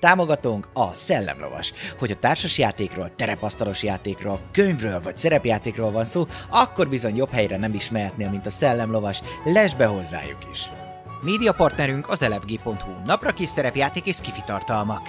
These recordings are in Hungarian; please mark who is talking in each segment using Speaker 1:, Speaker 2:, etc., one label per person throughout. Speaker 1: Támogatónk a Szellemlovas. Hogy a társas játékról, terepasztalos játékról, könyvről vagy szerepjátékról van szó, akkor bizony jobb helyre nem is mehetnél, mint a Szellemlovas. Lesz be hozzájuk is! Média partnerünk az elefg.hu, napra kis szerepjáték és kifitartalmak.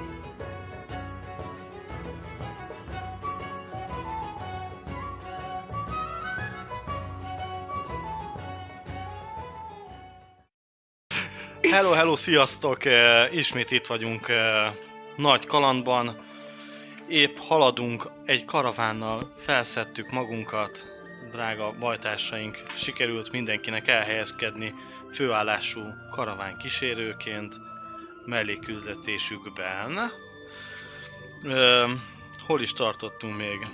Speaker 2: Hello, hello, sziasztok! Eh, Ismét itt vagyunk eh, nagy kalandban. Épp haladunk egy karavánnal, felszedtük magunkat, drága bajtársaink. Sikerült mindenkinek elhelyezkedni főállású karaván kísérőként melléküldetésükben. Ö, Hol is tartottunk még?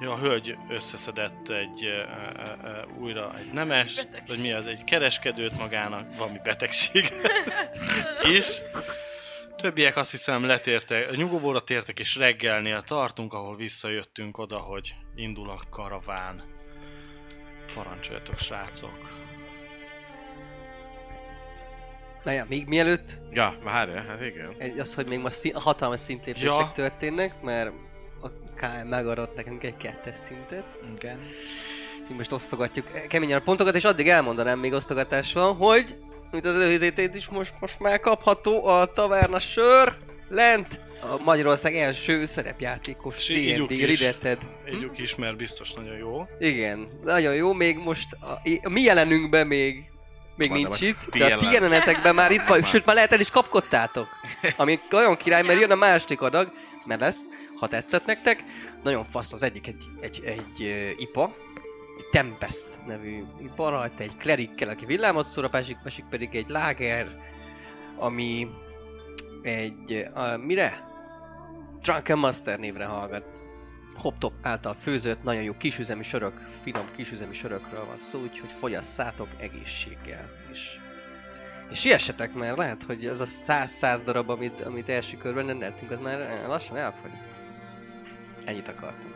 Speaker 2: Ja, a hölgy összeszedett egy ö, ö, ö, újra egy nemest, vagy mi az, egy kereskedőt magának, valami betegség is. Többiek azt hiszem letértek, nyugovóra tértek és reggelnél tartunk, ahol visszajöttünk oda, hogy indul a karaván. Parancsoljatok, srácok.
Speaker 3: Na ja, még mielőtt,
Speaker 4: Ja, várja, hát igen.
Speaker 3: egy- az, hogy még ma szín, hatalmas szintlépések
Speaker 2: Ja.
Speaker 3: ja. történnek, mert a KM megadott nekünk egy kettes szintet.
Speaker 1: Igen.
Speaker 3: Mi most osztogatjuk keményen a pontokat, és addig elmondanám még osztogatás van, hogy mint az előhizétét is most, most már kapható a taverna sör lent a Magyarország első szerepjátékos
Speaker 2: És így-
Speaker 3: D&D
Speaker 2: ígyuk is.
Speaker 3: Rideted. Hm?
Speaker 2: Együk is, mert biztos nagyon jó.
Speaker 3: Igen, nagyon jó, még most a, a mi jelenünkben még, még
Speaker 4: Mondom,
Speaker 3: nincs
Speaker 4: a
Speaker 3: itt,
Speaker 4: ti
Speaker 3: de a ti
Speaker 4: jelen.
Speaker 3: jelenetekben már itt vagy, sőt már lehet el is kapkodtátok. Ami nagyon király, mert jön a másik adag, mert lesz, ha tetszett nektek, nagyon fasz az egyik egy, egy, egy, uh, ipa, egy Tempest nevű ipa rajta, egy klerikkel, aki villámot szór, a másik, másik pedig egy láger, ami egy, uh, mire? Drunken Master névre hallgat. Hoptop által főzött, nagyon jó kisüzemi sörök, finom kisüzemi sörökről van szó, úgyhogy fogyasszátok egészséggel is. És siessetek, mert lehet, hogy az a száz-száz darab, amit, amit első körben rendeltünk, az már lassan elfogy. Ennyit akartunk.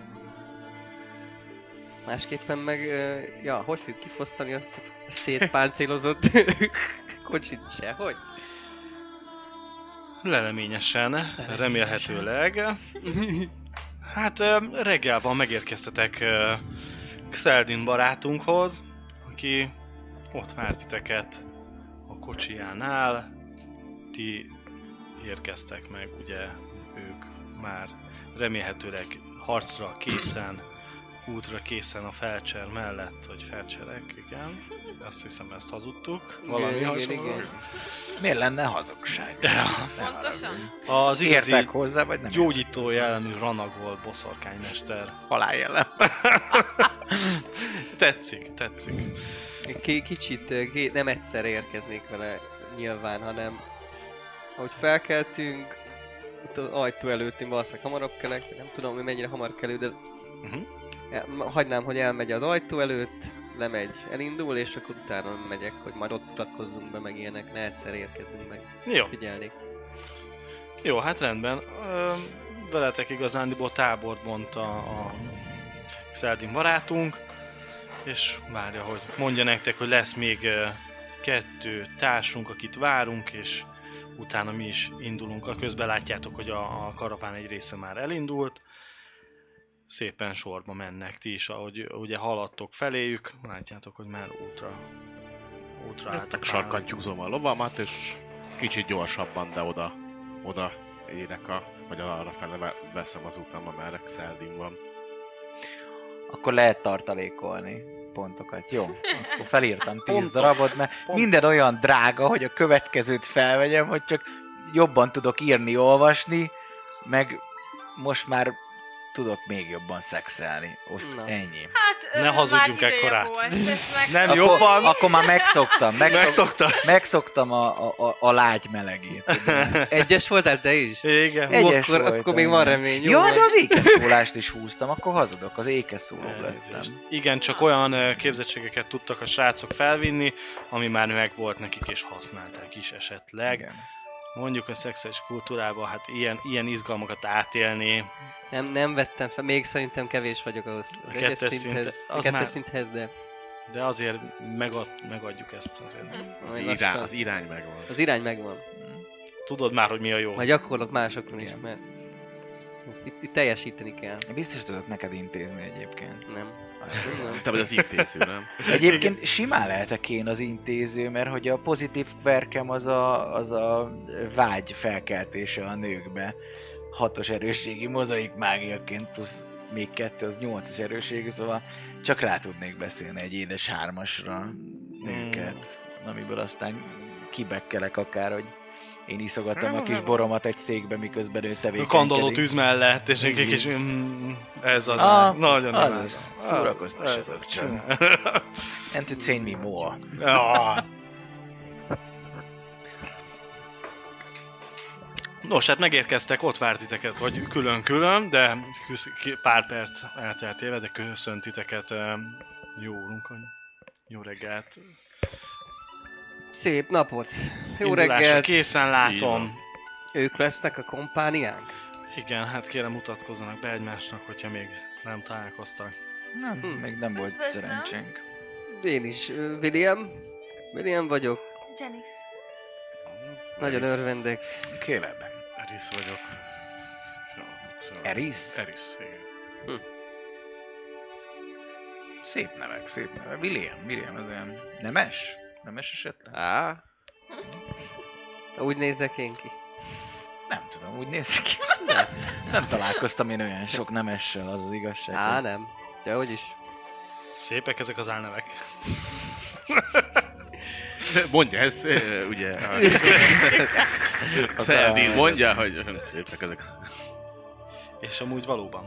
Speaker 3: Másképpen meg, ö, ja, hogy fogjuk kifosztani azt a szétpáncélozott kocsit se, hogy?
Speaker 2: Leleményesen, remélhetőleg. Hát ö, reggel van, megérkeztetek ö, Xeldin barátunkhoz, aki ott várt titeket a kocsijánál. Ti érkeztek meg, ugye ők már remélhetőleg harcra készen, útra készen a felcser mellett, vagy felcserek, igen. Azt hiszem ezt hazudtuk. Valami
Speaker 3: Igen, igen,
Speaker 2: hasonló.
Speaker 3: igen.
Speaker 1: Miért lenne hazugság?
Speaker 2: De
Speaker 5: Pontosan?
Speaker 2: az igazi
Speaker 1: Értek hozzá, vagy nem?
Speaker 2: gyógyító jellemű Rana volt boszorkánymester.
Speaker 1: haláljelem.
Speaker 2: Tetszik, tetszik.
Speaker 3: K- kicsit ö, gé- nem egyszer érkeznék vele nyilván, hanem ahogy felkeltünk, itt az ajtó előtt én valószínűleg hamarabb kelek, nem tudom, hogy mennyire hamar kelő, de
Speaker 2: Mhm.
Speaker 3: el, ma- hagynám, hogy elmegy az ajtó előtt, lemegy, elindul, és akkor utána megyek, hogy majd ott mutatkozzunk be, meg ilyenek, ne egyszer érkezzünk meg,
Speaker 2: Jó,
Speaker 3: figyelnék.
Speaker 2: jó, hát rendben. Ö, veletek igazándiból tábort mondta a Xeldin barátunk, és várja, hogy mondja nektek, hogy lesz még ö, kettő társunk, akit várunk, és utána mi is indulunk. A közben látjátok, hogy a, a karaván egy része már elindult. Szépen sorba mennek ti is, ahogy ugye haladtok feléjük, látjátok, hogy már útra útra álltak.
Speaker 4: Ráálltak sarkantyúzom a lovamat, és kicsit gyorsabban, de oda, oda érek a, vagy arra fele ve- veszem az utam, amerre Xeldin van.
Speaker 6: Akkor lehet tartalékolni.
Speaker 5: pontokat. Jó, akkor felírtam 10 darabot, mert minden olyan drága, hogy a következőt felvegyem, hogy csak jobban tudok írni, olvasni, meg most már tudok még jobban szexelni. Azt
Speaker 3: Na.
Speaker 5: ennyi.
Speaker 6: Hát,
Speaker 2: Ne
Speaker 6: ö, már
Speaker 2: hazudjunk
Speaker 6: ideje
Speaker 2: ekkorát.
Speaker 6: volt, ezt meg-
Speaker 2: Nem jó.
Speaker 5: Akkor, akkor már megszoktam. Megszok,
Speaker 2: Megszokta.
Speaker 5: megszoktam a, a- a, a lágy melegét.
Speaker 3: Egyes voltál te is?
Speaker 2: Igen.
Speaker 3: Hú,
Speaker 5: Egyes
Speaker 3: akkor,
Speaker 5: voltam,
Speaker 3: akkor még van
Speaker 5: igen.
Speaker 3: remény.
Speaker 5: Jó,
Speaker 3: Jó,
Speaker 5: ja,
Speaker 3: van.
Speaker 5: de az ékeszólást is húztam, akkor hazudok, az ékeszóló lettem.
Speaker 2: Elnézést. Igen, csak olyan ö, képzettségeket tudtak a srácok felvinni, ami már megvolt nekik, és használták is esetleg.
Speaker 5: Igen.
Speaker 2: Mondjuk a szexuális kultúrában, hát ilyen, ilyen izgalmakat átélni,
Speaker 3: Nem, nem vettem fel, még szerintem kevés vagyok ahhoz. Az egyes
Speaker 2: kettes
Speaker 3: szinthez,
Speaker 2: szinte-
Speaker 3: a
Speaker 2: az
Speaker 3: kettes
Speaker 2: már-
Speaker 3: szinthez, de
Speaker 2: de azért megad, megadjuk ezt azért.
Speaker 4: Az,
Speaker 3: Még
Speaker 4: irány,
Speaker 3: lassan.
Speaker 4: az irány megvan.
Speaker 3: az irány megvan.
Speaker 2: Tudod már, hogy mi a jó.
Speaker 3: Majd gyakorlok másokon is,
Speaker 5: Igen.
Speaker 3: mert itt, itt teljesíteni kell.
Speaker 5: Biztos tudok neked intézni egyébként.
Speaker 3: Nem.
Speaker 4: Te vagy az intéző, nem?
Speaker 5: Egyébként simán lehetek én az intéző, mert hogy a pozitív verkem az a, az a vágy felkeltése a nőkbe. Hatos erősségi mozaik mágiaként, plusz még kettő, az nyolcas erősségű, szóval csak rá tudnék beszélni egy édes hármasra nőket,
Speaker 2: Hmm.
Speaker 5: amiből aztán kibekkelek akár, hogy én iszogatom a kis boromat egy székbe, miközben ő
Speaker 2: A
Speaker 5: tevékenykedik.
Speaker 2: kandalló tűz mellett, és egy
Speaker 5: Így,
Speaker 2: kis... Mm, ez az.
Speaker 5: Ah,
Speaker 2: nagyon
Speaker 5: az
Speaker 2: imádom. Ah,
Speaker 5: az. Szórakoztassatok
Speaker 2: Ez-
Speaker 5: csak. Entertain me more.
Speaker 2: Ah. Nos, hát megérkeztek, ott várt titeket, vagy külön-külön, de küsz- ki- pár perc elteltéve, de köszönt titeket eh, jó úrunk, hogy jó reggelt.
Speaker 3: Szép napot! Jó
Speaker 2: Indulásra
Speaker 3: reggelt!
Speaker 2: Készen
Speaker 4: Így
Speaker 2: látom.
Speaker 4: van.
Speaker 3: Ők lesznek a kompániánk?
Speaker 2: Igen, hát kérem mutatkozzanak be egymásnak, hogyha még nem találkoztak.
Speaker 5: Nem,
Speaker 2: Hmm.
Speaker 3: Hm.
Speaker 5: még nem volt
Speaker 6: Üdvözlöm.
Speaker 5: szerencsénk.
Speaker 3: Én is. Ö, William? William vagyok.
Speaker 6: Janice.
Speaker 3: Nagyon örvendek.
Speaker 5: Kéleb.
Speaker 4: Eris vagyok.
Speaker 5: Eris?
Speaker 4: Eris, igen.
Speaker 5: Szép nevek, szép nevek. William, William, ez olyan nemes? Nemes Hát esetleg?
Speaker 3: Á? Úgy nézek én ki.
Speaker 5: Nem tudom, úgy néz ki. Nem, nem találkoztam én olyan sok nemessel, az az igazság.
Speaker 3: Á, nem. De hogy is.
Speaker 2: Szépek ezek az álnevek.
Speaker 4: Mondja ezt, ö, ugye... Szerdin mondja, hogy szépek ezek.
Speaker 2: És amúgy valóban.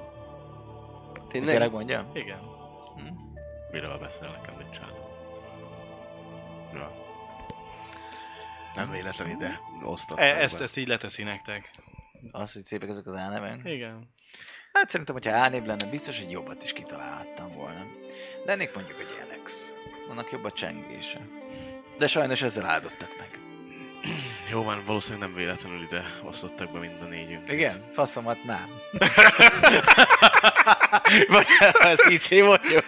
Speaker 5: Tényleg, Tényleg
Speaker 3: Tényleg?
Speaker 5: mondjam?
Speaker 2: Igen.
Speaker 4: Miről beszél nekem, mit csinál? Ja. Nem véletlen ide osztottam.
Speaker 2: E- ezt,
Speaker 4: be.
Speaker 2: ezt így leteszi nektek.
Speaker 5: Az, hogy szépek ezek az álnevek.
Speaker 2: Igen.
Speaker 5: Hát szerintem, hogyha álnév lenne, biztos, hogy jobbat is kitalálhattam volna. Lennék mondjuk egy Alex. Annak jobb a csengése. De sajnos ezzel áldottak meg.
Speaker 4: Jó van, valószínűleg nem véletlenül ide osztottak be mind a négyünk.
Speaker 5: Igen, faszomat nem. Vagy ezt így szívódjuk.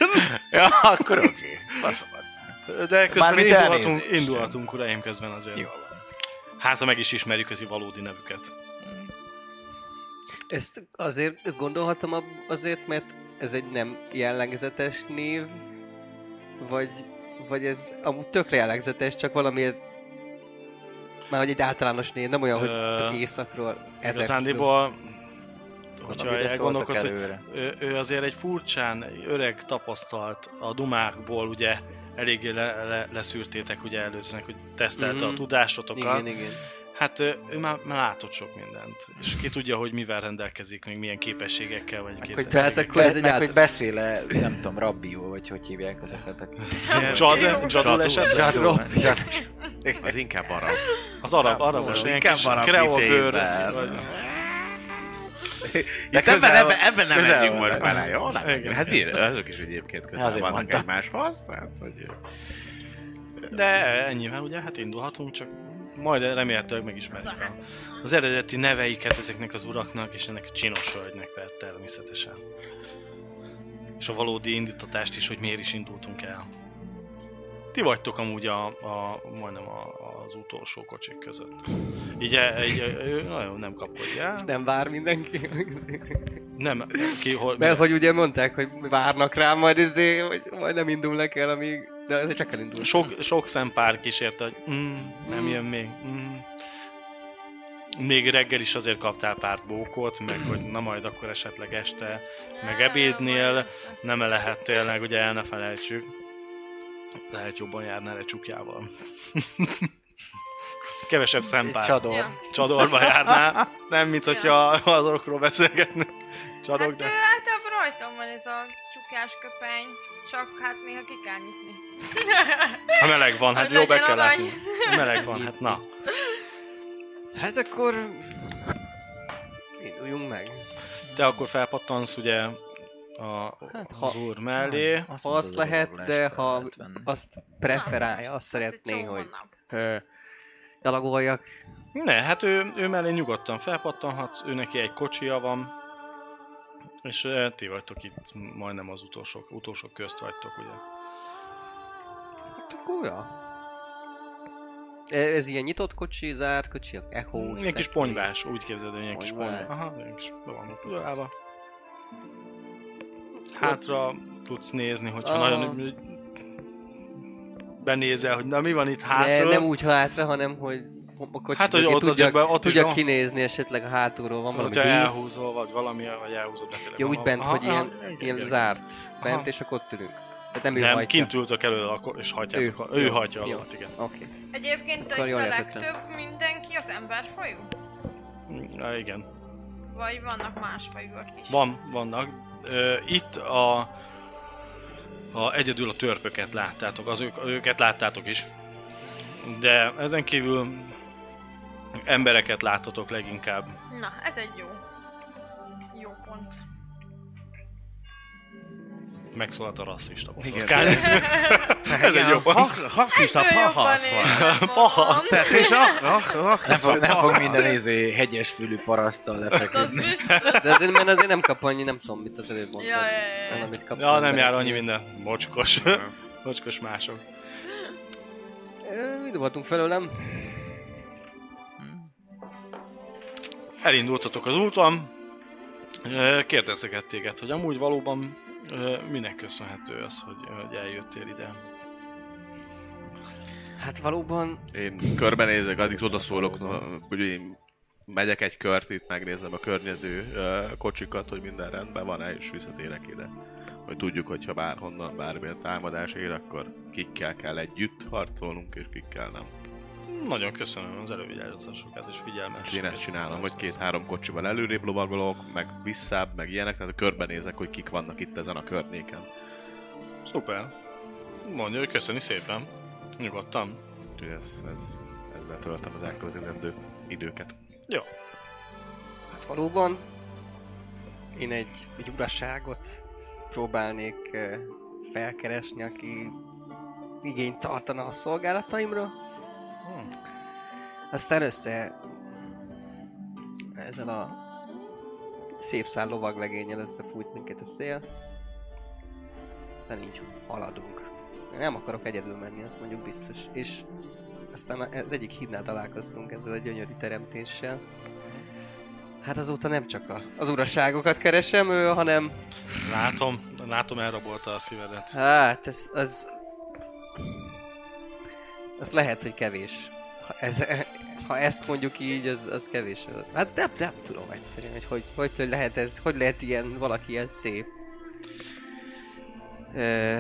Speaker 5: Ja, akkor oké. Okay. Faszomat nem.
Speaker 2: De közben
Speaker 5: Mármint
Speaker 2: indulhatunk,
Speaker 5: elnézést.
Speaker 2: indulhatunk, uraim, közben azért.
Speaker 5: Jó van.
Speaker 2: Hát, ha meg is ismerjük az valódi nevüket.
Speaker 3: Ezt azért, ezt gondolhatom ab- azért, mert ez egy nem jellegzetes név, vagy, vagy ez amúgy tökre jellegzetes, csak valamiért már hogy egy általános név, nem olyan,
Speaker 2: Ö,
Speaker 3: hogy északról ezer kiló-
Speaker 2: Igazándiból, hogyha
Speaker 5: Valamire szóltak
Speaker 2: elgondolkodsz, hogy
Speaker 5: előre.
Speaker 2: ő, ő azért egy furcsán öreg tapasztalt a dumákból, ugye eléggé le, le, leszűrtétek ugye előzőnek, hogy tesztelte
Speaker 3: Mhm.
Speaker 2: a tudásotokat.
Speaker 3: Igen, igen.
Speaker 2: Hát ö, ő már, már látott sok mindent, és ki tudja, hogy mivel rendelkezik, még milyen képességekkel vagy
Speaker 5: Meg, hogy,
Speaker 3: Tehát
Speaker 5: tehát
Speaker 2: képességekkel.
Speaker 3: akkor ez
Speaker 5: akkor ez
Speaker 3: egy
Speaker 5: meg,
Speaker 3: át-
Speaker 5: hogy beszél-e, nem tudom, rabbió, vagy hogy hívják ezeket a...
Speaker 2: Csad,
Speaker 6: Jó.
Speaker 2: Csad, esetleg?
Speaker 5: Zsadó. Zsadó.
Speaker 4: Az inkább arra.
Speaker 2: Az arab, arabos, ilyen
Speaker 4: Inkább
Speaker 2: kis
Speaker 4: arab
Speaker 2: kreolbőr.
Speaker 4: kitében.
Speaker 2: vagy-
Speaker 4: De
Speaker 5: közel
Speaker 4: ebben,
Speaker 5: van.
Speaker 4: ebben, ebben nem
Speaker 5: Közel
Speaker 4: megyünk
Speaker 5: van.
Speaker 4: most bele, jó? Nem
Speaker 2: Igen.
Speaker 4: megyünk. Hát miért? Azok is egyébként közel
Speaker 5: Azért
Speaker 4: vannak
Speaker 5: mondtam.
Speaker 4: egymáshoz. mert hogy-
Speaker 2: De ennyivel ugye, hát indulhatunk, csak majd remélhetőleg megismerjük a, az eredeti neveiket ezeknek az uraknak, és ennek a csinos hölgynek per természetesen. És a valódi indítatást is, hogy miért is indultunk el. Ti vagytok amúgy a, a majdnem a, az utolsó kocsik között. Így, e- így e- ő nagyon nem kapkodja el.
Speaker 3: Nem vár mindenki.
Speaker 2: Nem, ki, hol,
Speaker 3: Mert hogy ugye mondták, hogy várnak rá majd izé, hogy majd nem indulnak el, amíg... De de csak elindul.
Speaker 2: Sok, sok szempár kísérte, hogy mm, nem
Speaker 3: Mm.
Speaker 2: jön még. Mm. Még reggel is azért kaptál pár bókot, meg hogy na majd akkor esetleg este, meg ebédnél nem lehettél, meg ugye el ne felejtsük. lehet jobban járnál egy csukjával. Kevesebb szempár. Csad-
Speaker 5: Csador.
Speaker 6: Ja.
Speaker 2: Csadorba járnál. Nem, mint
Speaker 6: Ja.
Speaker 2: hogyha azokról beszélgetnek. Csadok,
Speaker 6: Hát ő
Speaker 2: de...
Speaker 6: általában rajtam van ez a csukás köpeny, csak hát néha ki kell nyitni.
Speaker 2: Ha meleg van, hát
Speaker 6: Hogy
Speaker 2: jó, be
Speaker 6: legyen
Speaker 2: kell
Speaker 6: arany.
Speaker 2: látni. Ha Meleg van, hát na.
Speaker 3: Hát akkor... Induljunk meg.
Speaker 2: Te akkor felpattansz ugye a,
Speaker 3: Hát, ha-
Speaker 2: az úr mellé.
Speaker 3: Ha azt
Speaker 5: mondod, hogy
Speaker 3: lehet,
Speaker 5: orvolást
Speaker 3: de
Speaker 5: fel
Speaker 3: ha-
Speaker 5: lehet venni.
Speaker 3: Azt preferálja, azt
Speaker 6: Hát egy
Speaker 3: szeretné,
Speaker 6: csomó
Speaker 3: hogy
Speaker 6: nap.
Speaker 3: ö, gyalogoljak.
Speaker 2: Ne, hát ő, ő mellé nyugodtan felpattanhatsz, ő neki egy kocsia van, és eh, ti vagytok itt majdnem az utolsók, utolsók közt vagytok, ugye.
Speaker 3: Hát akkor ja. E- Ez ilyen nyitott kocsi, zárt kocsi, echo.
Speaker 2: Ilyen kis
Speaker 3: szekély.
Speaker 2: ponyvás, úgy képzeld, hogy ilyen kis
Speaker 3: Ponyvás.
Speaker 2: ponyvás. Aha, ilyen kis be van tudálva. Hátra tudsz nézni, hogyha
Speaker 3: Ah.
Speaker 2: nagyon benézel, hogy na mi van itt
Speaker 3: Ne,
Speaker 2: hátra.
Speaker 3: nem úgy hátra, hanem hogy a kocsi
Speaker 2: Hát, hogy ott
Speaker 3: tudjak,
Speaker 2: azért be, ott is
Speaker 3: tudjak
Speaker 2: van-
Speaker 3: kinézni esetleg a hátulról, van valami
Speaker 2: Hogyha
Speaker 3: víz.
Speaker 2: elhúzol, vagy valami, vagy elhúzod. de tényleg
Speaker 3: Ja,
Speaker 2: van
Speaker 3: úgy
Speaker 2: valami-
Speaker 3: bent, hogy ilyen-
Speaker 2: igen, igen,
Speaker 3: Ilyen
Speaker 2: igen.
Speaker 3: zárt, bent,
Speaker 2: Aha.
Speaker 3: és akkor ott ülünk. Tehát nem ő
Speaker 2: Nem,
Speaker 3: hajtja.
Speaker 2: kint ültök elő, akkor, és hajtjátok,
Speaker 3: Ő.
Speaker 2: ő, ő
Speaker 3: Jó.
Speaker 2: hajtja
Speaker 3: Jó.
Speaker 2: alatt, igen.
Speaker 3: Oké.
Speaker 6: Egyébként
Speaker 3: Akkor
Speaker 6: itt
Speaker 3: jól
Speaker 6: a
Speaker 3: értettem.
Speaker 6: legtöbb mindenki az emberfajú?
Speaker 2: Na, igen.
Speaker 6: Vagy vannak más fajúak is?
Speaker 2: Van, vannak. Ö, itt a, a... Egyedül a törpöket láttátok, az ők, őket láttátok is. De ezen kívül embereket láttatok leginkább.
Speaker 6: Na, ez egy jó. Jó pont.
Speaker 2: Megszólalt a rasszista
Speaker 4: Igen.
Speaker 2: boszorkány. Ez egy jó pont.
Speaker 4: Rasszista
Speaker 6: Ettől jobban
Speaker 4: pahaszt van.
Speaker 6: érzem
Speaker 2: Pahaszt,
Speaker 6: magam.
Speaker 4: Tehát és ah, ah, ah,
Speaker 5: Nem fog, nem fog minden izé hegyes fülű parasztal
Speaker 6: Az
Speaker 5: lefeküdni.
Speaker 6: biztos.
Speaker 3: De azért, mert azért nem kap annyi, nem tudom, mit az előbb mondtam.
Speaker 6: Ja, ja, ja,
Speaker 3: Nem,
Speaker 6: ja.
Speaker 3: amit kapsz
Speaker 2: Ja,
Speaker 3: az
Speaker 2: nem
Speaker 3: ember.
Speaker 2: jár annyi minden. Mocskos. Mocskos mások.
Speaker 3: Ö, Mit voltunk felőlem?
Speaker 2: Elindultatok az úton. Ö, Kérdezzeget téged, hogy amúgy valóban ö, minek köszönhető az, hogy, hogy eljöttél ide.
Speaker 3: Hát valóban
Speaker 4: Én körbenézek, addig odaszólok, na, hogy én megyek egy kört itt, megnézem a környező ö, kocsikat, hogy minden rendben van-e, és visszatérek ide. Hogy tudjuk, hogyha bárhonnan bármilyen támadás ér, akkor kikkel kell együtt harcolnunk, és kikkel nem.
Speaker 2: Nagyon köszönöm az elővigyázásokat és figyelmet.
Speaker 4: És én ezt csinálom, hogy két-három kocsival előrébb lovagolok, meg visszább, meg ilyenek, tehát körbenézek, hogy kik vannak itt ezen a környéken.
Speaker 2: Szuper. Mondja, hogy köszöni szépen. Nyugodtan.
Speaker 4: Úgyhogy ez, ez, ezzel töltöm az elkövetkezendő időket.
Speaker 3: Hát valóban én egy, egy uraságot próbálnék ö, felkeresni, aki igényt tartana a szolgálataimra.
Speaker 2: Hm.
Speaker 3: Aztán össze ezzel a szép szál lovaglegényel összefújt minket a szél. Aztán így haladunk. Nem akarok egyedül menni, azt mondjuk biztos. És aztán a- az egyik hídnál találkoztunk ezzel a gyönyörű teremtéssel. Hát azóta nem csak a, az uraságokat keresem, ő, hanem...
Speaker 2: Látom, látom elrabolta a szívedet.
Speaker 3: Hát, ez... Az, az lehet, hogy kevés. Ha, ez, ha ezt mondjuk így, az, az kevés. Az. Hát nem, nem tudom egyszerűen, hogy hogy, hogy hogy lehet ez, hogy lehet ilyen, valaki ilyen szép. Ö...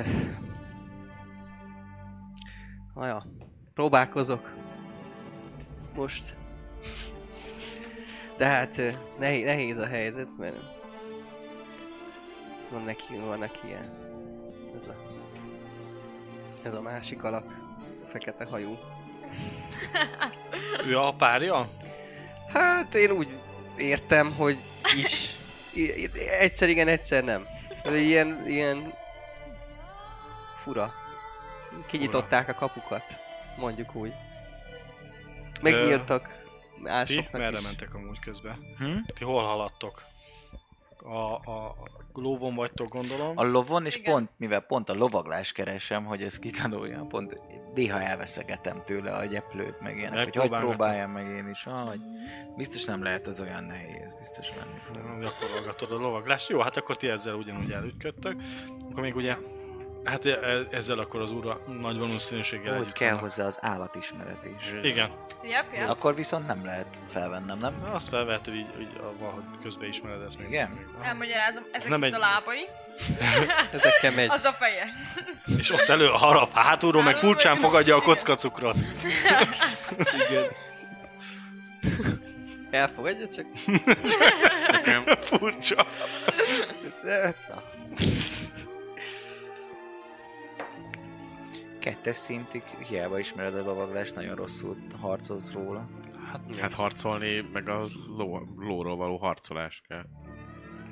Speaker 3: Aja, próbálkozok. Most. De hát ö, nehéz, nehéz a helyzet, mert van neki, vannak ilyen. Ez a, ez a másik alak, ez a fekete hajú.
Speaker 2: Ő a párja?
Speaker 3: Hát én úgy értem, hogy is. I- i- Egyszer igen, egyszer nem. Ez egy Ilyen, ilyen fura. Kinyitották a kapukat, mondjuk úgy. Megnyíltak
Speaker 2: Ti
Speaker 3: másoknak
Speaker 2: merre
Speaker 3: is.
Speaker 2: mentek amúgy közben?
Speaker 5: Hm?
Speaker 2: Ti hol haladtok? A, a, a lóvon vagytok gondolom.
Speaker 5: A lovon, és
Speaker 6: Igen.
Speaker 5: pont, mivel pont a lovaglás keresem, hogy ezt kitanuljam, pont néha elveszegetem tőle a gyeplőt, meg ilyenek, hogy hogy
Speaker 2: Megpróbálgatod.
Speaker 5: próbáljam meg én is, ah, hogy biztos nem lehet az olyan nehéz, biztos lenni fog.
Speaker 2: gyakorolgatod a lovaglást. Jó, hát akkor ti ezzel ugyanúgy elütködtök. Akkor még ugye Hát e- e- ezzel akkor az úrra nagy valószínűséggel
Speaker 5: Úgy
Speaker 2: együtt
Speaker 5: kell
Speaker 2: vannak.
Speaker 5: hozzá az állatismeret is.
Speaker 2: Igen.
Speaker 6: Jep, jep.
Speaker 5: Akkor viszont nem lehet felvennem, nem?
Speaker 2: Na, Azt felveheted így, így abban, hogy közben ismered ezt még.
Speaker 5: Igen.
Speaker 2: még.
Speaker 6: Elmagyarázom, ezek
Speaker 2: nem
Speaker 6: itt
Speaker 2: egy-
Speaker 6: a lábai,
Speaker 3: Ezekkel megy.
Speaker 6: az a feje.
Speaker 2: És ott elő harap hátulról, meg
Speaker 6: Hátulról,
Speaker 2: furcsán
Speaker 6: igen.
Speaker 2: fogadja a kockacukrot.
Speaker 3: Igen. Elfogadja csak.
Speaker 2: Nekem furcsa.
Speaker 3: Na.
Speaker 5: Kettes szintig, hiába ismered a lovaglást, nagyon rosszul harcolsz róla.
Speaker 4: Hát harcolni, meg a ló, lóról való harcolás kell.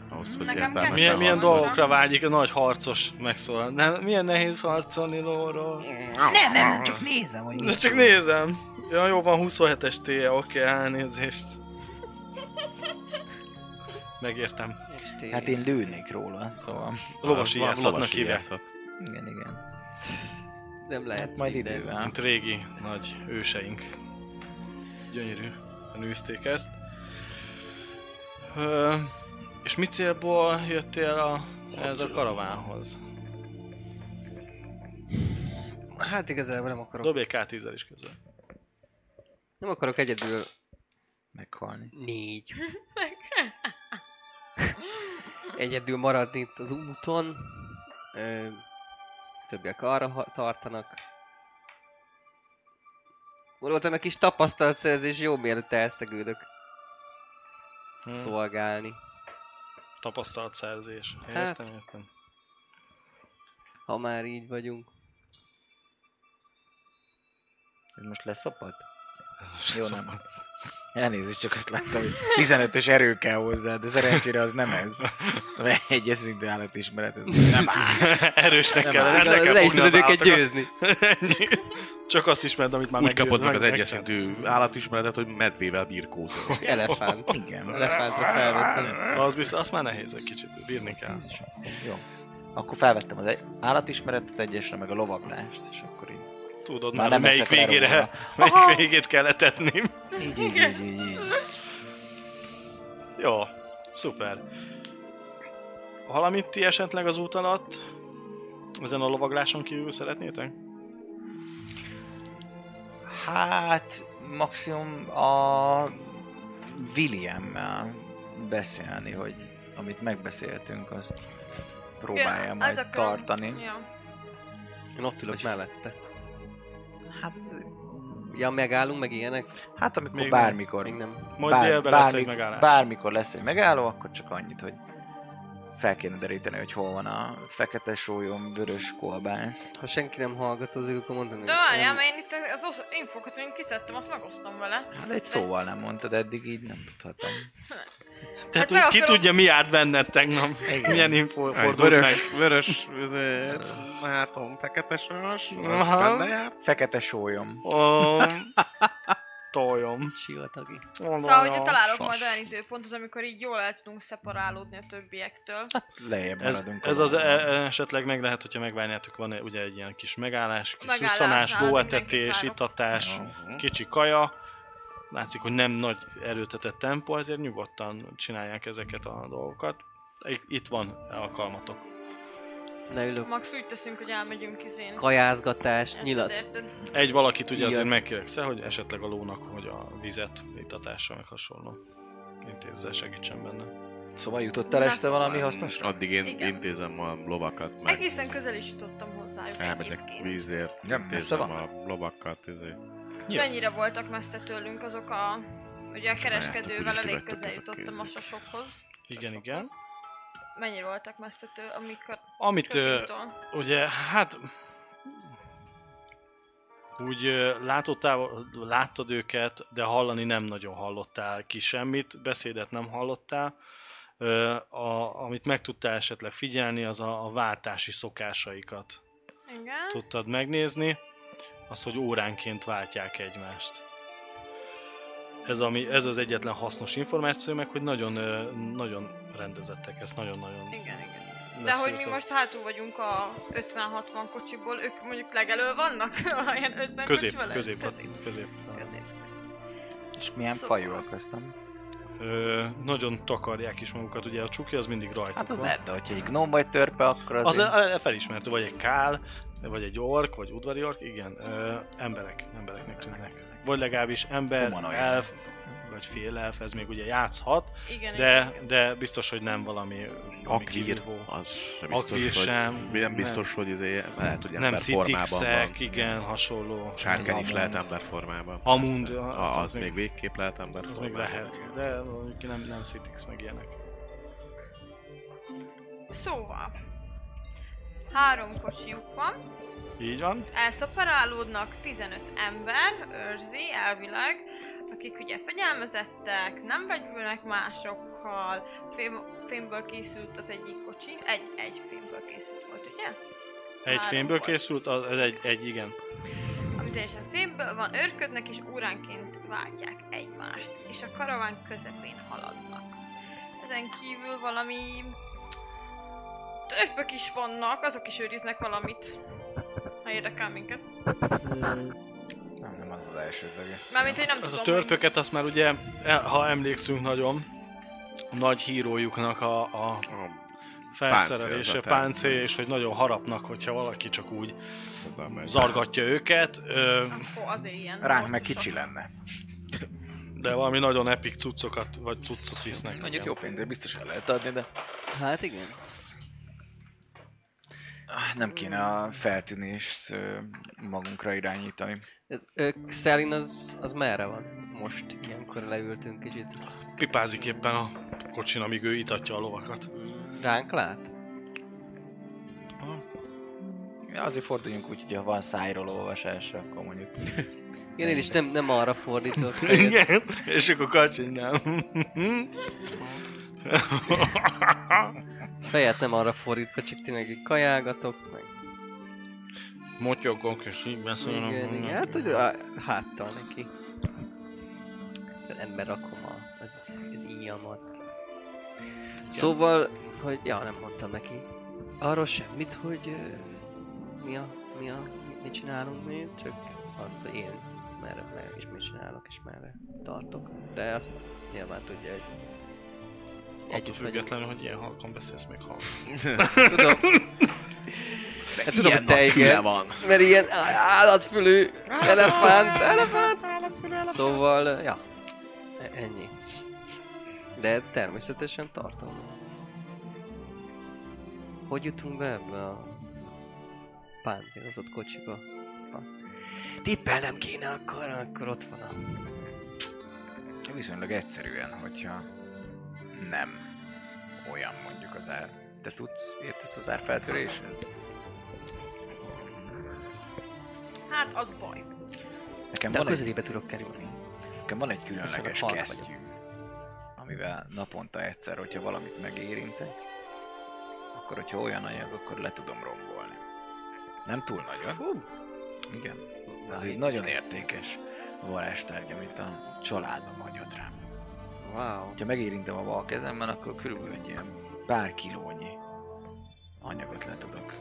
Speaker 4: Ahhoz, hogy
Speaker 6: Nekem
Speaker 4: értelmesen
Speaker 6: kell.
Speaker 2: Milyen, milyen
Speaker 4: harcolj.
Speaker 2: dolgokra vágyik a nagy harcos megszólal. Nem, milyen nehéz harcolni lóról.
Speaker 1: Nem, nem, csak nézem, hogy mit
Speaker 2: Ezt csak
Speaker 1: csinál.
Speaker 2: nézem. Ja, jó, van 27-es téje, oké, elnézést. Megértem.
Speaker 5: Hát én lőnék róla, szóval...
Speaker 2: Lovas
Speaker 4: Van- van
Speaker 2: ijászatnak
Speaker 4: lovas
Speaker 2: hívják.
Speaker 4: ijászat.
Speaker 5: Igen, igen.
Speaker 3: Nem
Speaker 5: Hát
Speaker 3: lehet
Speaker 5: majd
Speaker 3: minden.
Speaker 5: idővel.
Speaker 2: Mint régi nagy őseink. Gyönyörű. Nőzték ezt. Ö, és mi célból jöttél a, ez a karavánhoz?
Speaker 3: Hát igazából nem akarok.
Speaker 2: Dobj egy K10-el is közben.
Speaker 3: Nem akarok egyedül
Speaker 5: Meghalni.
Speaker 3: Négy. Egyedül maradni itt az úton. Ö, többiek arra ha- tartanak. Gondoltam, egy kis tapasztalatszerzés jó, mielőtt elszegődök
Speaker 2: Hm.
Speaker 3: szolgálni.
Speaker 2: Tapasztalatszerzés. Értem,
Speaker 3: Hát.
Speaker 2: hát. értem.
Speaker 3: Ha már így vagyunk.
Speaker 5: Ez most leszapad?
Speaker 2: Ez most
Speaker 5: Jó,
Speaker 2: az-
Speaker 5: nem. Elnézést, csak azt láttam, hogy 15-ös erő kell hozzá, de szerencsére az nem ez. Mert egy ez szintű állatismeret, ez nem áll.
Speaker 2: Erősnek
Speaker 5: Nem
Speaker 2: kell
Speaker 5: áll.
Speaker 2: lenni, le
Speaker 3: Hát le,
Speaker 2: kell
Speaker 3: le is
Speaker 2: fogni az
Speaker 3: tudod őket
Speaker 2: állatokat.
Speaker 3: győzni.
Speaker 2: Ennyi. Csak azt ismered, amit már
Speaker 4: Úgy kapod meg az
Speaker 2: meg-
Speaker 4: egyeszintű állatismeretet, hogy medvével birkózol.
Speaker 3: Elefánt.
Speaker 5: Igen.
Speaker 3: Elefántra felveszem.
Speaker 2: kell. Az biztos, azt már nehéz egy kicsit, bírni kell.
Speaker 5: Jézusom. Jó. Akkor felvettem az egy állatismeretet egyesre, meg a lovaglást, és akkor így.
Speaker 2: Tudod
Speaker 5: Már
Speaker 2: már, hogy
Speaker 5: nem
Speaker 2: melyik
Speaker 5: esek le
Speaker 2: végére,
Speaker 5: róla.
Speaker 2: melyik végét kell letetni.
Speaker 5: Így, így, így, így, így.
Speaker 2: Jó, szuper. Valamit ti esetleg az út alatt, ezen a lovagláson kívül szeretnétek?
Speaker 5: Hát, maximum a Williammel beszélni, hogy amit megbeszéltünk, azt próbálja
Speaker 6: Igen,
Speaker 5: majd
Speaker 6: az akarom.
Speaker 5: tartani.
Speaker 6: Ja.
Speaker 3: Én ott ülök mellette.
Speaker 5: Hát,
Speaker 3: Ja, megállunk meg ilyenek?
Speaker 5: hát amikor
Speaker 2: Még nem.
Speaker 5: bármikor
Speaker 3: Még nem.
Speaker 2: Majd Bár, délben lesz egy megállás.
Speaker 5: Bármikor lesz egy megálló, akkor csak annyit, hogy fel kéne deríteni, hogy hol van a fekete sólyom, vörös kolbász.
Speaker 3: Ha senki nem hallgat az akkor mondom, hogy
Speaker 6: De várjál,
Speaker 3: nem-
Speaker 6: mert én itt az osz- infokat, amit kiszedtem, azt megosztom vele.
Speaker 5: Hát egy szóval nem mondtad eddig, így nem tudhatom.
Speaker 2: Tehát
Speaker 6: meg
Speaker 2: hát ki
Speaker 6: akarom-
Speaker 2: tudja, mi járt benned tegnap? Milyen info
Speaker 4: Egy
Speaker 2: fordult meg?
Speaker 4: vörös, vörös, vörös, látom, fekete sörös,
Speaker 2: Aha.
Speaker 4: az benne járt.
Speaker 5: Fekete sólyom.
Speaker 2: Ó, Tojom.
Speaker 3: Sivatagi.
Speaker 6: Szóval, hogyha találok majd olyan időpontot, amikor így jól el tudunk szeparálódni a többiektől.
Speaker 5: Hát Lejjebb
Speaker 2: Ez,
Speaker 5: maradunk.
Speaker 2: ez az e,
Speaker 5: valahol.
Speaker 2: e- esetleg meg lehet, hogyha megvárjátok, van ugye egy ilyen kis megállás, kis
Speaker 6: Megállás, hát
Speaker 2: szusszanás,
Speaker 6: nálad mindenkit
Speaker 2: lóetetés,
Speaker 6: várok.
Speaker 2: itatás,
Speaker 5: Jó.
Speaker 2: kicsi kaja. Látszik, hogy nem nagy erőltetett tempó, ezért nyugodtan csinálják ezeket a dolgokat. I- Itt van alkalmatok.
Speaker 3: Leülök.
Speaker 6: Max úgy teszünk, hogy elmegyünk izén.
Speaker 3: Kajázgatás, nyilat.
Speaker 6: Érted?
Speaker 2: Egy valakit ugye
Speaker 3: Igen.
Speaker 2: azért megkérekszel, hogy esetleg a lónak, hogy a vizet, itatása, meg hasonló. Intézzel, segítsen benne.
Speaker 5: Szóval jutott el
Speaker 6: Na,
Speaker 5: este
Speaker 6: szóval-
Speaker 5: valami hasznosra?
Speaker 4: Addig én
Speaker 6: Igen.
Speaker 4: intézem a lovakat, meg
Speaker 6: Egészen közel is jutottam hozzájuk
Speaker 4: elmegyek
Speaker 6: egyébként.
Speaker 4: vízért,
Speaker 5: Nem, messze
Speaker 4: intézem
Speaker 5: van.
Speaker 4: a lovakat, izé.
Speaker 6: Mennyire voltak messze tőlünk azok a... Ugye a kereskedővel
Speaker 4: úgyis
Speaker 6: elég
Speaker 4: kivettek
Speaker 6: közel
Speaker 4: ezek
Speaker 6: jutottam a
Speaker 4: kézük.
Speaker 6: sasokhoz.
Speaker 2: Igen, igen.
Speaker 6: Mennyire voltak messze tőle, amikor...
Speaker 2: Amit ö,
Speaker 6: Csacsinktól?
Speaker 2: Ugye, hát... Úgy ö, látottál, láttad őket, de hallani nem nagyon hallottál ki semmit, beszédet nem hallottál. Ö, a, amit meg tudtál esetleg figyelni, az a, a váltási szokásaikat
Speaker 6: Igen.
Speaker 2: tudtad megnézni, az, hogy óránként váltják egymást. Ez, ami, ez az egyetlen hasznos információ, meg hogy nagyon, ö, nagyon rendezettek, ezt nagyon-nagyon
Speaker 6: Igen, igen. De hogy mi
Speaker 2: leszűrted.
Speaker 6: most hátul vagyunk a 50-60 kocsiból, ők mondjuk legelő vannak? Olyan 50
Speaker 2: Közép,
Speaker 6: kocsival?
Speaker 2: közép,
Speaker 6: közép.
Speaker 2: közép.
Speaker 6: közép.
Speaker 5: És milyen
Speaker 6: Szóval-
Speaker 5: fajú akasztam?
Speaker 2: ö, nagyon takarják is magukat, ugye a csuki az mindig rajta
Speaker 5: Hát az
Speaker 2: van.
Speaker 5: lehet, de hogyha egy gnóm vagy törpe, akkor
Speaker 2: Az
Speaker 5: az...
Speaker 2: e- felismertő, vagy egy kál, vagy egy ork, vagy udvari ork, igen, ö, emberek, embereknek tűnnek. Vagy legalábbis ember,
Speaker 5: Humanoid.
Speaker 2: elf, vagy fél elf, ez még ugye játszhat,
Speaker 6: Igen,
Speaker 2: de,
Speaker 6: igen.
Speaker 2: de biztos, hogy nem valami valami
Speaker 4: Akvír,
Speaker 2: kirívó.
Speaker 4: az sem
Speaker 2: Akvír
Speaker 4: biztos, Akvír hogy,
Speaker 2: sem,
Speaker 4: sem, nem biztos, hogy izé, lehet, hogy
Speaker 2: Nem
Speaker 4: ember formában van.
Speaker 2: szitixek, igen, hasonló.
Speaker 4: Sárkány is
Speaker 2: Amund.
Speaker 4: lehet ember formában.
Speaker 2: Amund,
Speaker 4: Persze.
Speaker 2: az- az
Speaker 4: A- az, még
Speaker 2: még-
Speaker 4: végképp lehet ember
Speaker 2: Az még
Speaker 4: formában.
Speaker 2: lehet, de mondjuk nem, nem szitix meg ilyenek.
Speaker 6: Szóval. Három kocsiuk van,
Speaker 2: Így van.
Speaker 6: elszaparálódnak 15 ember, őrzi elvileg, akik ugye fegyelmezettek, nem vegyülnek másokkal, fém, fémből készült az egyik kocsi, egy, egy fémből készült volt, ugye?
Speaker 2: Egy
Speaker 6: Három
Speaker 2: fényből
Speaker 6: volt.
Speaker 2: készült, az az egy, egy igen.
Speaker 6: Ami teljesen fémből van, őrködnek és óránként váltják egymást, és a karaván közepén haladnak. Ezen kívül valami törzsbök is vannak, azok is őriznek valamit, ha érdekel minket.
Speaker 5: Nem, nem az az elsődleges.
Speaker 6: Mármint, hogy nem
Speaker 2: Az
Speaker 6: tudom,
Speaker 2: a
Speaker 6: hogy-
Speaker 2: törpöket azt már ugye, el- ha emlékszünk nagyon, a nagy hírójuknak a, a felszerelése,
Speaker 4: Páncélzata.
Speaker 2: páncél, és hogy nagyon harapnak, hogyha valaki csak úgy
Speaker 4: Ah,
Speaker 2: zargatja őket, ö,
Speaker 6: Akkor azért ilyen.
Speaker 5: Ránk
Speaker 6: volt
Speaker 5: meg
Speaker 6: is
Speaker 5: kicsi
Speaker 6: a-
Speaker 5: lenne.
Speaker 2: de valami nagyon epik cuccokat, vagy cuccot visznek.
Speaker 5: Mondjuk
Speaker 2: igen.
Speaker 5: jó pénzért biztos el lehet adni, de
Speaker 3: Hát igen.
Speaker 5: Ah, nem kéne a feltűnést ö, magunkra irányítani.
Speaker 3: Ez, ö, Xelin az, az merre van? Most ilyenkor leültünk kicsit. ez-
Speaker 2: Pipázik éppen a kocsin, amíg ő itatja a lovakat.
Speaker 3: Ránk lát?
Speaker 5: Ja, azért forduljunk úgy, hogy ha van szájról olvasásra, akkor mondjuk
Speaker 3: Igen, én is nem, nem arra fordítok.
Speaker 2: Igen, és akkor kacsin nem.
Speaker 3: Fejet nem arra fordítva, csak tényleg így kajálgatok, meg
Speaker 2: Motyogok, és így beszélnek.
Speaker 3: igen, igen. Hát, hogy a- háttal neki. Ember rakom a, az, az íjamat. Szóval, hogy, ja, nem mondtam neki. Arról semmit, hogy ö, mi a, mi a, mit csinálunk mi, csak azt, hogy én merre, merre és mit csinálok, és merre tartok. De azt nyilván tudja, hogy
Speaker 2: Attól
Speaker 3: együtt vagyunk.
Speaker 2: függetlenül, hogy ilyen halkan beszélsz még halkan.
Speaker 3: Tudom. Hát tudom, hogy te igen.
Speaker 4: van.
Speaker 3: Mert ilyen á- állatfülű elefánt, elefánt. Szóval, ja, E- ennyi. De természetesen tartom. Hogy jutunk be ebbe a páncélozott kocsiba? Ha. Tippelnem kéne akkor, akkor ott van a...
Speaker 5: viszonylag egyszerűen, hogyha nem olyan mondjuk az ár. Te tudsz, értesz az árfeltöréshez?
Speaker 6: Hát az baj.
Speaker 5: Nekem
Speaker 3: De a
Speaker 5: van, egy,
Speaker 3: közelébe tudok kerülni.
Speaker 5: nekem van egy különleges
Speaker 3: halk vagyok.
Speaker 5: kesztyűm, amivel naponta egyszer, hogyha valamit megérintek, akkor hogyha olyan anyag, akkor le tudom rombolni. Nem túl nagyon.
Speaker 3: Hú.
Speaker 5: Igen. Ez
Speaker 3: Na,
Speaker 5: egy nagyon értékes varázstárgy, amit a családom hagyott rám.
Speaker 3: Wow.
Speaker 5: Ha megérintem a bal kezemmel, akkor körülbelül egy ilyen pár kilónyi anyagot le tudok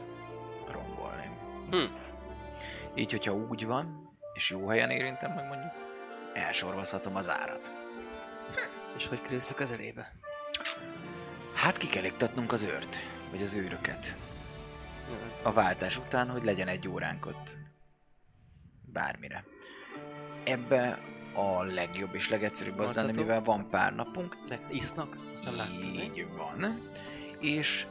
Speaker 5: rombolni.
Speaker 3: Hm.
Speaker 5: Így, hogyha úgy van, és jó helyen érintem meg mondjuk, elsorvaszhatom az árat.
Speaker 3: És hogy kerülsz a közelébe?
Speaker 5: Hát ki kell iktatnunk az őrt, vagy az őröket. A váltás után, hogy legyen egy óránk ott. Bármire. Ebbe a legjobb és legegyszerűbb az lenne,
Speaker 3: Martatok?
Speaker 5: mivel van pár napunk,
Speaker 3: De isznak? Azt nem láttam. mi?
Speaker 5: Így van. És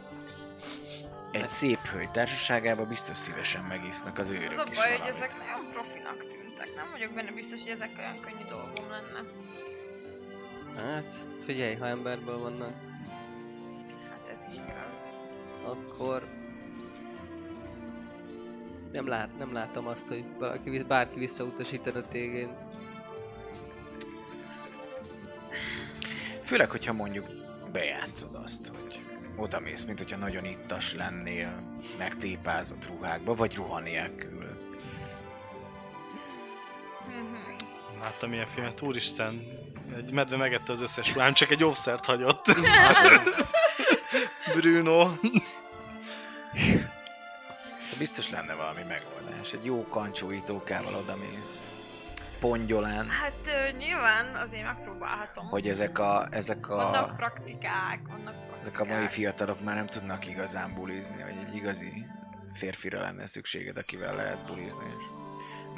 Speaker 5: egy szép hölgy társaságában biztos szívesen megisznak az
Speaker 6: Az
Speaker 5: őrök
Speaker 6: a
Speaker 5: is
Speaker 6: baj, hogy
Speaker 5: valamit.
Speaker 6: ezek nagyon profinak tűntek. Nem vagyok benne biztos, hogy ezek olyan könnyű dolgom lenne.
Speaker 3: Hát, figyelj, ha emberből vannak,
Speaker 6: Hát ez is igaz.
Speaker 3: akkor nem, lát, nem látom azt, hogy valaki, vi- bárki visszautasítana téged.
Speaker 5: Főleg, hogyha mondjuk bejátszod azt, hogy oda mész, mint hogyha nagyon ittas lennél, megtépázott ruhákba, vagy ruha nélkül.
Speaker 6: Mhm.
Speaker 2: Láttam ilyen filmet, úristen, egy medve megette az összes ruhám, csak egy óvszert hagyott. Bruno.
Speaker 5: De biztos lenne valami megoldás. Egy jó kancsóítókával oda mész. pongyolán,
Speaker 6: Hát ö, nyilván azért megpróbálhatom.
Speaker 5: hogy ezek a, ezek a,
Speaker 6: Vannak praktikák, vannak praktikák.
Speaker 5: ezek a mai fiatalok már nem tudnak igazán bulizni, hogy egy igazi férfira lenne szükséged, akivel lehet bulizni, és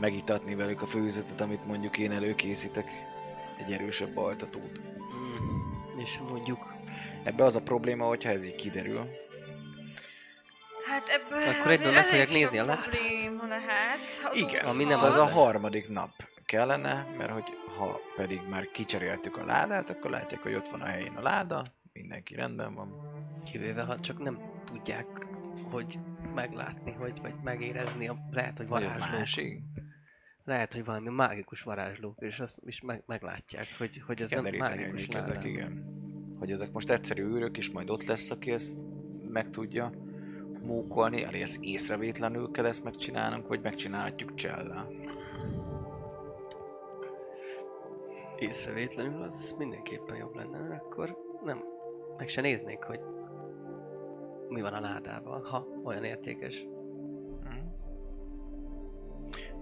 Speaker 5: megitatni velük a főzetet, amit mondjuk én előkészítek, egy erősebb altatót.
Speaker 3: Mm. És mondjuk...
Speaker 5: Ebbe az a probléma, hogyha ez így kiderül,
Speaker 6: Hát ebből
Speaker 3: Akkor egyből
Speaker 6: azért
Speaker 3: meg fogják
Speaker 6: elég sok
Speaker 3: nézni a lábát.
Speaker 6: probléma lehet.
Speaker 5: Igen.
Speaker 3: Ami nem
Speaker 5: Nem,
Speaker 6: Szóval
Speaker 5: az,
Speaker 3: az
Speaker 5: a
Speaker 3: lesz.
Speaker 5: harmadik nap kellene, mert hogy ha pedig már kicseréltük a ládát, akkor látják, hogy ott van a helyén a láda, mindenki rendben van.
Speaker 3: Kivéve, ha csak nem tudják, hogy meglátni, vagy, vagy megérezni, a, lehet, hogy
Speaker 5: Vagy az
Speaker 3: varázslók.
Speaker 5: másik.
Speaker 3: Lehet, hogy valami mágikus varázslók, és azt is meg, meglátják, hogy, hogy ez
Speaker 5: Ez nem
Speaker 3: nem mágikus
Speaker 5: ezek,
Speaker 3: láda.
Speaker 5: igen. Hogy ezek most egyszerű őrök, és majd ott lesz, aki ezt meg tudja mókolni, elég ezt észrevétlenül kell ezt megcsinálnunk, vagy megcsinálhatjuk csellel.
Speaker 3: Észrevétlenül az mindenképpen jobb lenne, mert akkor nem, meg se néznék, hogy mi van a ládában, ha olyan értékes.
Speaker 5: Mhm.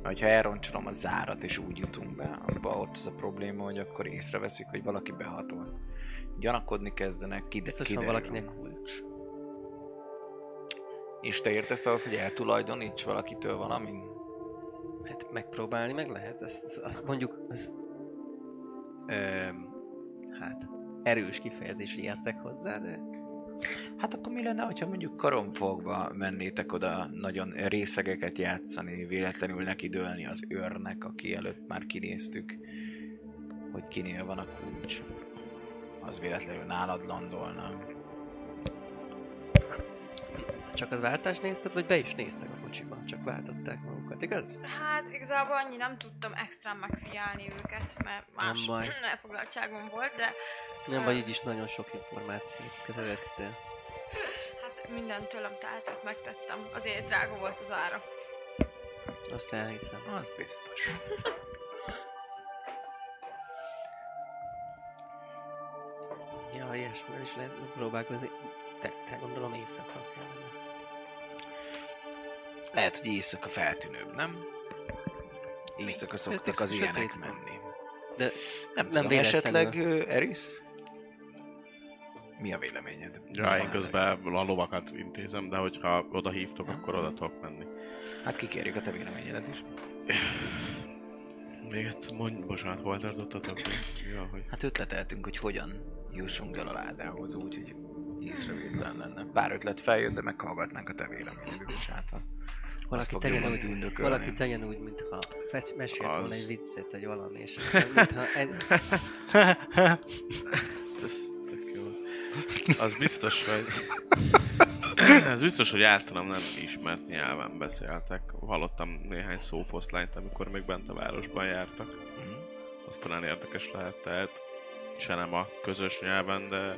Speaker 5: Mert ha elroncsolom a zárat és úgy jutunk be, abba ott az a probléma, hogy akkor észreveszik, hogy valaki behatol. Gyanakodni kezdenek, kide-
Speaker 3: Biztos van
Speaker 5: kiderül.
Speaker 3: valakinek kulcs.
Speaker 5: És te értesz ahhoz, hogy eltulajdoníts valakitől valamin?
Speaker 3: Hát megpróbálni meg lehet, ezt, ezt, azt mondjuk, ez, öm, hát erős kifejezésre értek hozzá, de
Speaker 5: Hát akkor mi lenne, hogyha mondjuk karonfogva mennétek oda nagyon részegeket játszani, véletlenül neki dőlni az őrnek, aki előtt már kinéztük, hogy kinél van a kulcs. Az véletlenül nálad landolna.
Speaker 3: csak az váltást nézted, vagy be is néztek a kocsiban, csak váltották magukat, igaz?
Speaker 6: Hát igazából annyi nem tudtam extrán megfigyelni őket, mert más
Speaker 3: baj.
Speaker 6: elfoglaltságom volt, de
Speaker 3: Nem, vagy így is nagyon sok információt kezeleztél.
Speaker 6: hát mindent tőlem tehetett, megtettem. Azért drága volt az ára.
Speaker 3: Azt elhiszem.
Speaker 5: Az biztos.
Speaker 3: Ja, ilyesmivel is lehet próbálkozni. Te, te gondolom éjszaka kellene.
Speaker 5: Lehet, hogy éjszaka feltűnőbb, nem? Éjszaka szoktak
Speaker 3: Sötét-
Speaker 5: az ilyenek
Speaker 3: sötét van.
Speaker 5: menni.
Speaker 3: De
Speaker 5: nem
Speaker 3: nem
Speaker 5: tudom,
Speaker 3: véletlenül.
Speaker 5: esetleg ö, Eris? Mi a véleményed?
Speaker 4: Ja, én közben a lovakat intézem, de hogyha oda hívtok, akkor oda tudok menni.
Speaker 5: Hát kikérjük a te véleményedet is.
Speaker 4: Még egyszer mondj, bocsánat, hol tartottatok? Ja, hogy...
Speaker 5: Hát ötleteltünk, hogy hogyan jussunk el a ládához, úgy, hogy észrevétlen lenne. Pár ötlet feljött, de meghallgatnánk a te véleményedet is hát. ha
Speaker 3: valaki
Speaker 5: fogja
Speaker 3: tegyen,
Speaker 5: majd
Speaker 3: úgy,
Speaker 5: üldökölni.
Speaker 3: valaki tegyen úgy, mintha fec, mesélt
Speaker 4: Az.
Speaker 3: volna egy viccet, vagy valami, és aztán mintha en...
Speaker 4: Ez- ez tök jó. Az biztos, hogy... Az biztos, hogy általam nem ismert nyelven beszéltek. Hallottam néhány szófoszlányt, amikor még bent a városban jártak. Az talán érdekes lehet, tehát se nem a közös nyelven, de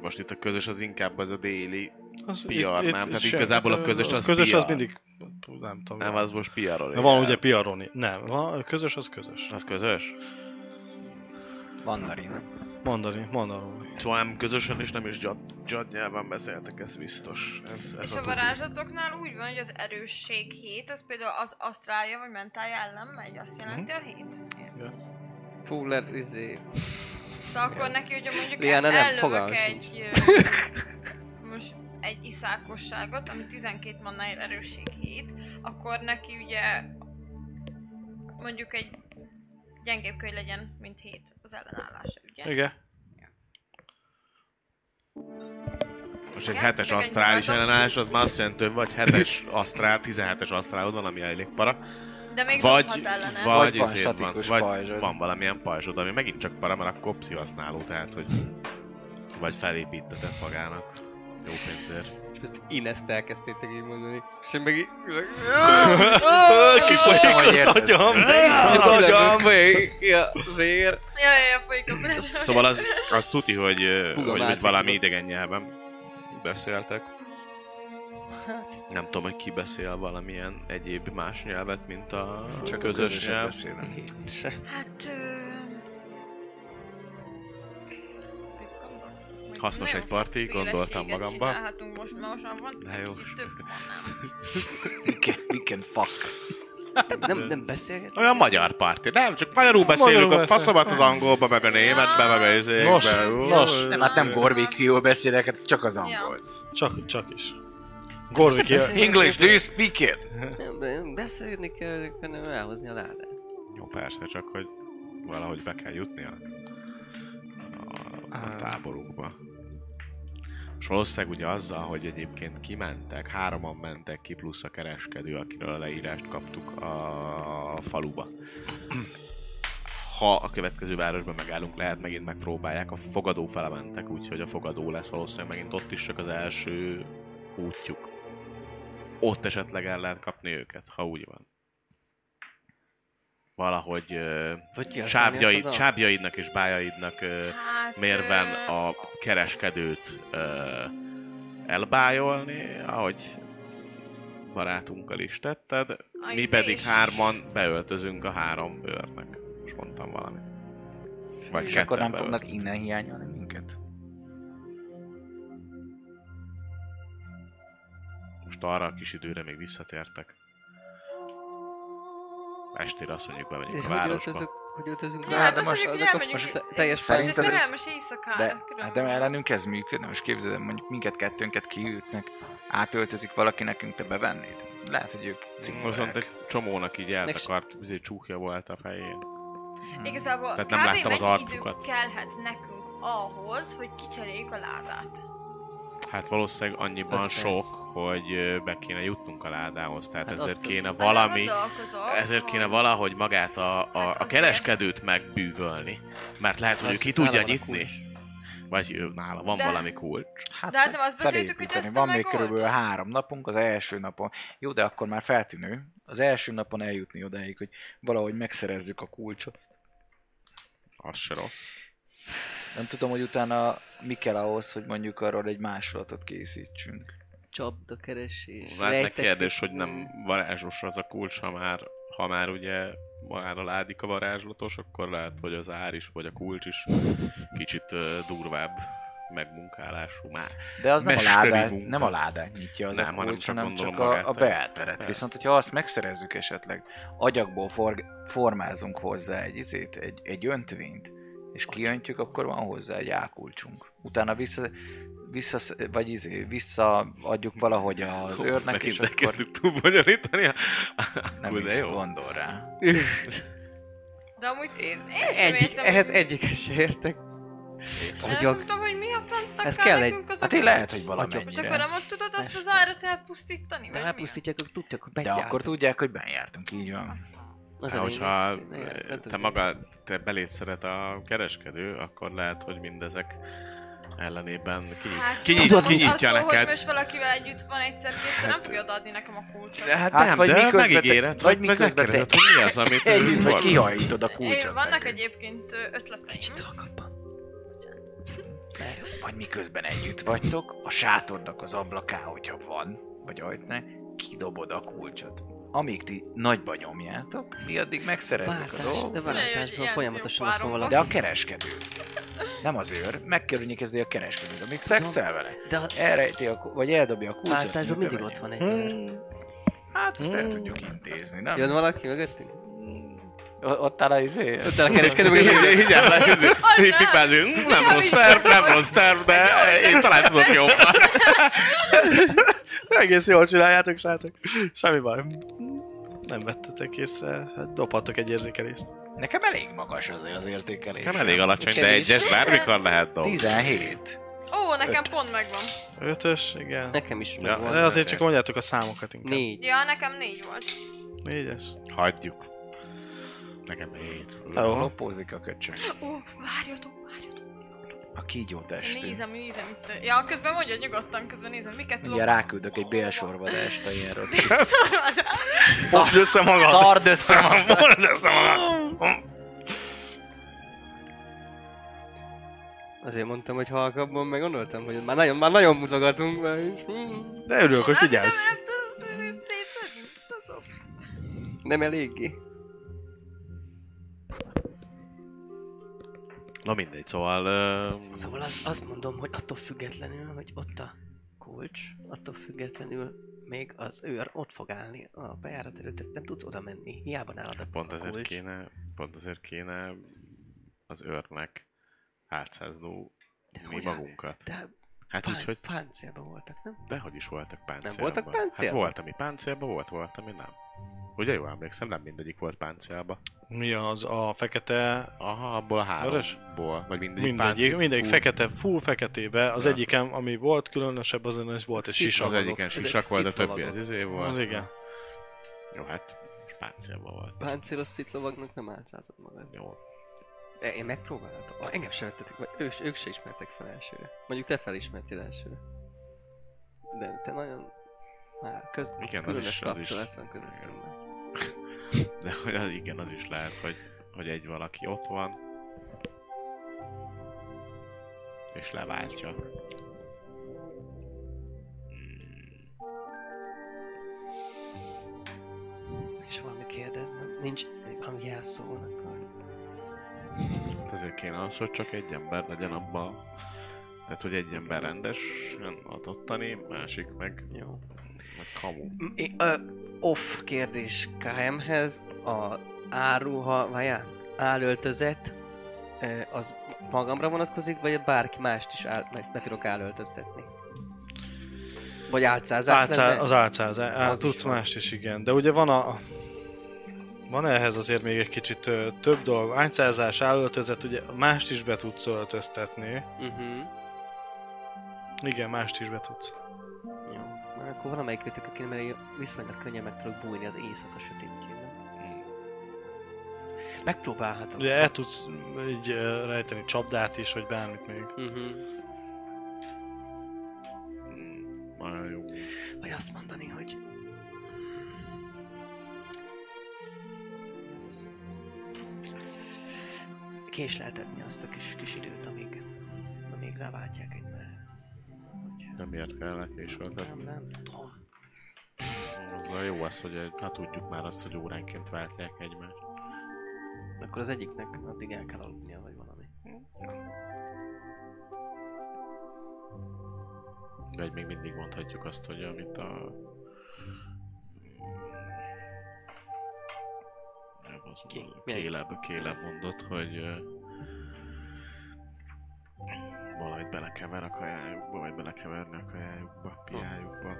Speaker 4: most itt a közös az inkább az a déli.
Speaker 2: Az
Speaker 4: PR, nem? Tehát igazából a közös az
Speaker 2: közös az
Speaker 4: PR.
Speaker 2: mindig... Nem tudom.
Speaker 4: Nem, az most piaról.
Speaker 2: Na, van ugye piaroni. Nem, van, a közös az közös.
Speaker 4: Az közös?
Speaker 5: Van Narin.
Speaker 2: Mondani, mondani.
Speaker 4: Szóval nem közösen és nem is jad, jad nyelven beszéltek, ez biztos. Ez, ez
Speaker 6: És a
Speaker 4: tuti.
Speaker 6: varázslatoknál úgy van, hogy az erősség 7, az például az asztrálja vagy mentálja ellen megy, azt jelenti
Speaker 3: Mhm.
Speaker 6: a 7.
Speaker 3: Fuller, izé...
Speaker 6: Szóval akkor neki, hogyha mondjuk
Speaker 3: Liana,
Speaker 6: el,
Speaker 3: nem,
Speaker 6: ellövök
Speaker 3: fogalmam
Speaker 6: egy... ö, most egy iszákosságot, ami 12 mannáért erősség 7, akkor neki ugye mondjuk egy gyengébb könyv legyen, mint 7 az ellenállása, ugye?
Speaker 2: Igen.
Speaker 4: Most egy
Speaker 6: Igen,
Speaker 4: hetes
Speaker 6: meg egy
Speaker 4: asztrális
Speaker 6: nyugaton.
Speaker 4: ellenállás, az már azt jelenti, hogy vagy hetes asztrál, 17-es asztrálod van, ami elégpara,
Speaker 6: De még
Speaker 4: vagy,
Speaker 6: dobhat ellene.
Speaker 4: vagy,
Speaker 5: Vagy van
Speaker 4: izéd van,
Speaker 5: statikus
Speaker 4: vagy
Speaker 5: pajzsod.
Speaker 4: van valamilyen pajzsod, ami megint csak para, mert akkor pszichasználó, tehát hogy vagy felépítetett magának. Jó pénzért.
Speaker 3: És ezt Ineszt elkezdtétek így mondani. És én meg így...
Speaker 4: Kifolyik az agyam! Az agyam!
Speaker 3: Ja, vér.
Speaker 6: Ja, ja, ja, folyik a varázslat.
Speaker 4: Szóval az, az tuti, hogy, ö,
Speaker 3: Puga
Speaker 4: hogy, hogy
Speaker 3: változó.
Speaker 4: valami idegen nyelven beszéltek.
Speaker 3: Hát,
Speaker 4: Nem tudom, hogy ki beszél valamilyen egyéb más nyelvet, mint a
Speaker 5: Csak a
Speaker 4: közös,
Speaker 5: közösen
Speaker 4: nyelv.
Speaker 5: beszélünk.
Speaker 3: se.
Speaker 6: Hát... Ö... mit gondolok? Mondjuk
Speaker 4: Hasznos
Speaker 6: nagyon
Speaker 4: egy parti,
Speaker 6: sokféleséget
Speaker 4: gondoltam magamba.
Speaker 6: csinálhatunk most, már most már van
Speaker 4: De jó.
Speaker 6: kicsit több, nem.
Speaker 5: We can, we can fuck.
Speaker 3: Nem, nem beszélget.
Speaker 4: Olyan magyar parti, nem? Csak magyarul beszélünk,
Speaker 2: Magyarul
Speaker 4: a
Speaker 2: beszél.
Speaker 4: faszomat az angolba, meg a németbe, meg a izékbe.
Speaker 2: Nos,
Speaker 4: Ú,
Speaker 2: nos.
Speaker 5: Nem, hát nem gorbékió beszélek, hát csak az angol.
Speaker 2: Csak, csak is. Gorvik,
Speaker 3: Beszélgetni kell.
Speaker 5: English, do you speak it?
Speaker 3: Nem, nem, beszélni kell, hanem elhozni a ládát.
Speaker 4: Jó, persze, csak hogy valahogy be kell jutni a, a, a
Speaker 2: Á.
Speaker 4: táborukba. És valószínűleg ugye azzal, hogy egyébként kimentek, hároman mentek ki, plusz a kereskedő, akiről a leírást kaptuk a faluba. Ha a következő városban megállunk, lehet megint megpróbálják, a fogadó fele mentek, úgyhogy a fogadó lesz valószínűleg megint ott is csak az első útjuk. Ott esetleg el lehet kapni őket, ha úgy van. Valahogy ö,
Speaker 3: Vagy kihasználni
Speaker 4: sábjaid,
Speaker 3: azt az alkalmat.
Speaker 4: sábjaidnak és bájaidnak ö,
Speaker 6: Hát,
Speaker 4: mérven
Speaker 6: ö,
Speaker 4: a kereskedőt ö, elbájolni, ahogy barátunkkal is tetted.
Speaker 6: a
Speaker 4: Mi
Speaker 6: izé
Speaker 4: pedig
Speaker 6: is-
Speaker 4: hárman beöltözünk a három bőrnek. Most mondtam valamit. Vagy
Speaker 5: És akkor
Speaker 4: ketten
Speaker 5: nem
Speaker 4: beöltözünk.
Speaker 5: fognak innen hiányolni minket.
Speaker 4: Most arra a kis időre még visszatértek. Estére azt mondjuk, bemegyünk
Speaker 3: És
Speaker 4: a
Speaker 3: hogy
Speaker 4: városba.
Speaker 3: öltözünk, hogy öltözünk
Speaker 6: Ja,
Speaker 3: rá?
Speaker 6: hát
Speaker 5: de
Speaker 6: azt
Speaker 5: most-
Speaker 6: mondjuk, hogy
Speaker 3: de akkor
Speaker 6: elmegyünk
Speaker 3: most
Speaker 6: egy-
Speaker 3: teljes
Speaker 6: egy
Speaker 5: Szerinted-
Speaker 6: szerelmes éjszakára.
Speaker 5: De
Speaker 6: különben.
Speaker 5: hát de ellenünk ez működne, most képzeld, mondjuk minket kettőnket kiütnek, átöltözik valaki nekünk, te bevennéd? Lehet, hogy ők
Speaker 4: Viszont
Speaker 5: cinkolják.
Speaker 4: egy csomónak így eltakart, izé csúkja volt a fején.
Speaker 5: Hmm.
Speaker 6: Igazából
Speaker 4: Tehát
Speaker 6: Tehát
Speaker 4: nem
Speaker 6: nem kb.
Speaker 4: láttam az
Speaker 6: mennyi
Speaker 4: arcukat.
Speaker 6: idő kellhet nekünk ahhoz, hogy kicseréljük a ládát.
Speaker 4: Hát valószínűleg annyiban
Speaker 3: Öt perc.
Speaker 4: sok, hogy ö, be kéne jutnunk a ládához, tehát
Speaker 3: Hát
Speaker 4: hát ezért
Speaker 3: azt
Speaker 4: kéne
Speaker 6: Azon
Speaker 4: valami,
Speaker 6: gondolkozok,
Speaker 4: ezért
Speaker 6: hogy-
Speaker 4: kéne valahogy magát a, a,
Speaker 6: Hát
Speaker 4: a
Speaker 6: azért.
Speaker 4: kereskedőt megbűvölni, mert lehet, hogy ő
Speaker 3: Azt
Speaker 4: Hát, ki
Speaker 3: nála
Speaker 4: tudja
Speaker 3: van a
Speaker 4: nyitni. Vagy ő, nála van
Speaker 6: De-
Speaker 4: valami kulcs.
Speaker 5: Hát,
Speaker 6: De hát nem azt beszéltük, hogy
Speaker 5: felépíteni.
Speaker 6: ezt te
Speaker 5: Van még
Speaker 6: megoldod?
Speaker 5: körülbelül három napunk, az első napon. Jó, de akkor már feltűnő. Az első napon eljutni odáig, hogy valahogy megszerezzük a kulcsot.
Speaker 4: Az se rossz.
Speaker 5: Nem tudom, hogy utána mi kell ahhoz, hogy mondjuk arról egy másolatot készítsünk.
Speaker 3: Csapda keresés.
Speaker 4: Lehetne
Speaker 3: rejtek-
Speaker 4: kérdés, hogy nem varázsos az a kulcs, ha már, ha már ugye magára ládik a varázslatos, akkor lehet, hogy az ár is, vagy a kulcs is kicsit ö, durvább megmunkálású már.
Speaker 5: De az nem a,
Speaker 4: Mesteri
Speaker 5: ládát,
Speaker 4: munka.
Speaker 5: nem a ládát nyitja az
Speaker 4: Nem,
Speaker 5: nem, a
Speaker 4: hanem
Speaker 5: kulcs,
Speaker 4: csak
Speaker 5: hanem csak,
Speaker 4: gondolom magát
Speaker 5: a, a
Speaker 4: a-
Speaker 5: beállteret.
Speaker 4: Persze.
Speaker 5: Viszont, hogyha azt megszerezzük esetleg, agyagból for, formázunk hozzá egy izét, egy, egy öntvényt, és kiöntjük, akkor van hozzá egy ákulcsunk. Utána vissza, vissza vagy izé, visszaadjuk valahogy az
Speaker 4: Hú,
Speaker 5: őrnek, és
Speaker 4: megint
Speaker 5: akkor
Speaker 4: elkezdtük túl bonyolítani.
Speaker 5: nem
Speaker 4: Hú, de
Speaker 5: is
Speaker 4: jó. Hát,
Speaker 5: gondol rá.
Speaker 6: De amúgy én, én sem
Speaker 3: Egy,
Speaker 6: értem,
Speaker 3: ehhez
Speaker 6: hogy-
Speaker 3: egyiket se értek.
Speaker 6: Én azt
Speaker 3: Agyag.
Speaker 6: nem tudom, hogy mi a francnak
Speaker 3: Ez
Speaker 6: kell,
Speaker 3: kell egy-
Speaker 6: nekünk az
Speaker 5: Hát
Speaker 6: a-
Speaker 5: én lehet, hogy
Speaker 6: És
Speaker 5: valamennyire.
Speaker 6: akkor nem ott tudod azt az árat elpusztítani?
Speaker 3: De
Speaker 6: vagy mi?
Speaker 3: elpusztítják, ők tudtak, hogy
Speaker 5: De
Speaker 3: begyártak.
Speaker 5: akkor tudják, hogy benn jártunk, így van.
Speaker 3: Az
Speaker 4: Hát,
Speaker 3: a
Speaker 4: hogyha
Speaker 3: lényeg. Ne,
Speaker 4: eh,
Speaker 3: ne
Speaker 4: te
Speaker 3: tudjuk.
Speaker 4: maga, te beléd szeret a kereskedő, akkor lehet, hogy mindezek ellenében kinyit,
Speaker 6: Hát,
Speaker 4: kinyit,
Speaker 6: tudod,
Speaker 4: kinyitja
Speaker 6: attól, hogy
Speaker 4: neked.
Speaker 6: most valakivel együtt van egyszer, kétszer nem fogja adni nekem a kulcsot.
Speaker 4: Hát,
Speaker 5: Hát,
Speaker 4: nem,
Speaker 5: vagy
Speaker 4: de
Speaker 5: miközben te-
Speaker 4: megígéred,
Speaker 5: vagy
Speaker 4: vagy, vagy
Speaker 5: miközben te-
Speaker 4: megkérdezed, hogy mi az, amit
Speaker 5: Együtt,
Speaker 4: ő
Speaker 5: hogy
Speaker 4: hord.
Speaker 5: kihajítod a kulcsot.
Speaker 6: Én, vannak
Speaker 5: nekünk.
Speaker 6: egyébként ö, ötleteim.
Speaker 3: Kicsit alkapban.
Speaker 5: vagy miközben együtt vagytok, a sátornak az ablaká, hogyha van, vagy ajtnál, kidobod a kulcsot. Amíg ti nagyba nyomjátok, mi addig megszerezzük a
Speaker 3: Váltás, de
Speaker 5: dolgot.
Speaker 6: Ilyen-
Speaker 3: váltásban
Speaker 6: ilyen
Speaker 3: folyamatosan
Speaker 6: jó
Speaker 3: ott van
Speaker 6: páromban.
Speaker 3: valaki.
Speaker 5: De a kereskedő. Nem az őr, megkörnyékezni a kereskedőt, amíg szexel vele.
Speaker 3: De a
Speaker 5: Elrejti, a, ku- vagy eldobja a kulcsot.
Speaker 3: váltásban
Speaker 5: mint
Speaker 3: mindig
Speaker 5: bemegy.
Speaker 3: ott van Hmm. egy ember.
Speaker 5: Hát ezt el tudjuk intézni, nem?
Speaker 3: Jön valaki mögöttünk?
Speaker 5: O- Ott áll a izé?
Speaker 3: Ott áll a kereskedő mögöttünk.
Speaker 4: Így így áll, így-
Speaker 6: Az
Speaker 4: így
Speaker 6: nem.
Speaker 4: pipázunk, "Hm, nem rossz terv, nem rossz terv, de én talán tudok jobban.
Speaker 2: Egész jól csináljátok, srácok. Semmi baj. Nem vettetek észre, hát dobhattok egy érzékelést.
Speaker 5: Nekem elég magas azért az értékelés.
Speaker 4: Nem elég alacsony, de
Speaker 3: Kevés.
Speaker 4: egyes bármikor lehet dolg.
Speaker 5: 17.
Speaker 6: Ó, nekem pont megvan.
Speaker 2: Ötös, igen.
Speaker 3: Nekem is
Speaker 4: Ja.
Speaker 2: De
Speaker 3: megvan.
Speaker 2: azért csak mondjátok a számokat inkább.
Speaker 3: Négy.
Speaker 6: Ja, nekem négy volt.
Speaker 2: Négyes.
Speaker 4: Hagyjuk. Nekem hét.
Speaker 2: Jó.
Speaker 5: Lopózik a köcsög.
Speaker 6: Ó, várjatok, várjatok.
Speaker 5: A kígyó testű.
Speaker 6: Nézem, nézem itt. Ja, közben mondja nyugodtan, közben nézem, miket
Speaker 5: Ugye
Speaker 6: tudom.
Speaker 5: ráküldök egy bélsorvadást a ilyen rossz.
Speaker 2: Most össze magad!
Speaker 5: Szard össze magad!
Speaker 2: Mondd össze magad!
Speaker 3: Azért mondtam, hogy halkabban, meg gondoltam, hogy már nagyon, már nagyon mutogatunk. Mert... Hmm,
Speaker 2: De örülök, hogy figyelsz.
Speaker 3: Nem eléggé.
Speaker 4: Na mindegy, szóval... ö,
Speaker 3: Szóval az, azt mondom, hogy attól függetlenül, hogy ott a kulcs, attól függetlenül még az őr ott fog állni a bejárat előtt, tehát nem tudsz oda menni, hiába nálad a
Speaker 4: Pont
Speaker 3: a
Speaker 4: ezért
Speaker 3: kulcs.
Speaker 4: kéne, pont ezért kéne az őrnek átszáznó
Speaker 3: De
Speaker 4: mi
Speaker 3: hogy áll-
Speaker 4: magunkat.
Speaker 3: De
Speaker 4: Hát
Speaker 3: pán,
Speaker 4: úgy, hogy
Speaker 3: páncélban voltak, nem?
Speaker 4: dehogy is voltak páncélban.
Speaker 3: voltak
Speaker 4: Hát
Speaker 3: páncélban?
Speaker 4: volt, ami páncélban, volt, volt, ami nem. Ugye jól emlékszem, nem mindegyik volt páncélban.
Speaker 2: Mi az a fekete
Speaker 4: Aha, abból a
Speaker 2: Vörös?
Speaker 4: háromból, vagy mindegyik
Speaker 2: Mindegyik,
Speaker 4: páncél.
Speaker 2: mindegyik
Speaker 4: Ú,
Speaker 2: fekete, full feketébe, az
Speaker 4: Ja.
Speaker 2: egyiken, ami volt különösebb, azon is volt egy
Speaker 3: Szit-
Speaker 2: sisak.
Speaker 4: Az egyiken
Speaker 3: Ezek
Speaker 4: sisak volt, a többi
Speaker 3: szitlavagok.
Speaker 4: az izé volt.
Speaker 2: Az igen.
Speaker 4: Jó, hát páncélban volt.
Speaker 3: Páncélos szitlovagnak nem álcázott magad.
Speaker 4: Jó.
Speaker 3: E, Én megpróbáltam. Ah, engem sem vettetek meg. Ők, ők se ismertek fel elsőre. Mondjuk te felismertél elsőre. De te nagyon... Már köz...
Speaker 4: Igen, az
Speaker 3: különös
Speaker 4: is, az is.
Speaker 3: kapcsolat van közöttem. már.
Speaker 4: De hogy az, igen, az is lehet, hogy, hogy egy valaki ott van, és leváltja.
Speaker 3: És valami kérdezem. Nincs valami jelszó, akkor...
Speaker 4: Hát Ezért kéne az, hogy csak egy ember legyen abban. Tehát, hogy egy ember rendesen ad ottani, másik meg,
Speaker 3: Jó.
Speaker 4: meg kamu.
Speaker 3: M- é- ö, off kérdés KM-hez. A áruha, várjál, álöltözet, ö, az magamra vonatkozik, vagy bárki mást is áll, meg be tudok állöltöztetni? Vagy álcázás
Speaker 2: Álcá,
Speaker 3: lenne?
Speaker 2: az álcáz, á,
Speaker 3: Az is
Speaker 2: tudsz
Speaker 3: van.
Speaker 2: mást is, igen. De ugye van a... Van ehhez azért még egy kicsit ö, több dolog. Álcázás, állöltözet, ugye mást is be tudsz öltöztetni.
Speaker 3: Uh-huh.
Speaker 2: Igen, mást is be tudsz.
Speaker 3: Jó. Már akkor valamelyik kötök, aki mert én viszonylag könnyen meg tudok bújni az éjszaka sötétjében. Megpróbálhatod.
Speaker 2: Ugye el tudsz így ö, rejteni csapdát is, vagy bármit még.
Speaker 3: Uh-huh.
Speaker 4: Mm, Nagyon jó.
Speaker 3: Vagy azt mondani, hogy... Késleltetni azt a kis, kis időt, amíg, amíg leváltják egymást. Hogy-
Speaker 4: Nem miért kellene és
Speaker 3: Nem, nem tudom.
Speaker 4: Azzal jó az, hogy egy- hát tudjuk már azt, hogy óránként váltják egymást.
Speaker 3: Akkor az egyiknek addig el kell aludnia, vagy valami.
Speaker 4: Vagy még mindig mondhatjuk azt, hogy amit a... Nem, az
Speaker 3: Ki?
Speaker 4: a-
Speaker 3: Melyik?
Speaker 4: Kéleb, Kéleb mondott, hogy ö, valamit belekever a kajájukba, vagy belekeverni a kajájukba, piájukba,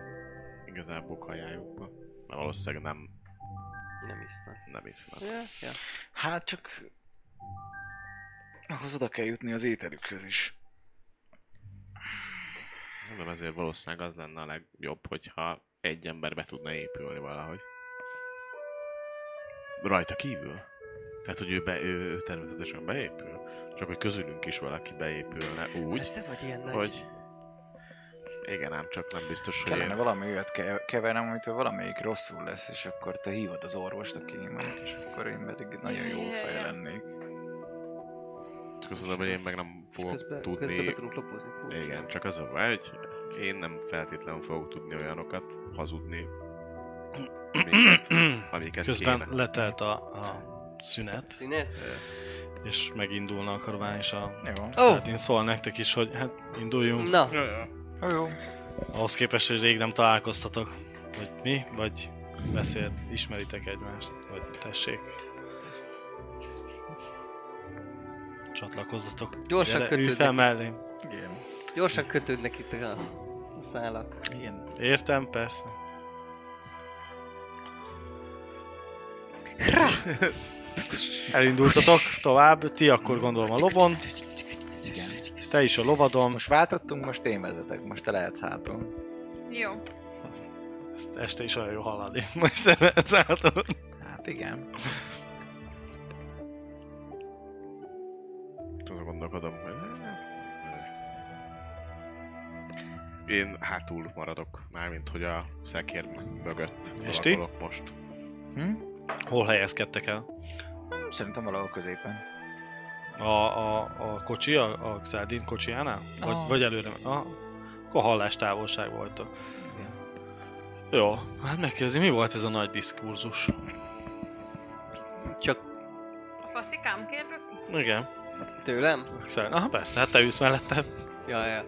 Speaker 4: igazából kajájukba. Mert valószínűleg nem,
Speaker 3: Nem isznak.
Speaker 4: nem isznak.
Speaker 3: Ja, ja.
Speaker 5: Hát csak... Ahhoz oda kell jutni az ételükhöz is.
Speaker 4: Nem, ezért valószínűleg az lenne a legjobb, hogyha egy ember be tudna épülni valahogy. Rajta kívül. Tehát, hogy ő, be, ő, ő természetesen beépül. Csak, hogy közülünk is valaki beépülne úgy,
Speaker 3: Persze, vagy ilyen nagy...
Speaker 4: hogy... Igen, ám csak nem biztos, hogy
Speaker 5: Kellene
Speaker 4: én...
Speaker 5: valami olyat ke- kevernem, amitől valamelyik rosszul lesz, és akkor te hívod az orvost, aki mondjuk, és akkor én pedig nagyon jó fej lennék.
Speaker 4: Köszönöm, hogy én meg nem
Speaker 3: És
Speaker 4: fogok
Speaker 3: közben,
Speaker 4: tudni...
Speaker 3: közben be tudunk lopozni. Fú,
Speaker 4: Igen, csak az a baj, hogy én nem feltétlenül fogok tudni olyanokat hazudni, amiket, amiket
Speaker 2: Közben
Speaker 4: kéne.
Speaker 2: letelt a, a szünet,
Speaker 3: Színe?
Speaker 2: és megindulna a karván, és a
Speaker 5: Jó. Szóval,
Speaker 3: Ó,
Speaker 2: Szeretném szól nektek is, hogy hát induljunk.
Speaker 3: na,
Speaker 4: Ja, ja.
Speaker 5: Jó, Jó.
Speaker 2: Ahhoz képest, hogy rég nem találkoztatok. Vagy mi, vagy beszél, ismeritek egymást, vagy tessék. Csatlakozzatok.
Speaker 3: Gyorsan
Speaker 2: Gyere, ülj
Speaker 3: kötődnek.
Speaker 2: fel mellém.
Speaker 5: Igen.
Speaker 3: gyorsan kötődnek itt a, a szálak.
Speaker 5: Igen.
Speaker 2: Értem, persze. Elindultatok tovább, ti akkor gondolom a lovon,
Speaker 5: Igen.
Speaker 2: te is a lovadon.
Speaker 5: Most váltottunk, most én vezetek, most te lehet hátul.
Speaker 6: Jó.
Speaker 2: Ezt este is olyan jó hallani. Most ez által.
Speaker 5: Hát igen.
Speaker 4: Tudom, gondolkodom, hogy... eh, Én hátul maradok, mármint hogy a szekér mögött
Speaker 2: És ti?
Speaker 4: alakulok most.
Speaker 5: Hm?
Speaker 2: Hol helyezkedtek el?
Speaker 5: Szerintem valahol középen.
Speaker 2: A, a, a kocsi, a, a Xeldin kocsijánál? Vagy,
Speaker 5: Aha.
Speaker 2: vagy előre? Aha. Akkor hallástávolság volt.
Speaker 5: Igen.
Speaker 2: Jó, hát megkérdezi, mi volt ez a nagy diskurzus?
Speaker 3: Csak
Speaker 6: A faszikám kérdezi?
Speaker 2: Igen,
Speaker 3: tőlem?
Speaker 2: Xeldin. Aha, persze, hát te ülsz mellette.
Speaker 3: Ja, ja.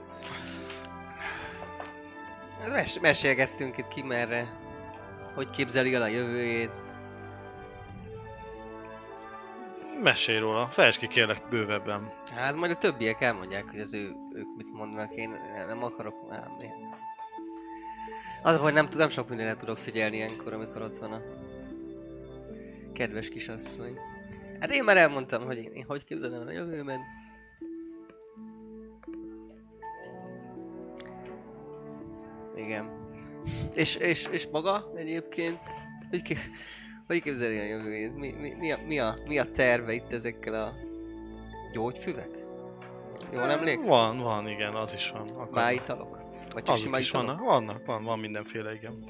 Speaker 3: Mes- mesélgettünk itt ki merre, hogy képzeli el a jövőjét.
Speaker 2: Mesélj róla, fejtsd ki kérlek bővebben.
Speaker 3: Hát majd a többiek elmondják, hogy az ő, ők mit mondanak, én nem akarok állni. Az a baj, nem, tud- nem sok mindenre tudok figyelni ilyenkor, amikor ott van a kedves kisasszony. Hát én már elmondtam, hogy én, én hogy képzelem a jövőmet. Igen. És, és, és maga egyébként? Hogy, ki, hogy képzeli a jövőjét? Mi, mi, mi, a, mi, a, mi a terve itt ezekkel a gyógyfüvek? Jól emlékszem?
Speaker 2: Van, van, igen, az is van. Akar-
Speaker 3: Máitalok? Vagy csak
Speaker 2: Azok
Speaker 3: sima
Speaker 2: is
Speaker 3: italok?
Speaker 2: vannak, vannak, van, van mindenféle, igen.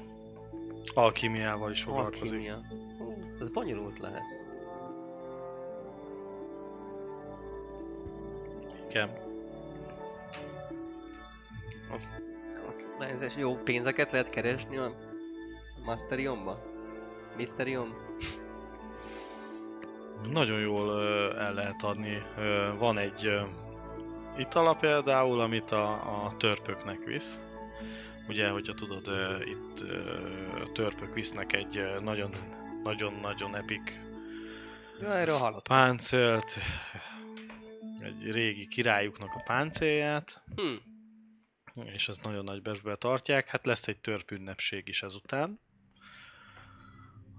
Speaker 2: Alkimiával is foglalkozik.
Speaker 3: Alkimia. Hú, Az bonyolult lehet.
Speaker 2: Igen.
Speaker 3: Ott Nehezes. Jó pénzeket lehet keresni a Masterionba? Mysterion?
Speaker 2: Nagyon jól ö, el lehet adni. Ö, van egy ö, itala például, amit a, a törpöknek visz. Ugye, hogyha tudod, ö, itt ö, a törpök visznek egy ö, nagyon, nagyon-nagyon epik
Speaker 3: Jó, erről hallott.
Speaker 2: páncélt, egy régi királyuknak a páncélját,
Speaker 3: Hm.
Speaker 2: és ezt nagyon nagy besbe tartják. Hát lesz egy törpünnepség is ezután,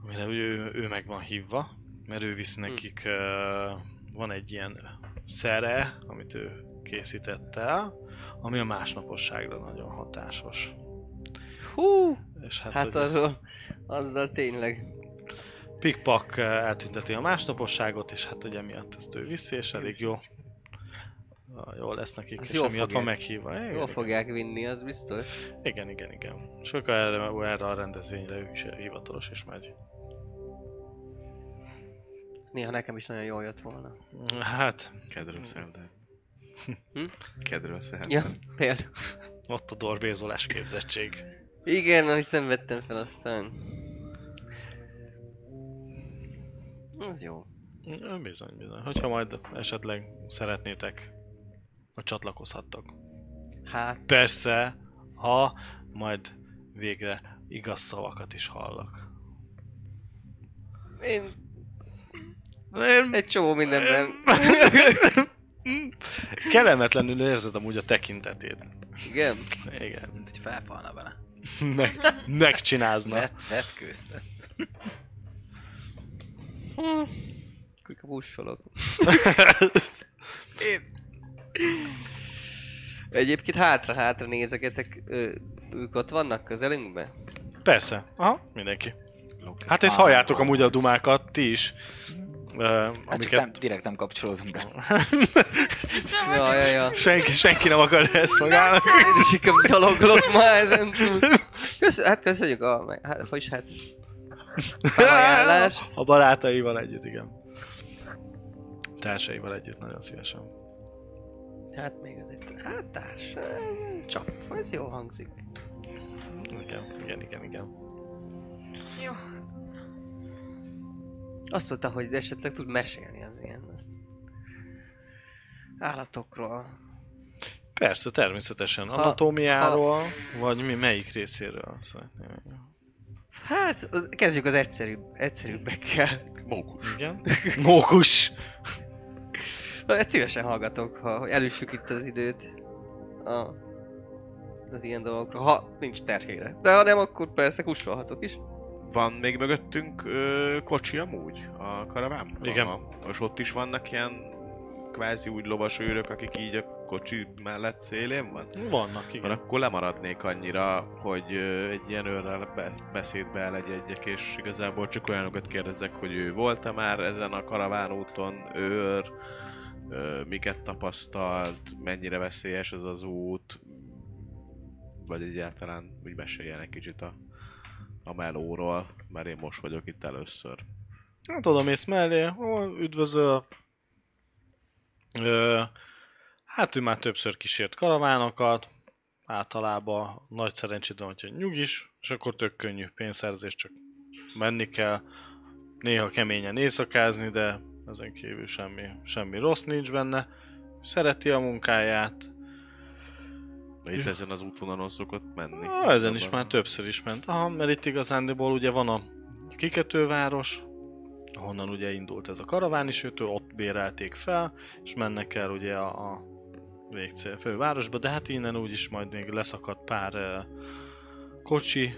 Speaker 2: amire ő, ő, ő meg van hívva, mert ő visz
Speaker 3: Hm.
Speaker 2: nekik, ö, van egy ilyen szere, amit ő készített el, ami a másnaposságra nagyon hatásos.
Speaker 3: Hú,
Speaker 2: És hát,
Speaker 3: hát
Speaker 2: hát a...
Speaker 3: arról, azzal tényleg.
Speaker 2: pikpak ö, eltünteti a másnaposságot, és hát ugye miatt ezt ő viszi, és elég jó. Jó lesz nekik,
Speaker 3: Hát
Speaker 2: és
Speaker 3: jól
Speaker 2: emiatt van
Speaker 3: fogják.
Speaker 2: meghívva. Igen,
Speaker 3: Jól
Speaker 2: igen.
Speaker 3: fogják vinni, az biztos.
Speaker 2: Igen, igen, igen. És akkor erre, erre a rendezvényre ő is hivatalos és megy.
Speaker 3: Néha nekem is nagyon jól jött volna.
Speaker 2: Hát,
Speaker 4: Kedről szelden.
Speaker 3: Hm?
Speaker 4: Kedről szelden.
Speaker 3: Ja, például.
Speaker 2: ott a dorbézolás képzettség.
Speaker 3: Igen, amit nem vettem fel aztán. Az jó.
Speaker 2: Ö, Bizony, bizony. Hogyha majd esetleg szeretnétek, a csatlakozhattok.
Speaker 3: Hát,
Speaker 2: Persze, ha majd végre igaz szavakat is hallak.
Speaker 3: én egy csomó mindenben.
Speaker 2: Kellemetlenül érzed amúgy a tekintetét.
Speaker 3: Igen.
Speaker 2: Igen.
Speaker 5: Mint hogy felfalna vele.
Speaker 2: Meg, megcsinázna.
Speaker 5: Let, letkőzte.
Speaker 3: Kik a bussolok. Egyébként hátra-hátra nézegetek, ö, ők ott vannak közelünkben?
Speaker 2: Persze. Aha, mindenki. Hát ezt halljátok amúgy a dumákat, ti is. Ö,
Speaker 5: Hát csak nem,
Speaker 2: amiket...
Speaker 5: direkt nem kapcsolódunk be.
Speaker 6: Szóval
Speaker 3: Ja, ja, ja.
Speaker 2: Senki, senki nem akarja ezt magának.
Speaker 3: Édesika gyaloglok ma ezen túl. Kösz, hát köszönjük a... Hát, hogy is hát... Felajánlást.
Speaker 2: A barátaival együtt, igen. Társaival együtt nagyon szívesen.
Speaker 3: Hát még az egy... Hát társ... Csap. Ez jó hangzik.
Speaker 2: Igen, igen, igen, igen.
Speaker 6: Jó.
Speaker 3: Azt mondta, hogy esetleg tud mesélni az ilyen... Azt. Állatokról.
Speaker 2: Persze, természetesen. Anatómiáról, vagy mi, melyik részéről szeretném.
Speaker 3: Hát, kezdjük az egyszerűbb, egyszerűbbekkel.
Speaker 4: Mókus.
Speaker 2: Igen. Mókus!
Speaker 3: Hát szívesen hallgatok, ha elüssük itt az időt a, az ilyen dolgokra, ha nincs terhére. De ha nem, akkor persze kussolhatok is.
Speaker 4: Van még mögöttünk ö, kocsi amúgy? A karaván?
Speaker 2: Igen.
Speaker 4: Aha. És ott is vannak ilyen kvázi úgy lovasőrök, akik így a kocsi mellett szélén van?
Speaker 2: Vannak,
Speaker 4: Mert
Speaker 2: igen.
Speaker 4: akkor lemaradnék annyira, hogy ö, egy ilyen őrrel be- beszédbe elegyedjek, és igazából csak olyanokat kérdezek, hogy ő volt-e már ezen a karavánúton őr, ö, miket tapasztalt, mennyire veszélyes ez az út, vagy egyáltalán úgy meséljen egy kicsit a, a melóról, mert én most vagyok itt először.
Speaker 2: Hát oda mész mellé, ó, üdvözöl. Ö, hát ő már többször kísért karavánokat, általában nagy szerencsét van, hogyha nyugis, és akkor tök könnyű pénzszerzés, csak menni kell. Néha keményen éjszakázni, de ezen kívül semmi, semmi rossz nincs benne. Szereti a munkáját,
Speaker 4: Itt ezen az útvonalon szokott menni.
Speaker 2: Ah, ezen is már többször is ment. Aha, mert itt igazándiból ugye van a kiketőváros, ahonnan ugye indult ez a karaván is, őtől ott bérelték fel, és mennek el ugye a, a végcél fővárosba, de hát innen úgyis majd még leszakadt pár uh, kocsi,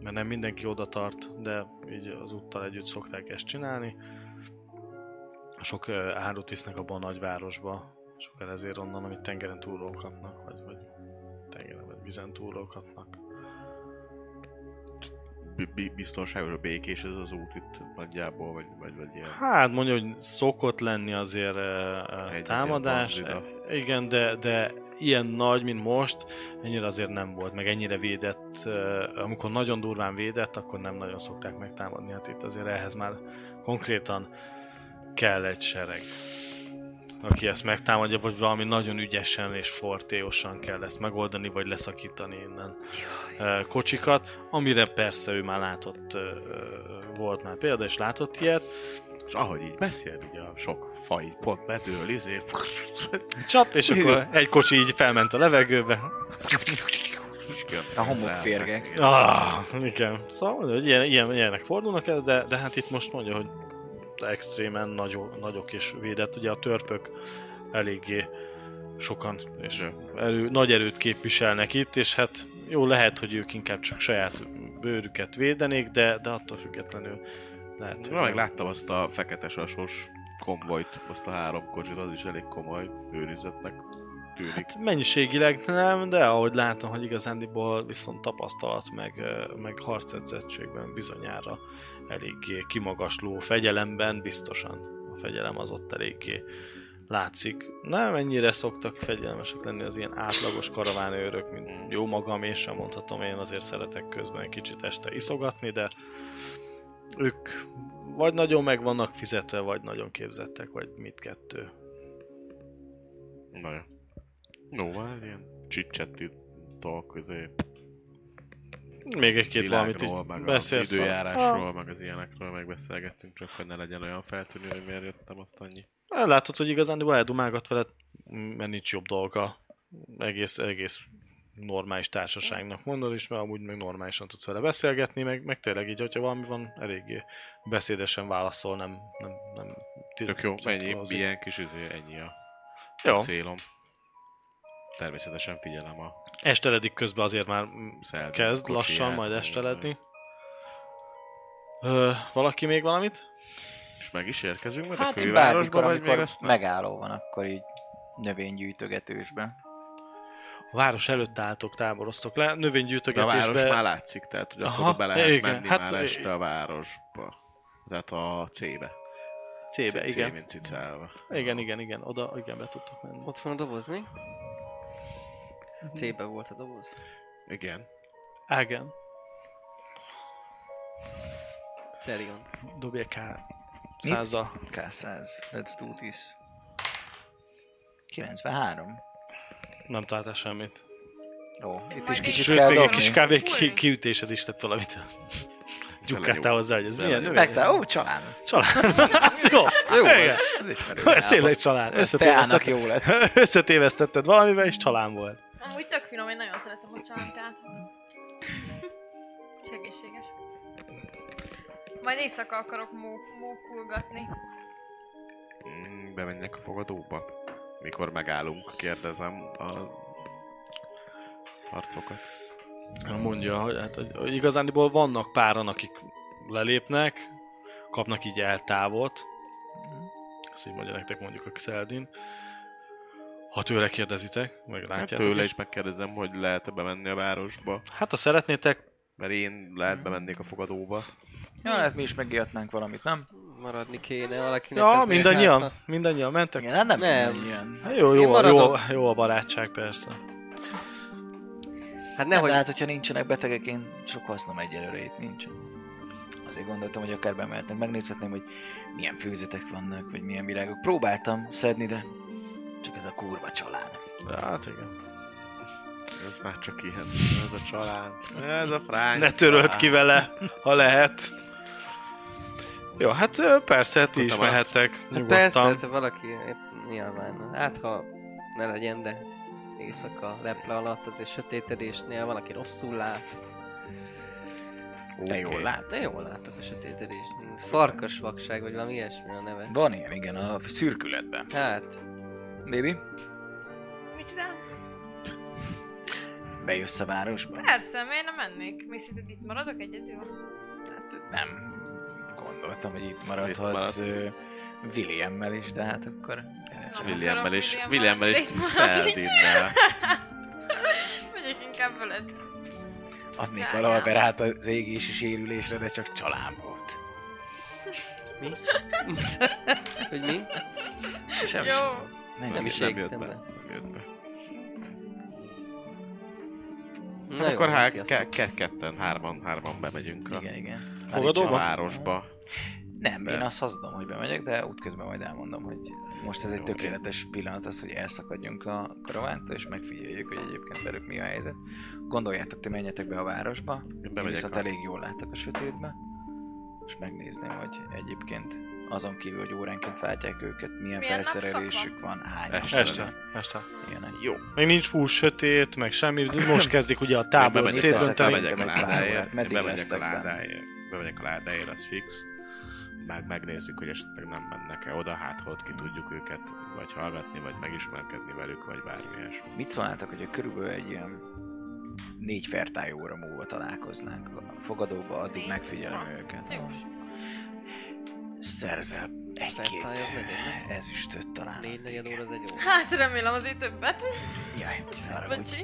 Speaker 2: mert nem mindenki oda tart, de így az úttal együtt szokták ezt csinálni. Sok uh, árut visznek abban a nagyvárosba, sokan ezért onnan, amit tengeren túlról kapnak, vagy, vagy tengeren, vagy vizen túlról kapnak.
Speaker 4: B- b- biztonságos, békés ez az út itt nagyjából, vagy, vagy, vagy ilyen.
Speaker 2: Hát mondja, hogy szokott lenni azért ö, ö,
Speaker 4: Egy-
Speaker 2: támadás.
Speaker 4: egy bandida.
Speaker 2: E, Igen, de, de ilyen nagy, mint most, ennyire azért nem volt, meg ennyire védett, ö, amikor nagyon durván védett, akkor nem nagyon szokták megtámadni, hát itt azért ehhez már konkrétan kell egy sereg, aki ezt megtámadja, vagy valami nagyon ügyesen és fortéosan kell ezt megoldani, vagy leszakítani innen ö, kocsikat, amire persze ő már látott, ö, ö, volt már példa, és látott ilyet,
Speaker 4: És ahogy így beszél, ugye a sok faj pont betől, izé,
Speaker 2: Csap, és akkor egy kocsi így felment a levegőbe.
Speaker 5: A homokférgek.
Speaker 2: Ah, igen. Szóval mondja, hogy ilyen, ilyen, ilyenek fordulnak el, de, de hát itt most mondja, hogy extrémen nagyok, nagyok és védett. Ugye a törpök eléggé sokan és erő, nagy erőt képviselnek itt, és hát jó lehet, hogy ők inkább csak saját bőrüket védenék, de, de attól függetlenül lehet.
Speaker 4: Na, meg láttam azt a fekete sasos konvojt, azt a három kocsit, az is elég komoly őrizetnek tűnik.
Speaker 2: Hát mennyiségileg nem, de ahogy látom, hogy igazándiból viszont tapasztalat meg, ö, meg harcedzettségben bizonyára eléggé kimagasló fegyelemben biztosan. A fegyelem az ott eléggé látszik. Nem ennyire szoktak fegyelmesek lenni az ilyen átlagos karavánőrök, mint jó magam, én sem mondhatom, én azért szeretek közben egy kicsit este iszogatni, de ők vagy nagyon meg vannak fizetve, vagy nagyon képzettek, vagy mit kettő.
Speaker 4: Na jó. No, már ilyen csicsetti talk, közé.
Speaker 2: Még egy-két valamit így
Speaker 4: meg
Speaker 2: beszélsz.
Speaker 4: az időjárásról, meg az ilyenekről megbeszélgettünk, csak hogy ne legyen olyan feltűnő, hogy miért jöttem azt annyi.
Speaker 2: Hát Látod, hogy igazán eldumálgat veled, mert nincs jobb dolga. Egész, egész normális társaságnak mondod is, mert amúgy meg normálisan tudsz vele beszélgetni, meg, meg tényleg így, hogyha valami van, eléggé beszédesen válaszol, nem... nem, nem
Speaker 4: Tök jó,
Speaker 2: nem
Speaker 4: ennyi,
Speaker 2: titkolózik.
Speaker 4: ilyen kis izé, ennyi a
Speaker 2: Jó,
Speaker 4: célom. Természetesen figyelem a
Speaker 2: esteledik közben azért már
Speaker 4: szeld.
Speaker 2: kezd
Speaker 4: kocsiját,
Speaker 2: lassan majd
Speaker 4: meg-
Speaker 2: esteledni. Ö, valaki még valamit?
Speaker 4: És meg is érkezünk, mert
Speaker 5: Hát
Speaker 4: a
Speaker 5: én
Speaker 4: kővárosba
Speaker 5: bármikor,
Speaker 4: vagy még
Speaker 5: amikor
Speaker 4: azt meg...
Speaker 5: megálló van, akkor így növénygyűjtögetősben.
Speaker 2: A város előtt álltok, táboroztok le,
Speaker 4: De a város már
Speaker 2: növénygyűjtögetésbe...
Speaker 4: látszik, tehát hogy
Speaker 2: Aha,
Speaker 4: akkor be lehet
Speaker 2: igen,
Speaker 4: menni
Speaker 2: hát-
Speaker 4: hát, már este a városba. Tehát a C-be.
Speaker 2: C-be,
Speaker 4: C- C,
Speaker 2: igen.
Speaker 4: mint cicálva.
Speaker 2: Igen, igen, igen, oda, igen, be tudtok menni.
Speaker 3: Ott van a doboz, mi? C-ben volt a doboz.
Speaker 4: Igen.
Speaker 2: Ágen,
Speaker 3: Celion.
Speaker 2: dobj egy K száza.
Speaker 5: K100, let's do this. 93.
Speaker 2: Nem találtál semmit.
Speaker 5: Jó, itt
Speaker 6: Majd
Speaker 5: is
Speaker 6: én-
Speaker 5: kicsit
Speaker 2: Sőt,
Speaker 5: kell
Speaker 2: még egy
Speaker 5: dobni.
Speaker 2: kis
Speaker 6: kár-
Speaker 2: kb. Ki, kiütésed is lett valamit. Gyukkáltál hozzá, hogy ez milyen
Speaker 4: Belenyúl.
Speaker 2: növény.
Speaker 5: Megtalál, ó, család.
Speaker 2: Család. Ez jó.
Speaker 3: Jó
Speaker 2: Igen.
Speaker 3: az.
Speaker 5: Ez ismerős.
Speaker 2: Ez tényleg család.
Speaker 5: Ez teának
Speaker 2: Összetévesztetted,
Speaker 5: jó lett.
Speaker 2: összetévesztetted valamivel, és család volt.
Speaker 6: Amúgy tök finom, én nagyon szeretem a csántát. És egészséges. Majd éjszaka akarok mó- mókulgatni.
Speaker 4: Mm, Bemenjek a fogadóba? Mikor megállunk, kérdezem a Hát arcokat.
Speaker 2: Mondja, hogy, hát, hogy- hogy igazándiból vannak páran, akik lelépnek, kapnak így eltávot. Ezt így mondja nektek mondjuk a Xeldin. Ha tőle kérdezitek, meg
Speaker 4: Hát
Speaker 2: látjátok
Speaker 4: tőle
Speaker 2: is.
Speaker 4: is megkérdezem, hogy lehet-e bemenni a városba.
Speaker 2: Hát ha szeretnétek,
Speaker 4: Mert én lehet bemennék a fogadóba.
Speaker 5: Jó, hát mi is megijedtnünk valamit, nem?
Speaker 3: Maradni kéne valakinek.
Speaker 2: ja,
Speaker 3: azért
Speaker 2: mindannyian,
Speaker 3: hátra.
Speaker 2: mindannyian mentek.
Speaker 5: Hát, Igen, hát nem,
Speaker 3: Nem.
Speaker 5: nem. ilyen.
Speaker 2: Hát jó,
Speaker 3: Én
Speaker 2: jó, a- jó,
Speaker 3: maradok.
Speaker 2: jó a barátság persze.
Speaker 3: Hát
Speaker 5: Nehogy...
Speaker 3: nehogy.
Speaker 5: De hát, hogyha nincsenek betegek, én sok hasznom egyelőre itt nincs. Azért gondoltam, hogy akár bemehetnek, megnézhetném, hogy milyen főzetek vannak, vagy milyen virágok. Próbáltam szedni, de csak ez a kurva család.
Speaker 2: De Hát igen.
Speaker 4: Ez már csak ilyen. Ez a család. Ez a
Speaker 5: Hát,
Speaker 4: frány.
Speaker 2: Ne töröld ki vele, ha lehet. Jó, hát ö, persze, ti is
Speaker 4: Mondtam,
Speaker 2: mehettek,
Speaker 3: Hát persze,
Speaker 2: nyugodtan.
Speaker 3: te valaki nyilván. Hát ha ne legyen, de éjszaka leple alatt, azért sötétedésnél van, aki rosszul lát.
Speaker 5: Te jól látsz.
Speaker 3: De jól látok a sötétedés. Farkasvakság, vagy valami ilyesmi a neve.
Speaker 5: Van ilyen, igen, a szürkületben.
Speaker 3: Hát,
Speaker 5: Baby,
Speaker 6: Micsoda?
Speaker 5: bejössz a városba?
Speaker 6: Persze, miért nem mennék? Mi szerinted itt maradok egyedül?
Speaker 5: Nem. Gondoltam, hogy itt
Speaker 4: Itt
Speaker 5: maradhatsz
Speaker 4: maradsz.
Speaker 5: ö, Williammel is, de hát akkor...
Speaker 6: Nem
Speaker 4: Williammel
Speaker 6: akarok
Speaker 4: és,
Speaker 6: Williammel
Speaker 4: Williammel és
Speaker 6: együtt maradni.
Speaker 4: Szeldinnel.
Speaker 6: Megyek inkább veled.
Speaker 5: Adnék
Speaker 6: Drágám.
Speaker 5: valaverát az égési sérülésre, de csak csalámot.
Speaker 3: mi? Hát, hogy mi?
Speaker 5: Semmi.
Speaker 6: Jó.
Speaker 3: Nem is
Speaker 4: nem jött
Speaker 3: égtem
Speaker 4: be.
Speaker 3: be.
Speaker 4: Nem jött be.
Speaker 3: Na
Speaker 4: Hát akkor
Speaker 3: van,
Speaker 4: há-
Speaker 3: sziasztok.
Speaker 4: ke- ke- ketten, hárman, hárman bemegyünk a,
Speaker 5: Igen, igen. Már
Speaker 4: a
Speaker 2: Fogadóba?
Speaker 4: városba.
Speaker 5: Nem, én
Speaker 4: De-
Speaker 5: azt hazudom, hogy bemegyek, de útközben majd elmondom, hogy most ez egy
Speaker 4: Jó,
Speaker 5: tökéletes pillanat az, hogy elszakadjunk a karavántól, és megfigyeljük, hogy egyébként velük mi a helyzet. Gondoljátok, ti menjetek be a városba,
Speaker 4: Én
Speaker 5: én
Speaker 4: bemegyek
Speaker 5: viszont
Speaker 4: a...
Speaker 5: elég jól látok a sötétbe, és megnézném, hogy egyébként azon kívül, hogy óránként váltják őket, milyen,
Speaker 6: Milyen
Speaker 5: felszerelésük van, hány
Speaker 4: Este.
Speaker 2: Este. Este.
Speaker 5: Ilyenek.
Speaker 4: Jó.
Speaker 2: Még nincs hús, sötét, meg semmi. de Most kezdik ugye a tábor
Speaker 4: bemegyek-
Speaker 2: szétdönteni.
Speaker 4: Bemegyek a
Speaker 5: Bemegyek a
Speaker 4: ládáért.
Speaker 5: ládáért. Meddig
Speaker 4: Bemegyek a
Speaker 5: lesztek benne?
Speaker 4: ládáért. Bemegyek a ládáért, az fix. Meg megnézzük, hogy esetleg nem mennek-e oda, hát ha ott ki tudjuk őket vagy hallgatni, vagy megismerkedni velük, vagy bármi ilyesmi.
Speaker 5: Mit szólnátok, hogy körülbelül egy ilyen négy fertály óra múlva találkoznánk a fogadóba, addig
Speaker 6: Négy?
Speaker 5: megfigyelem
Speaker 6: Ha.
Speaker 5: őket.
Speaker 6: Jó.
Speaker 5: Szerzel egy-két
Speaker 3: Fertályok legyenek?
Speaker 5: ezüstöt talán.
Speaker 3: Négy negyed óra az egy óra.
Speaker 6: Hát remélem azért többet.
Speaker 5: Jaj, ne haragudj.
Speaker 6: Bocsi.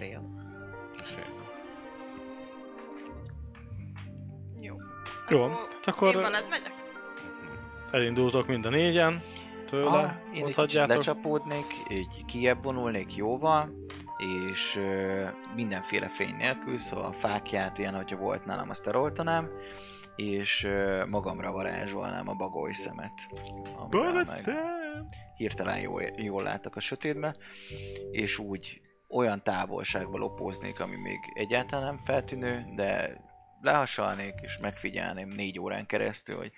Speaker 3: Fél.
Speaker 6: Jó.
Speaker 2: Jó,
Speaker 6: Akkor,
Speaker 2: Hát akkor-
Speaker 6: Én veled megyek.
Speaker 2: Elindultok mind a négyen.
Speaker 5: Ah,
Speaker 2: Tőle.
Speaker 5: én egy kicsit
Speaker 2: Mondhatjátok.
Speaker 5: lecsapódnék, így kiebb vonulnék jóval, és ö, mindenféle fény nélkül, szóval a fákját ilyen, hogyha volt nálam, azt elroltanám, és ö, magamra varázsolnám a bagoly szemet. amivel meg- hirtelen jól, jól látok a sötétbe, és úgy olyan távolságba lopóznék, ami még egyáltalán nem feltűnő, de lehasalnék és megfigyelném négy órán keresztül, hogy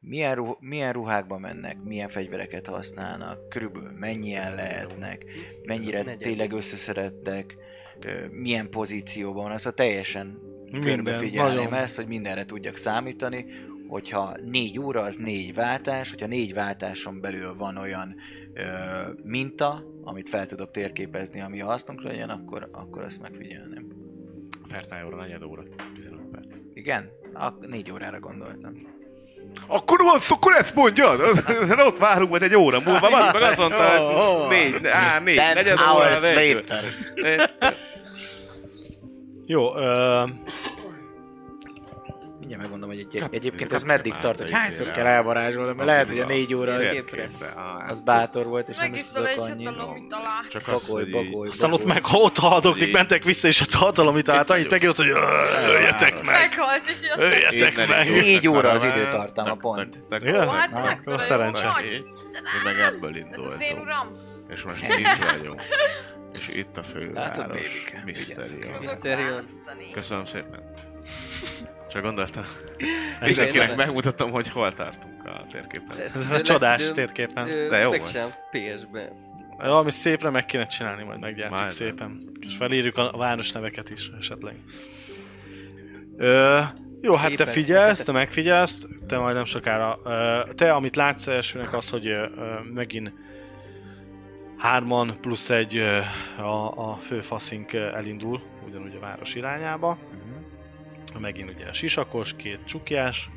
Speaker 5: milyen, ruh- milyen ruhákba mennek, milyen fegyvereket használnak, körülbelül mennyien lehetnek, mennyire
Speaker 3: Negyed.
Speaker 5: tényleg összeszerettek, ö, milyen pozícióban van, az a teljesen
Speaker 2: Minden.
Speaker 5: körbefigyelném
Speaker 2: Nagyon.
Speaker 5: ezt, hogy mindenre tudjak számítani, hogyha négy óra, az négy váltás, hogyha négy váltáson belül van olyan ö, minta, amit fel tudok térképezni, ami a hasznunkra legyen, akkor, akkor azt megfigyelném.
Speaker 4: Fertály óra, negyed óra, 15 perc.
Speaker 5: Igen? A négy órára gondoltam.
Speaker 4: Akkor van szó, akkor ezt mondjad! Ott várunk majd egy óra múlva, van meg azt mondta,
Speaker 3: Ó, ó.
Speaker 4: hogy négy, á, négy, negyed óra, negyed.
Speaker 2: Jó, ö,
Speaker 5: Mindjárt megmondom, hogy egy, egyébként
Speaker 4: kapcsolj
Speaker 5: ez meddig
Speaker 4: már
Speaker 5: tart, hogy
Speaker 4: izére.
Speaker 5: hányszor kell elvarázsolnom, mert lehet, hogy a négy óra az,
Speaker 3: Térképre.
Speaker 5: az bátor volt, és nem
Speaker 6: Meg
Speaker 5: is
Speaker 6: is
Speaker 5: tudok
Speaker 6: szólás,
Speaker 5: annyit.
Speaker 6: a mit talál.
Speaker 4: Csak azt,
Speaker 5: Bagoly,
Speaker 4: hogy így-
Speaker 5: bagoly,
Speaker 2: aztán ott
Speaker 5: bagoly.
Speaker 2: meg, ha ott haladoktik,
Speaker 4: Így.
Speaker 2: mentek vissza, és ott a hatalom itt állt, annyit megjött, hogy ö, öljetek meg!
Speaker 6: Meghalt és jött.
Speaker 2: Öljetek
Speaker 4: Innen
Speaker 2: meg!
Speaker 4: indultak
Speaker 5: Négy óra az
Speaker 4: karaván,
Speaker 5: időtartama
Speaker 4: tak,
Speaker 5: pont.
Speaker 4: tak, tak,
Speaker 2: Ja.
Speaker 4: tak,
Speaker 6: Hát
Speaker 5: Na,
Speaker 4: tak,
Speaker 6: mekkora jó
Speaker 2: szerencse.
Speaker 6: nagy
Speaker 4: Így.
Speaker 6: Istenem.
Speaker 4: Mi meg ebből
Speaker 6: Ez az én
Speaker 4: indultunk.
Speaker 6: uram.
Speaker 4: És most itt vagyunk. És itt a
Speaker 5: Látod,
Speaker 4: főváros.
Speaker 5: bébike,
Speaker 4: Misztérium.
Speaker 5: vigyázzunk
Speaker 6: Tudok
Speaker 3: Misztérium.
Speaker 6: választani.
Speaker 4: Köszönöm szépen. Csak gondoltam,
Speaker 2: Ez-
Speaker 4: mindenkinek
Speaker 3: nem.
Speaker 4: megmutatom, hogy hol tartunk a térképen.
Speaker 2: Ez a csodás térképen.
Speaker 4: De jó volt.
Speaker 3: Megcsinálom PS-be.
Speaker 2: Valami szépre meg kéne csinálni, majd meggyártjuk
Speaker 4: Majd.
Speaker 2: szépen. És felírjuk a városneveket is esetleg. Ö, jó, hát te
Speaker 3: Szépen,
Speaker 2: figyelsz, te
Speaker 3: szépen.
Speaker 2: megfigyelsz, te majd nem sokára. Ö, te, amit látsz elsőnek az, hogy ö, ö, megint hárman plusz egy ö, a, a fő faszink ö, elindul, ugyanúgy a város irányába. Megint ugye sisakos, két csukjás,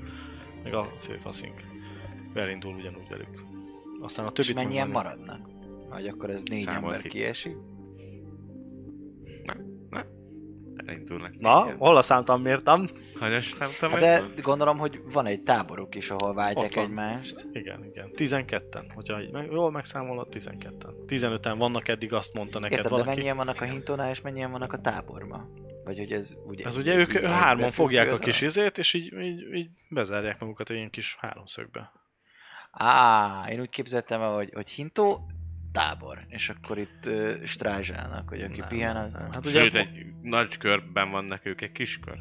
Speaker 2: meg a fő faszink elindul ugyanúgy velük. Aztán a
Speaker 5: És
Speaker 2: többit
Speaker 5: mennyien
Speaker 2: majd-
Speaker 5: maradnak? Hogy akkor ez négy
Speaker 4: Számolt
Speaker 5: ember
Speaker 4: ki.
Speaker 5: kiesik.
Speaker 4: Elindulnak.
Speaker 2: Na, hol a számtam mértem?
Speaker 4: Hanyas számtam?
Speaker 5: Hát de gondolom, hogy van egy táboruk is, ahol
Speaker 2: Ott
Speaker 5: vágyják
Speaker 2: van.
Speaker 5: egymást.
Speaker 2: Igen, igen. 12-en, hogyha így meg, jól megszámolod, 12-en. 15-en vannak, eddig azt mondta neked
Speaker 5: Értem, de
Speaker 2: valaki.
Speaker 5: mennyien vannak a hintonál, és mennyien vannak a táborban? Vagy hogy ez ugye...
Speaker 2: Ez ugye ők
Speaker 5: így
Speaker 2: hárman fogják a
Speaker 5: összefüggő
Speaker 2: kis izét, és így, így, így bezárják magukat egy ilyen kis háromszögbe.
Speaker 5: Á, én úgy képzeltem el, hogy, hogy hintó, tábor. És akkor itt uh, strázsálnak, hogy aki
Speaker 2: Nem,
Speaker 5: pihen,
Speaker 2: nem,
Speaker 5: az... Hát
Speaker 2: nem. Hát ugye
Speaker 4: Sőt,
Speaker 2: akkor-
Speaker 4: egy nagy körben vannak ők, egy kis kör.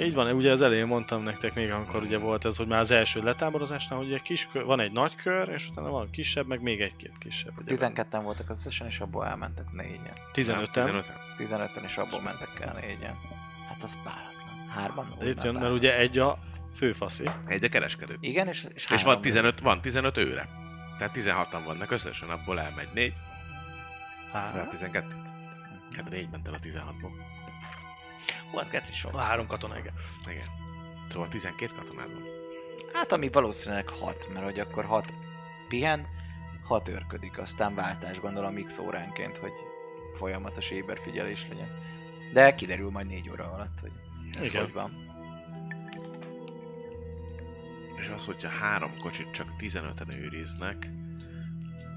Speaker 2: Így van, ugye az elején mondtam nektek még, amikor ugye volt ez, hogy már az első letáborozásnál, hogy ugye kis kör, van egy nagy kör, és utána van kisebb, meg még egy-két kisebb. Ugye
Speaker 5: 12-en voltak az összesen, és abból elmentek négyen.
Speaker 2: 15-en.
Speaker 5: 15-en, és abból mentek el négyen. Hát az páratlan. Hárman?
Speaker 2: De Hát Itt
Speaker 5: nem
Speaker 2: jön, mert
Speaker 5: páratlan.
Speaker 2: ugye egy a főfaszi.
Speaker 4: Egy a kereskedő.
Speaker 5: Igen, és, és,
Speaker 4: És
Speaker 5: hárman
Speaker 4: van 15, van 15 őre. Tehát 16-an vannak összesen, abból elmegy 4,
Speaker 2: Három.
Speaker 4: hát 12. Hát 4 ment el a 16-ból.
Speaker 5: Hú, hát keci sok.
Speaker 2: Három katona, igen.
Speaker 4: Igen. Szóval 12 katonád van.
Speaker 5: Hát ami valószínűleg 6, mert hogy akkor 6 pihen, 6 örködik, aztán váltás gondolom x óránként, hogy folyamatos éberfigyelés legyen. De kiderül majd 4 óra alatt, hogy ez
Speaker 2: Igen.
Speaker 5: hogy van.
Speaker 4: És az, hogyha három kocsit csak 15-en őriznek,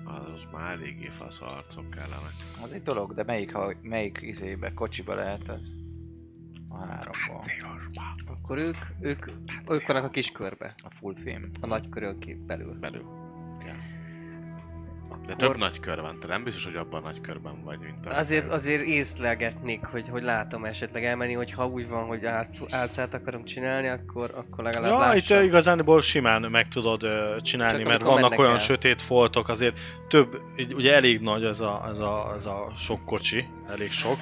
Speaker 4: az már eléggé fasz arcok kellenek.
Speaker 5: Az egy dolog, de melyik, ha, melyik izébe, kocsiba lehet az? A háromból.
Speaker 4: Hát, Célosba.
Speaker 3: Akkor ők, ők, ők vannak a kis körbe,
Speaker 5: A full film.
Speaker 3: a nagy körön kép belül.
Speaker 4: Belül. Ja. De
Speaker 3: Akkor
Speaker 4: több nagy kör van, te nem biztos, hogy abban a nagy körben vagy, mint a...
Speaker 3: Azért, azért észlelgetnék, hogy, hogy látom esetleg elmenni, hogy ha úgy van, hogy át, álcát akarom csinálni, akkor, akkor legalább
Speaker 2: Ja, itt
Speaker 3: lássam.
Speaker 2: ö, igazából simán meg tudod ö, csinálni,
Speaker 3: Csak
Speaker 2: mert
Speaker 3: amikor
Speaker 2: vannak
Speaker 3: mennek
Speaker 2: olyan
Speaker 3: el.
Speaker 2: sötét foltok, azért több, így- ugye elég nagy ez a, ez a, ez a sok kocsi, elég sok.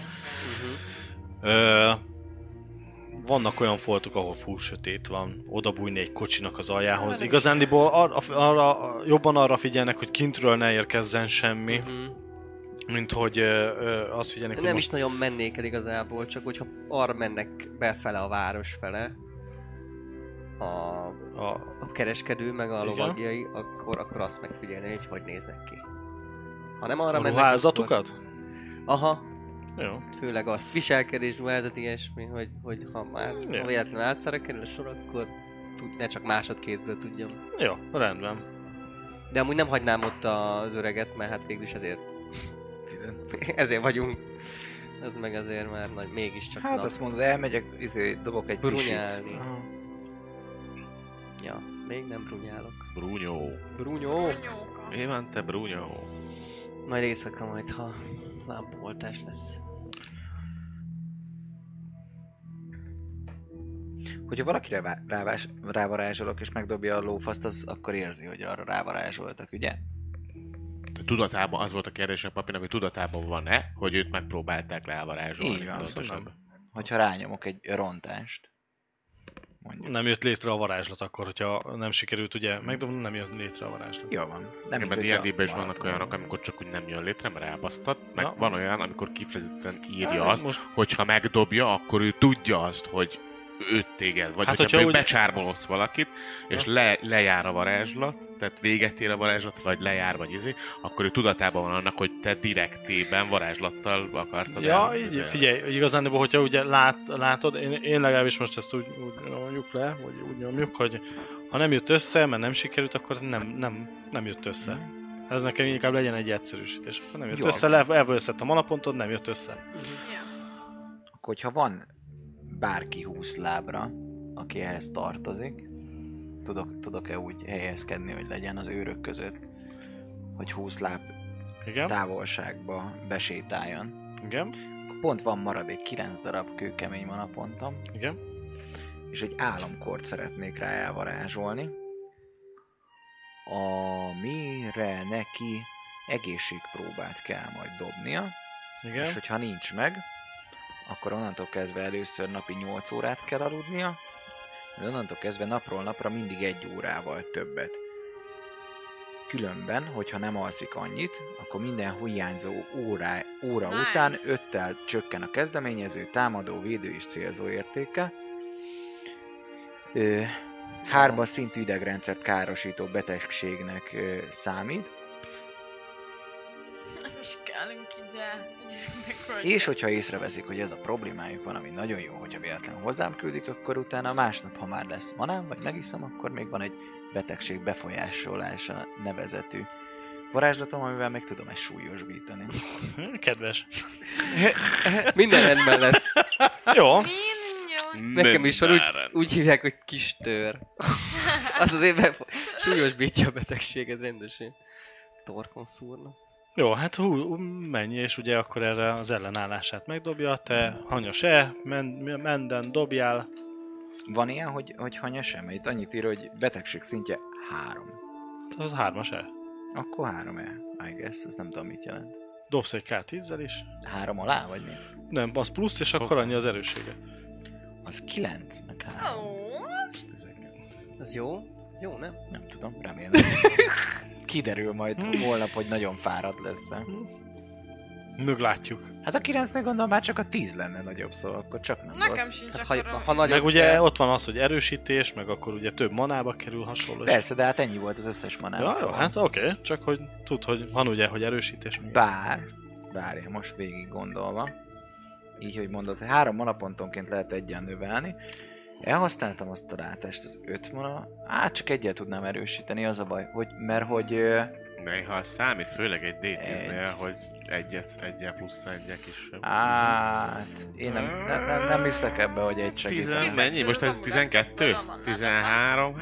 Speaker 3: Uh-huh.
Speaker 2: Ö, vannak olyan foltok, ahol full sötét van, oda bújni egy kocsinak az aljához. Igazándiból arra, arra, jobban arra figyelnek, hogy kintről ne érkezzen semmi,
Speaker 3: Uh-huh.
Speaker 2: mint hogy ö, ö, azt figyelnek, hogy
Speaker 3: Nem
Speaker 2: most
Speaker 3: is nagyon mennék el igazából, csak hogyha arra mennek befele a város fele, a,
Speaker 2: a,
Speaker 3: a kereskedő meg a
Speaker 2: Igen.
Speaker 3: lovagjai, akkor, akkor azt megfigyelni, hogy hogy néznek ki. Ha nem arra
Speaker 2: a
Speaker 3: mennek,
Speaker 2: ruházatukat?
Speaker 3: Akkor... Aha,
Speaker 2: Jó.
Speaker 3: főleg azt viselkedés, ruházat, ilyesmi, hogy, hogy ha már
Speaker 2: Hmm, Ja.
Speaker 3: ha véletlenül átszára kerül a sor, akkor tud, ne csak másodkézből tudjam.
Speaker 2: Jó, rendben.
Speaker 3: De amúgy nem hagynám ott az öreget, mert hát végülis azért ezért vagyunk. Ez meg azért már nagy, mégiscsak
Speaker 5: Hát
Speaker 3: na,
Speaker 5: azt mondod, elmegyek, izé, dobok egy pisit.
Speaker 3: brunyálni. Ja, még nem brunyálok.
Speaker 4: Brúnyó.
Speaker 3: Brunyó!
Speaker 6: Nyóka.
Speaker 4: Mi van te, Brúnyó?
Speaker 3: Majd éjszaka majd, ha lámpaoltás lesz.
Speaker 5: Hogyha valakire vá- rávás, rávarázsolok és megdobja a lófaszt, az akkor érzi, hogy arra rávarázsoltak, ugye?
Speaker 4: Tudatában, az volt a kérdés a papírnak, hogy tudatában van-e, hogy őt megpróbálták rávarázsolni.
Speaker 5: Így van,
Speaker 4: Pontosabb.
Speaker 2: szóval
Speaker 5: Hogyha rányomok egy rontást. Mondjuk.
Speaker 2: Nem jött létre a varázslat akkor, hogyha nem sikerült ugye megdobni, nem jött létre a varázslat.
Speaker 5: Jó van.
Speaker 4: Nem,
Speaker 5: mint
Speaker 4: mert
Speaker 5: hogyha
Speaker 4: D&D-ben is vannak
Speaker 5: maradt
Speaker 4: olyanok,
Speaker 5: volna.
Speaker 4: amikor csak úgy nem jön létre, mert elbasztat, meg
Speaker 2: Na.
Speaker 4: van olyan, amikor kifejezetten írja
Speaker 2: Hát,
Speaker 4: azt,
Speaker 2: most-
Speaker 4: hogyha megdobja, akkor ő tudja azt, hogy őt téged, vagy
Speaker 2: Hát,
Speaker 4: hát,
Speaker 2: hogyha
Speaker 4: hogyha például
Speaker 2: úgy-
Speaker 4: becsármolodsz valakit, és le, lejár a varázslat, tehát véget ér a varázslat, vagy lejár, vagy izé, akkor ő tudatában van annak, hogy te direktében varázslattal akartad
Speaker 2: Ja,
Speaker 4: el-
Speaker 2: így,
Speaker 4: izé-
Speaker 2: figyelj, igazán, hogyha ugye lát, látod, én, én legalábbis most ezt úgy, úgy nyomjuk le, vagy úgy nyomjuk, hogy ha nem jött össze, mert nem sikerült, akkor nem, nem, nem jött össze. Ez nekem inkább legyen egy egyszerűsítés. Ha nem jött
Speaker 5: Mhm. Jó.
Speaker 2: össze, le, elvőszett a malapontod, nem jött össze.
Speaker 6: Ja.
Speaker 5: Akkor, Hogyha van bárki 20 lábra, aki ehhez tartozik, tudok, tudok-e úgy helyezkedni, hogy legyen az őrök között, hogy 20 láb
Speaker 2: Igen?
Speaker 5: távolságba besétáljon.
Speaker 2: Igen?
Speaker 5: Akkor Pont van maradék 9 darab kőkemény manapontom,
Speaker 2: Igen?
Speaker 5: és egy álomkort szeretnék rá elvarázsolni, amire neki egészségpróbát kell majd dobnia, és
Speaker 2: Igen?
Speaker 5: hogyha nincs meg, akkor onnantól kezdve először napi 8 órát kell aludnia, de onnantól kezdve napról napra mindig egy órával többet. Különben, hogyha nem alszik annyit, akkor minden hiányzó órá, óra
Speaker 6: Nice.
Speaker 5: után öttel csökken a kezdeményező, támadó, védő és célzó értéke. Ö, hárma szintű idegrendszert károsító betegségnek ö, számít,
Speaker 6: Ez most kellünk ide. Így
Speaker 5: És hogyha észreveszik, hogy ez a problémájuk van, ami nagyon jó, hogyha véletlenül hozzám küldik, akkor utána másnap, ha már lesz manám, vagy megiszom, akkor még van egy betegség befolyásolása nevezetű varázslatom, amivel még tudom ezt súlyosbítani.
Speaker 2: Hm, Kedves.
Speaker 3: Minden rendben lesz.
Speaker 2: Jó.
Speaker 6: Minion.
Speaker 3: Nekem is van, úgy,
Speaker 4: Mindenre.
Speaker 3: úgy hívják, hogy kis tör. Azt azért befo- súlyosbítja a betegséget rendesen. Torkon szúrna.
Speaker 2: Jó, hát hú, menj, és ugye akkor erre az ellenállását megdobja, te hanya se, men, minden dobjál,
Speaker 5: Van ilyen, hogy, hogy hanyas sem? Itt annyit ír, hogy betegség szintje 3.
Speaker 2: Az hármas el.
Speaker 5: Akkor 3 -e, I guess, ez nem tudom mit jelent.
Speaker 2: Dobsz egy K10-zel is.
Speaker 5: 3 alá, vagy mi?
Speaker 2: Nem, az plusz, és akkor annyi az erőssége.
Speaker 5: Az 9, meg 3.
Speaker 6: Ó,
Speaker 3: Az jó? Az jó, nem? Hát
Speaker 5: Nem tudom, remélem. Kiderül majd holnap, hogy nagyon fáradt lesz.
Speaker 2: Meglátjuk.
Speaker 5: Hát a 9-nek gondolom már csak a 10 lenne nagyobb, szóval akkor csak nem
Speaker 6: nekem
Speaker 5: rossz.
Speaker 6: sincs
Speaker 3: Hát
Speaker 6: akkor...
Speaker 3: ha, ha nagyon
Speaker 2: Meg ugye
Speaker 3: kell-
Speaker 2: ott van az, hogy erősítés, meg akkor ugye több manába kerül hasonló. és-
Speaker 5: Persze, de hát ennyi volt az összes manáv.
Speaker 2: Ja, jó,
Speaker 5: szóval.
Speaker 2: hát oké, okay. csak hogy tud, hogy van ugye, hogy erősítés. meg-
Speaker 5: Bár, bár én most végig gondolva, így, hogy mondod, hogy három manapontonként lehet egyen növelni, elhasználtam azt a látást, az öt mana, á, csak egyet tudnám erősíteni, az a baj, hogy, mert hogy ö,
Speaker 4: Néha számít, főleg egy D10-nél, hogy egyet, egyel plusz egyek is.
Speaker 5: át, hát, én nem, nem, nem, nem hiszek ebbe, hogy egy segít.
Speaker 4: Tizen, hát- mennyi? Most ez Hát, 12? 13?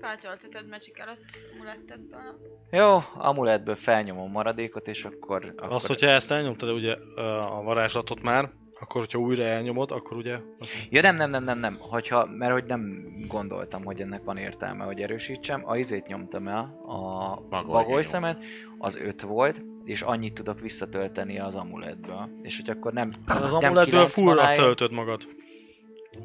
Speaker 6: Feltöltötted Magic előtt mulettedből.
Speaker 5: Jó, amulettből felnyomom maradékot, és akkor... akkor
Speaker 2: Azt, hogyha ezt elnyomtad ugye ö, a varázslatot már, akkor hogyha újra elnyomod, akkor ugye...
Speaker 5: Ja nem, nem, nem, nem, nem, hogyha, mert hogy nem gondoltam, hogy ennek van értelme, hogy erősítsem. A izét nyomtam el, a
Speaker 4: Bagoly
Speaker 5: bagoly
Speaker 4: nyomott.
Speaker 5: szemet, az 5 volt, és annyit tudok visszatölteni az amulettből. És hogy akkor nem,
Speaker 2: Az
Speaker 5: nem
Speaker 2: amuletből
Speaker 5: kilenc
Speaker 2: fullra
Speaker 5: manáig-
Speaker 2: töltöd magad.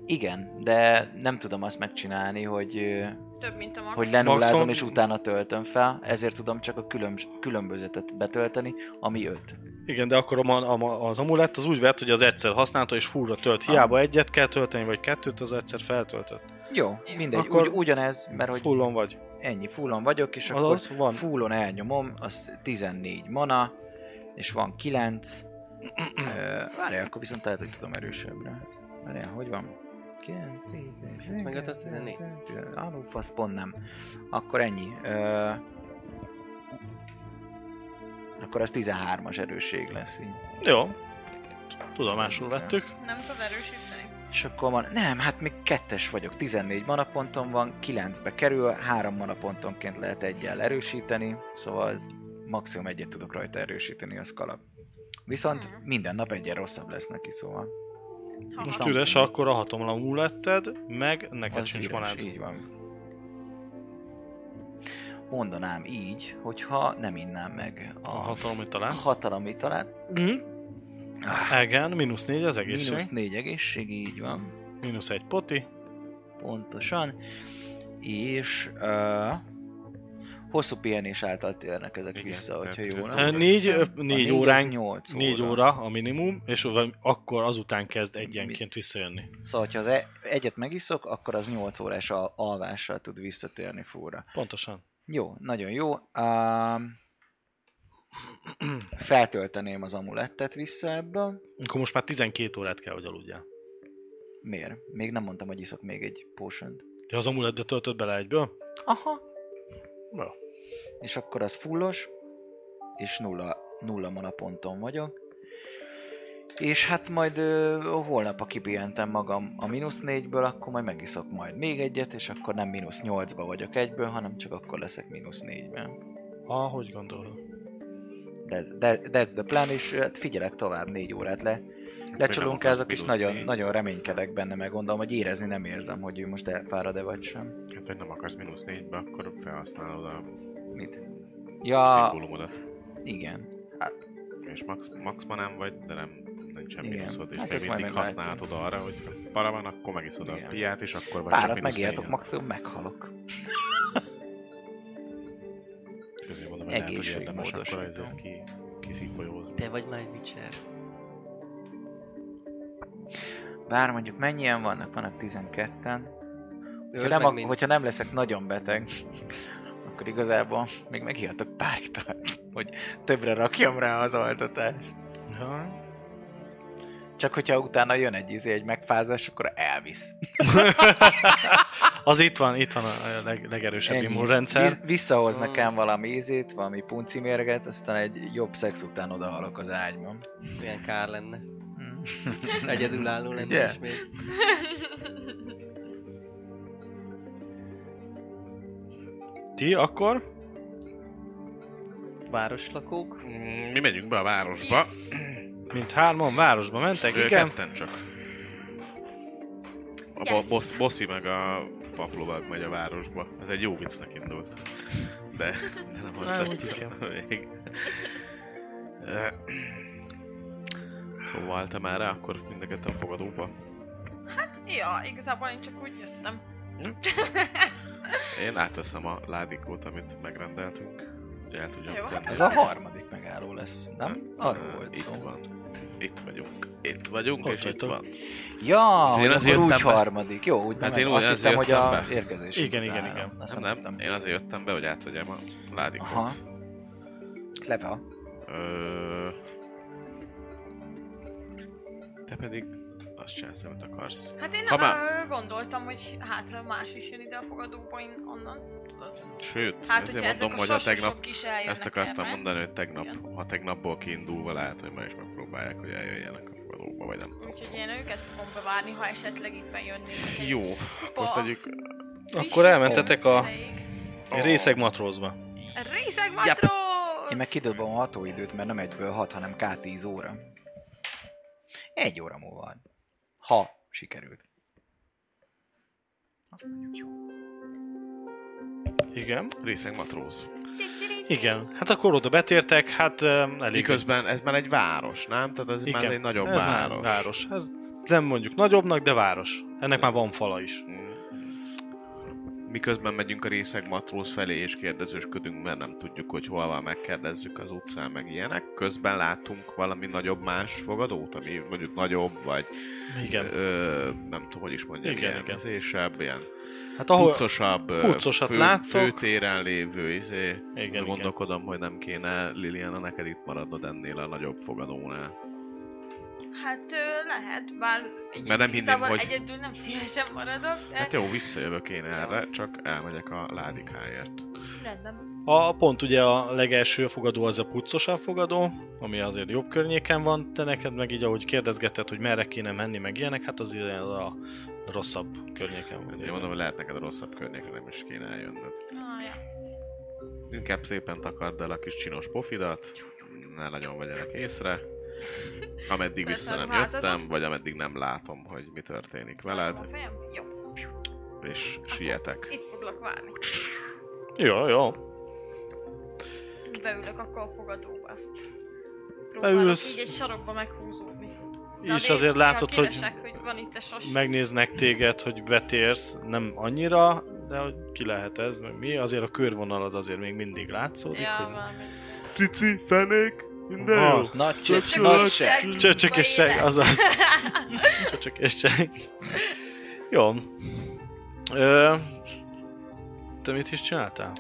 Speaker 5: Igen, de nem tudom azt megcsinálni, hogy, ö,
Speaker 6: Több, mint a max.
Speaker 5: hogy lenullázom
Speaker 2: Maximum-
Speaker 5: és utána töltöm fel, ezért tudom csak a külön, különbözetet betölteni, ami 5.
Speaker 2: Igen, de akkor a, ma- a, ma- az amulett az úgy vett, hogy az egyszer használta és fúra tölt. Hiába egyet kell tölteni, vagy kettőt, az egyszer feltöltött.
Speaker 5: Jó, mindegy,
Speaker 2: Akkor
Speaker 5: Ugy, ugyanez, mert hogy
Speaker 2: Fullon vagy.
Speaker 5: ennyi fullon vagyok, és akkor
Speaker 2: Azaz, van.
Speaker 5: Fullon elnyomom, az 14 mana, és van 9. Ö, Várjál, akkor viszont lehet, hogy tudom erősebbre. Várjál, hogy van? 9, 10,
Speaker 3: Hát, meg öt, az 14.
Speaker 5: Alú, fasz, pont nem. Akkor ennyi. Ö, Akkor az 13-as erősség lesz így.
Speaker 2: Jó. Tudomásul vettük.
Speaker 6: Nem tudod erősíteni.
Speaker 5: És akkor van, nem, hát még kettes vagyok, 14 manaponton van, 9-be kerül, 3 manapontonként lehet egyel erősíteni, szóval az maximum egyet tudok rajta erősíteni, az kalap. Viszont
Speaker 6: Hmm.
Speaker 5: minden nap egyre rosszabb lesz neki, szóval.
Speaker 6: Ha
Speaker 2: Most
Speaker 6: hat-
Speaker 5: Something.
Speaker 2: üres, akkor a hatomlan amuletted, meg neked
Speaker 5: Az
Speaker 2: sincs
Speaker 5: üres,
Speaker 2: manád.
Speaker 5: Így van. Mondanám így, hogyha nem innám meg a,
Speaker 2: A hatalom, amit
Speaker 5: a
Speaker 2: talál.
Speaker 5: hatalom italát.
Speaker 2: Igen, mínusz négy az egészség.
Speaker 5: Mínusz négy egészség, így van.
Speaker 2: Mínusz egy poti.
Speaker 5: Pontosan. És uh, hosszú pihenés által térnek ezek
Speaker 4: Igen,
Speaker 5: vissza,
Speaker 4: tehát
Speaker 5: hogyha jól
Speaker 4: ez-
Speaker 2: Ö,
Speaker 5: nem.
Speaker 2: Négy, ö, négy órán,
Speaker 5: 8
Speaker 2: négy óra a minimum, és vagy akkor azután kezd egyenként visszajönni.
Speaker 5: Szóval, ha az e- egyet megiszok, akkor az 8 órás al- alvással tud visszatérni fúra.
Speaker 2: Pontosan.
Speaker 5: Jó, nagyon jó. Um, feltölteném az amulettet vissza ebből.
Speaker 2: Akkor most már 12 órát kell, hogy aludjál.
Speaker 5: Miért? Még nem mondtam, hogy iszok még egy potion
Speaker 2: Ja, az amuletbe töltöd bele egyből?
Speaker 5: Aha.
Speaker 2: Jó.
Speaker 5: És akkor az fullos, és nulla, nulla mana ponton vagyok. És hát majd ö, holnap, ha kipihentem magam a mínusz négyből, akkor majd megiszok majd még egyet, és akkor nem mínusz nyolcba vagyok egyből, hanem csak akkor leszek mínusz négyben.
Speaker 2: Ahogy gondolod.
Speaker 5: De, de, that's the plan, és hát figyelek tovább négy órát le. Lecsolunk
Speaker 4: nem
Speaker 5: ezek, és
Speaker 4: akarsz
Speaker 5: nagyon,
Speaker 4: mínusz négy.
Speaker 5: nagyon reménykedek benne, meg gondolom, hogy érezni nem érzem, hogy ő most elfárad-e vagy sem.
Speaker 4: Hát, hogy nem akarsz mínusz négybe, akkor felhasználod a
Speaker 5: Mit?
Speaker 4: ja.
Speaker 5: Ja,
Speaker 4: szimbólumodat.
Speaker 5: igen.
Speaker 4: És max, max nem vagy, de nem nincsen
Speaker 5: Igen.
Speaker 4: mínuszod, és
Speaker 5: Hát
Speaker 4: hát
Speaker 5: ezt
Speaker 4: még
Speaker 5: majd
Speaker 4: mindig
Speaker 5: meglátjuk.
Speaker 4: használhatod arra, hogy ha para van, akkor megiszod a
Speaker 5: Igen.
Speaker 4: piát, és akkor vagy
Speaker 5: Párat
Speaker 4: mínusz
Speaker 5: megijedtok,
Speaker 4: négyen.
Speaker 5: maximum meghalok.
Speaker 4: És ezért mondom, hogy lehet, hogy
Speaker 5: Egészség
Speaker 4: érdemes akkor
Speaker 5: módosító.
Speaker 4: ezért ki, kiszipolyózni.
Speaker 3: Te vagy már Witcher.
Speaker 5: Bár mondjuk mennyien vannak? Vannak 12-en.
Speaker 3: Öld
Speaker 5: Hogyha nem,
Speaker 3: meg
Speaker 5: ak-
Speaker 3: mind-
Speaker 5: hogyha nem leszek nagyon beteg, akkor igazából még megijedtok pártal, hogy többre rakjam rá az altatást.
Speaker 2: Ja.
Speaker 5: Csak hogyha utána jön egy izé, egy megfázás, akkor elvisz.
Speaker 2: Az itt van, itt van a leg, legerősebb
Speaker 5: Ennyi.
Speaker 2: immunrendszer.
Speaker 5: Visz- Visszahoz
Speaker 3: Mm.
Speaker 5: nekem valami ízét, valami punci mérget, aztán egy jobb szex után odahalok az ágyban.
Speaker 3: Milyen kár lenne.
Speaker 5: Mm.
Speaker 3: Egyedülálló lenne
Speaker 5: Ugye?
Speaker 3: ismét.
Speaker 2: Ti akkor?
Speaker 3: Városlakók.
Speaker 4: Mm, Mi megyünk be a városba.
Speaker 2: Mint hárman városba mentek,
Speaker 4: Ö,
Speaker 2: igen.
Speaker 4: Ketten csak. Ö, A yes. boss, bossi meg a paplovag megy a városba. Ez egy jó viccnek indult. De, de nem
Speaker 2: Nem,
Speaker 4: azt
Speaker 2: úgy
Speaker 4: látjuk még. Ö, Szóval te már rá, akkor mindeket a fogadóba.
Speaker 6: Ja, igazából én csak úgy jöttem.
Speaker 4: Én átveszem a ládikót, amit megrendeltünk. Ugye el tudjam
Speaker 6: Jó,
Speaker 4: tenni.
Speaker 5: Ez a harmadik megálló lesz, nem? Arról
Speaker 4: Ö,
Speaker 5: volt
Speaker 4: itt
Speaker 5: szó.
Speaker 4: van. Itt vagyunk. Itt vagyunk,
Speaker 2: Ott
Speaker 4: és itt
Speaker 2: vagytok.
Speaker 4: van.
Speaker 5: Ja,
Speaker 4: Úgyhogy én
Speaker 5: hogy
Speaker 4: azért
Speaker 5: akkor úgy
Speaker 4: jöttem be.
Speaker 5: harmadik. Jó, úgy
Speaker 4: Hát
Speaker 5: nem,
Speaker 4: én úgy
Speaker 5: azt
Speaker 4: azért
Speaker 5: hittem, hogy
Speaker 4: jöttem
Speaker 5: a
Speaker 4: be.
Speaker 5: érkezés
Speaker 2: Igen,
Speaker 5: után.
Speaker 2: igen, igen.
Speaker 5: Azt
Speaker 4: Nem,
Speaker 5: nem,
Speaker 4: nem, én azért jöttem be, hogy átvegyem a ládikót.
Speaker 5: Aha. Kleve.
Speaker 4: Ö... Te pedig azt csinálsz, amit akarsz.
Speaker 6: Hát én
Speaker 4: Ha
Speaker 6: nem már... gondoltam, hogy hátra más is jön ide a fogadóba, én onnan.
Speaker 4: Sőt,
Speaker 6: Hát, hogyha
Speaker 4: ezért
Speaker 6: ezek
Speaker 4: mondom,
Speaker 6: a
Speaker 4: hogy a
Speaker 6: sososok
Speaker 4: tegnap...
Speaker 6: is eljönnek
Speaker 4: Ezt akartam
Speaker 6: erre.
Speaker 4: mondani, hogy tegnap,
Speaker 6: Igen.
Speaker 4: ha tegnapból kiindulva lehet, hogy ma is megpróbálják, hogy eljöjjenek a fogadóba, vagy nem.
Speaker 6: Úgyhogy én őket fogom bevárni, ha esetleg itt jönnék.
Speaker 4: Jó, akkor tegyük...
Speaker 2: Akkor elmentetek a
Speaker 4: a-
Speaker 2: részeg matrózba.
Speaker 6: Részeg
Speaker 3: Yep.
Speaker 6: matróz!
Speaker 5: Én meg kidobom a hatóidőt, mert nem egyből 6, hanem K10 óra. Egy óra múlva. van. Ha sikerült. Azt mondjuk jó.
Speaker 2: Igen.
Speaker 4: Részeg matróz.
Speaker 2: Igen. Hát akkor oda betértek, hát em, elég.
Speaker 4: Miközben ez már egy város, nem? Tehát ez már egy nagyobb
Speaker 2: ez
Speaker 4: város.
Speaker 2: Már város. Ez nem mondjuk nagyobbnak, de város. Ennek már van fala is.
Speaker 4: Miközben megyünk a részeg matróz felé és kérdezősködünk, mert nem tudjuk, hogy hol van, megkérdezzük az utcán, meg ilyenek. Közben látunk valami nagyobb más fogadót, ami mondjuk nagyobb, vagy
Speaker 2: Igen.
Speaker 4: Ö, nem tudom, hogy is mondjam,
Speaker 2: Igen,
Speaker 4: ilyen
Speaker 2: igen.
Speaker 4: izésebb, ilyen
Speaker 2: Hát
Speaker 4: Ahol...
Speaker 2: ahol...
Speaker 4: pucosabb, ö,
Speaker 2: pucosat
Speaker 4: fő,
Speaker 2: láttok.
Speaker 4: főtéren lévő izé.
Speaker 2: Igen, igen.
Speaker 4: Gondolkodom, hogy nem kéne Liliana neked itt maradnod ennél a nagyobb fogadónál.
Speaker 6: Hát ö, lehet, bár
Speaker 4: Mert nem hinném,
Speaker 6: igazából
Speaker 4: hogy-
Speaker 6: egyedül nem szívesen maradok, de
Speaker 4: Hát jó, visszajövök én erre, csak elmegyek a ládikáért.
Speaker 6: rendben.
Speaker 2: A, pont ugye a legelső fogadó az a puccosabb fogadó, ami azért jobb környéken van, de neked meg így ahogy kérdezgetted, hogy merre kéne menni, meg ilyenek, hát az ilyen az a rosszabb környéken van.
Speaker 4: Ezért mondom, hogy lehet neked a rosszabb környékre nem is kéne eljönnöd.
Speaker 6: Ah, ja.
Speaker 4: Inkább szépen takard el a kis csinos pofidat, ne nagyon vegyenek észre. Ameddig vissza nem
Speaker 6: Leszarmázatot?
Speaker 4: jöttem, vagy ameddig nem látom, hogy mi történik
Speaker 6: A
Speaker 4: veled,
Speaker 6: fejem? Jó,
Speaker 4: és sietek.
Speaker 6: itt foglak várni.
Speaker 2: Jó, jó.
Speaker 6: Beülök akkor a fogadóba, azt próbálok
Speaker 2: Beülsz.
Speaker 6: így egy sarokba meghúzódni. Na,
Speaker 2: És
Speaker 6: de
Speaker 2: azért
Speaker 6: én
Speaker 2: látod, hogy
Speaker 6: kíváncsiak, hogy van itt a sos.
Speaker 2: megnéznek téged, hogy betérsz, nem annyira, de hogy ki lehet ez, meg mi, azért a körvonalad azért még mindig látszódik,
Speaker 6: Ja,
Speaker 2: hogy...
Speaker 6: valami.
Speaker 4: Cici, fenék, minden
Speaker 2: Aha.
Speaker 4: jó?
Speaker 5: Nagy
Speaker 2: Csöcsök.
Speaker 5: csöcs, nagy
Speaker 6: Csöcsök.
Speaker 5: seg.
Speaker 2: Csöcsök és
Speaker 6: Vagy
Speaker 2: seg,
Speaker 6: élet.
Speaker 2: azaz. Csöcsök és seg. Jó. Ö, te mit is csináltál?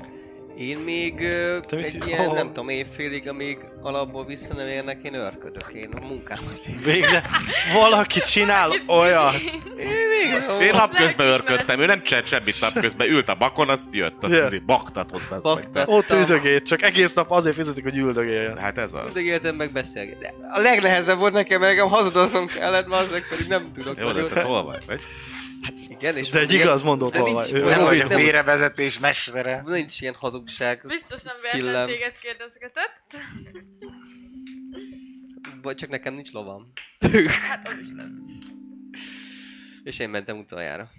Speaker 3: Én még ö,
Speaker 2: Te mit Oh.
Speaker 3: egy
Speaker 2: hisz-
Speaker 3: ilyen,
Speaker 2: Hol?
Speaker 3: nem tudom, évfélig, amíg alapból vissza nem érnek, én örködök. Én a munkámat
Speaker 2: Végre valaki csinál olyat.
Speaker 3: Én még
Speaker 4: Én
Speaker 6: Azt
Speaker 4: napközben
Speaker 6: lelkismeret.
Speaker 4: örködtem, ő nem csinált semmit napközben, ült a bakon, azt jött, azt
Speaker 2: Ja.
Speaker 4: mindig baktatott. azt meg.
Speaker 3: Baktat.
Speaker 2: Ott üldögél, csak egész nap azért fizetik, hogy üldögél.
Speaker 4: Hát ez az.
Speaker 3: Mindig éltem meg beszélgetni. A legnehezebb volt nekem, mert nekem hazudoznom kellett, bazzak pedig nem tudok.
Speaker 4: Jó, de
Speaker 3: nagyon.
Speaker 4: te tol vagy, vagy?
Speaker 3: Igen, és
Speaker 2: De egy
Speaker 3: ilyen-
Speaker 2: igaz mondót
Speaker 3: de
Speaker 2: hol
Speaker 3: nincs-
Speaker 2: vagy. Ő-
Speaker 3: nem
Speaker 2: ő-
Speaker 3: vagy-
Speaker 5: Vagy félrevezetés mestere.
Speaker 3: Nincs ilyen hazugság.
Speaker 6: Biztos nem
Speaker 3: skillem.
Speaker 6: véletlen téged kérdezgetett.
Speaker 3: Vagy csak nekem nincs lovam.
Speaker 6: Hát az is nem.
Speaker 3: És én mentem utoljára.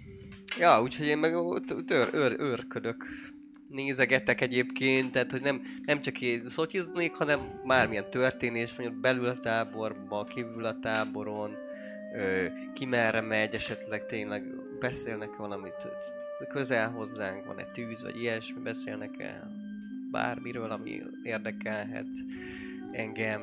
Speaker 3: Ja, úgyhogy én meg ott tör, őr, őrködök. Nézegetek egyébként, tehát hogy nem, nem csak én szotyiznék, hanem bármilyen történés van ott belül a táborba, kívül a táboron, ö, ki merre megy, esetleg tényleg beszélnek valamit közel hozzánk, van-e tűz, vagy ilyesmi, beszélnek-e bármiről, ami érdekelhet engem,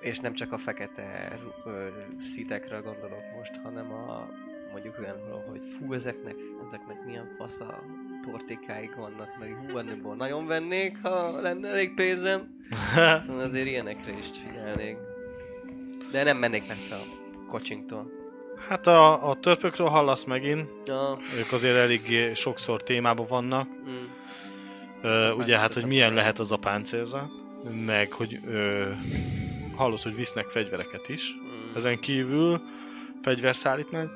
Speaker 3: és nem csak a fekete ö, szitekre gondolok most, hanem a mondjuk olyanról, hogy fú, ezeknek, ezeknek milyen fasz a portékáik vannak, meg hú, ennőből nagyon vennék, ha lenne elég pénzem. Szóval Azért ilyenekre is figyelnék. De nem mennék messze a kocsinktól.
Speaker 2: Hát a, a törpökről hallasz megint,
Speaker 3: Ja,
Speaker 2: ők azért eléggé sokszor témában vannak.
Speaker 3: mm,
Speaker 2: Ö, ugye hát, hogy
Speaker 3: tudtam.
Speaker 2: milyen lehet az a páncélza, meg hogy ö, hallod, hogy visznek fegyvereket is.
Speaker 3: mm.
Speaker 2: Ezen kívül fegyverszállítmány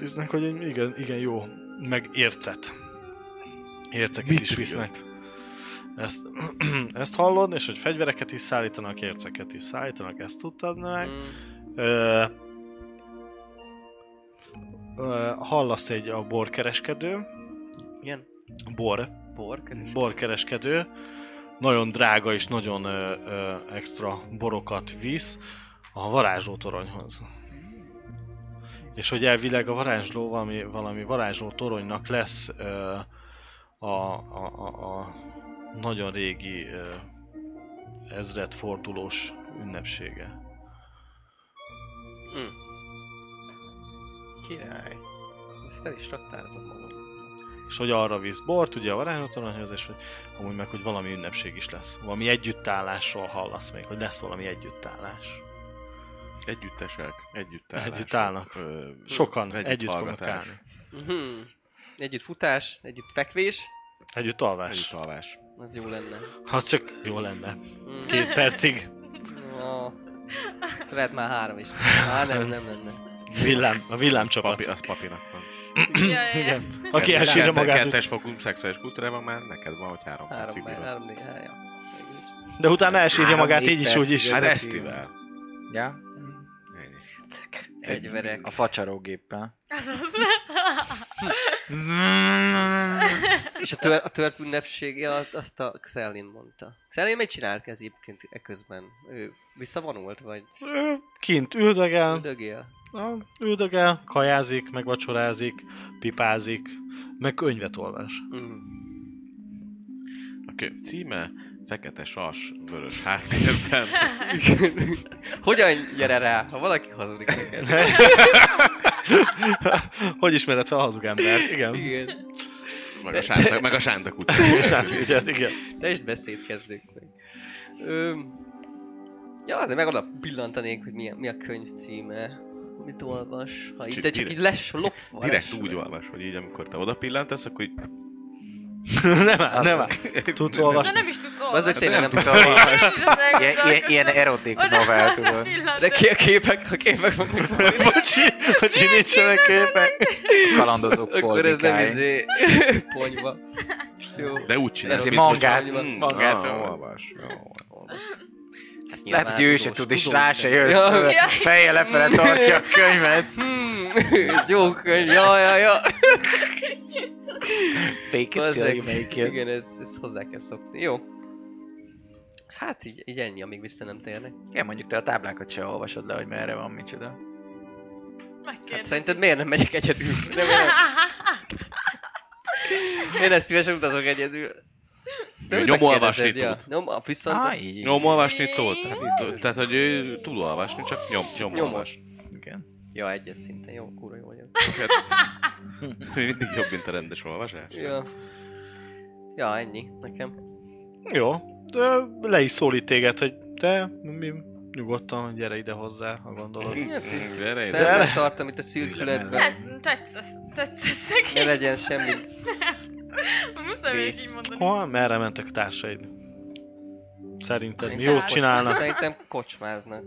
Speaker 2: visznek, hogy egy igen, igen jó, meg ércet. Érceket is visznek. Ezt, ezt hallod, és hogy fegyvereket is szállítanak, érceket is szállítanak, ezt tudtad meg.
Speaker 3: Mm.
Speaker 2: Ö, ö, hallasz egy a borkereskedő,
Speaker 3: Igen?
Speaker 2: bor,
Speaker 3: Bor, keres.
Speaker 2: borkereskedő, nagyon drága és nagyon ö, ö, extra borokat visz a varázslótoronyhoz. És hogy elvileg a varázsló valami, valami varázsló toronynak lesz ö, a, a, a, a nagyon régi ö, ezredfordulós ünnepsége.
Speaker 3: Hm. Király. Ezt el is raktározom magam.
Speaker 2: És hogy arra visz bort, ugye a varázslótoronyhoz, és hogy amúgy meg, hogy valami ünnepség is lesz. Valami együttállásról hallasz még, hogy lesz valami együttállás.
Speaker 4: Együttesek, együttállások.
Speaker 2: Együtt állnak.
Speaker 4: Ö,
Speaker 2: Sokan együtt fognak
Speaker 4: hallgatás,
Speaker 2: állni.
Speaker 3: Mhm. Együtt futás, együtt fekvés.
Speaker 2: Együtt alvás.
Speaker 4: Együtt alvás.
Speaker 3: Az jó lenne.
Speaker 2: Az csak jó lenne.
Speaker 3: Mm.
Speaker 2: Két percig
Speaker 3: Ó. Lehet már három is. Á, nem, nem lenne.
Speaker 2: villám, a villámcsapat.
Speaker 4: Papi, az papinak van.
Speaker 6: Jaj, jaj, jaj.
Speaker 2: Igen. Aki elsírja
Speaker 4: Kettes-
Speaker 2: magát.
Speaker 4: Kettes fokú szexuális kultúrában már neked van, hogy három
Speaker 3: Három,
Speaker 4: percig
Speaker 3: már,
Speaker 4: ülök.
Speaker 3: három, négy, három, ja. Végül is.
Speaker 2: De utána elsírja
Speaker 1: Három,
Speaker 2: magát
Speaker 1: négy
Speaker 2: így is,
Speaker 1: perc,
Speaker 2: úgy is.
Speaker 4: Hát
Speaker 1: Ez
Speaker 4: esztivel.
Speaker 5: Ja?
Speaker 4: Ennyi.
Speaker 3: Fegyverek.
Speaker 5: A facsarógéppel.
Speaker 6: Azaz.
Speaker 3: És a, tör, a törp ünnepsége a- azt a Xelin mondta. Xelin mit csinált ez egyébként eközben? Ő visszavonult, vagy
Speaker 2: Ö, Kint üldögel,
Speaker 3: üldögél?
Speaker 2: na, üldögel, kajázik, meg vacsorázik, pipázik, meg könyvet olvas.
Speaker 4: Mhm.
Speaker 3: Mm.
Speaker 4: A könyv címe Fekete Sas Vörös Háttérben.
Speaker 3: Hogyan gyere rá, ha valaki hazudik neked?
Speaker 2: Hogy ismered fel a hazug embert? Igen.
Speaker 3: Igen.
Speaker 4: Meg a Sánta, meg a Sánta kutya.
Speaker 2: És hát, ugye, igen.
Speaker 3: Te is beszéd kezdők meg. Öm, ja, de meg oda pillantanék, hogy mi a, mi a könyv címe. Mit olvas? Ha itt, de csak így lesz lopva.
Speaker 4: Direkt
Speaker 3: lesz-
Speaker 4: úgy olvas, hogy így amikor te oda pillantasz, akkor így...
Speaker 2: Nem áll, nem áll. Tudsz
Speaker 6: De
Speaker 2: olvasni?
Speaker 6: nem is tudsz olvasni.
Speaker 5: Hát
Speaker 3: Azok tényleg nem
Speaker 4: tudtam
Speaker 3: tudom.
Speaker 6: Nem is tudsz
Speaker 5: Ilyen, ilyen, ilyen erotik novell, tudod.
Speaker 3: De ki a képek, a képek vannak.
Speaker 2: Bocsi, bocsi, nincsenek képek.
Speaker 5: Kalandozók
Speaker 3: Akkor ez nem
Speaker 5: politikái.
Speaker 3: izé ponyva. Jó.
Speaker 4: De úgy csinálsz,
Speaker 3: Ez egy
Speaker 4: mint hogy-
Speaker 5: mangát-
Speaker 4: Mm,
Speaker 5: mangát
Speaker 4: ah,
Speaker 5: olvas.
Speaker 4: olvas. jó.
Speaker 5: Lehet, hogy ő se tud, és rá se jössz.
Speaker 3: hát Ja,
Speaker 5: tudod. Fejjel lefele tartja a könyvet.
Speaker 3: hmm, ez jó könyv, ja, ja, ja.
Speaker 5: Fake it till
Speaker 3: Bazzeg.
Speaker 5: you make it.
Speaker 3: Igen, ez, ez hozzá kell szokni. Jó. Hát így, így ennyi, amíg vissza nem térnek.
Speaker 5: Igen, mondjuk te a táblákat se olvasod le, hogy merre van micsoda.
Speaker 3: Hát szerinted miért nem megyek egyedül? Nem, nem. Miért nem szívesen utazok egyedül?
Speaker 4: Ő
Speaker 3: mit
Speaker 4: nyomolvasni
Speaker 3: megkérdezed,
Speaker 4: tud.
Speaker 3: Nyom, ah, viszont
Speaker 5: Á,
Speaker 3: az...
Speaker 5: így.
Speaker 4: Nyomolvasni tud?
Speaker 6: Jó.
Speaker 4: Hát, Tehát, hogy ő tud olvasni, csak nyom, nyomolvas.
Speaker 5: Igen.
Speaker 3: Ja, egyes szinten. Jó, kurva jó vagyok.
Speaker 4: Hát, mindig jobb, mint a rendes olvasás.
Speaker 3: Ja. Ja, ennyi nekem.
Speaker 2: Jó, de le is szólít téged, hogy te mi, nyugodtan gyere ide hozzá, ha gondolod.
Speaker 3: Hát így-
Speaker 4: Gyere ide.
Speaker 3: Szemben tartom itt a szürkületben.
Speaker 6: Hát, tetszesz, tetszesz neki.
Speaker 3: Ne legyen semmi.
Speaker 6: Muszáj még
Speaker 3: Vész.
Speaker 6: így mondani.
Speaker 2: Hol, merre mentek a társaid? Szerinted mi
Speaker 3: Szerintem
Speaker 2: jót
Speaker 3: kocs-
Speaker 2: csinálnak?
Speaker 3: Szerintem kocsmáznak.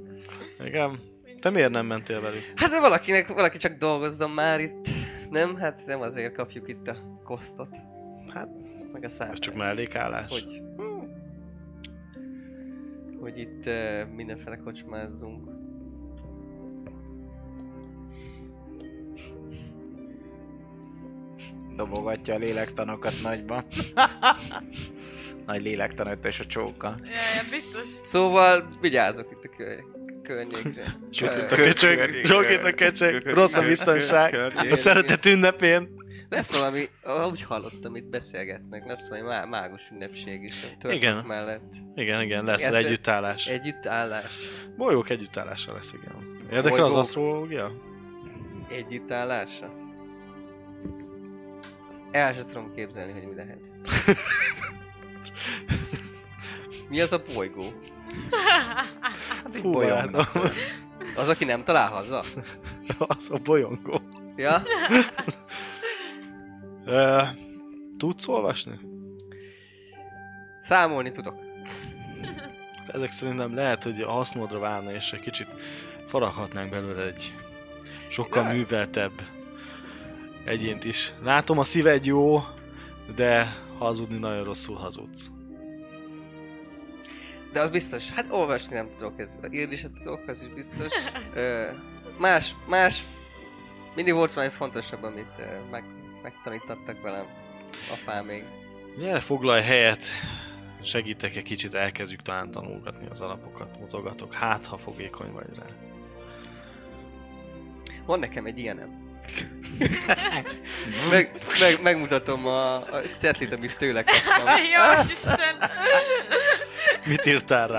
Speaker 2: Igen. Te miért nem mentél velük?
Speaker 3: Hát mert valakinek, valaki csak dolgozzon már itt. Nem? Hát nem azért kapjuk itt a kosztot.
Speaker 2: Hát,
Speaker 3: Meg a
Speaker 2: Ez
Speaker 3: számot.
Speaker 2: csak mellékállás.
Speaker 3: Hogy... Hogy itt uh, mindenféle kocsmázzunk.
Speaker 5: Dobogatja a lélektanokat nagyban. Nagy lélektan ötös a csóka.
Speaker 6: Jaj, jaj, biztos.
Speaker 3: Szóval vigyázok itt a kör- környékre.
Speaker 2: Zsók itt a
Speaker 3: Ö,
Speaker 2: köcsög, Zsók itt a köcsög, rossz a biztonság. A szeretet ünnepén.
Speaker 3: Lesz valami, ahogy hallottam, itt beszélgetnek, lesz valami má- mágus ünnepség is a törpök
Speaker 2: Igen.
Speaker 3: mellett.
Speaker 2: Igen, igen, lesz
Speaker 3: Ez-
Speaker 2: együttállás.
Speaker 3: Együttállás.
Speaker 2: Bolyók együttállása lesz, igen. Érdekel az
Speaker 3: Bolygók.
Speaker 2: asztrológia?
Speaker 3: Együttállása? Azt el sem tudom képzelni, hogy mi lehet. mi az a bolygó?
Speaker 2: Fú, hát
Speaker 5: bolyongnak.
Speaker 2: barátom,
Speaker 3: Az, aki nem talál haza?
Speaker 2: az a bolyongó.
Speaker 3: Ja?
Speaker 2: Ö, Tudsz olvasni?
Speaker 3: Számolni tudok.
Speaker 2: Ezek szerintem lehet, hogy a hasznodra válna, és egy kicsit faraghatnánk belőle egy sokkal
Speaker 4: Lehet.
Speaker 2: műveltebb egyént is. Látom, a szíved jó, de hazudni nagyon rosszul hazudsz.
Speaker 3: De az biztos. Hát olvasni nem tudok, ez írni sem tudok, az is biztos. Ö, más, más Mindig volt valami fontosabb, amit ö, meg, megtanítattak velem. Apám még.
Speaker 2: Gyere, foglalj helyet, segítek egy kicsit, elkezdjük talán tanulgatni az alapokat, mutogatok, hát ha fogékony vagy rá.
Speaker 3: Van nekem egy ilyenem. meg, meg, megmutatom a, a cetlit, amit tőle kaptam.
Speaker 6: Jó, Isten!
Speaker 2: Mit írtál rá?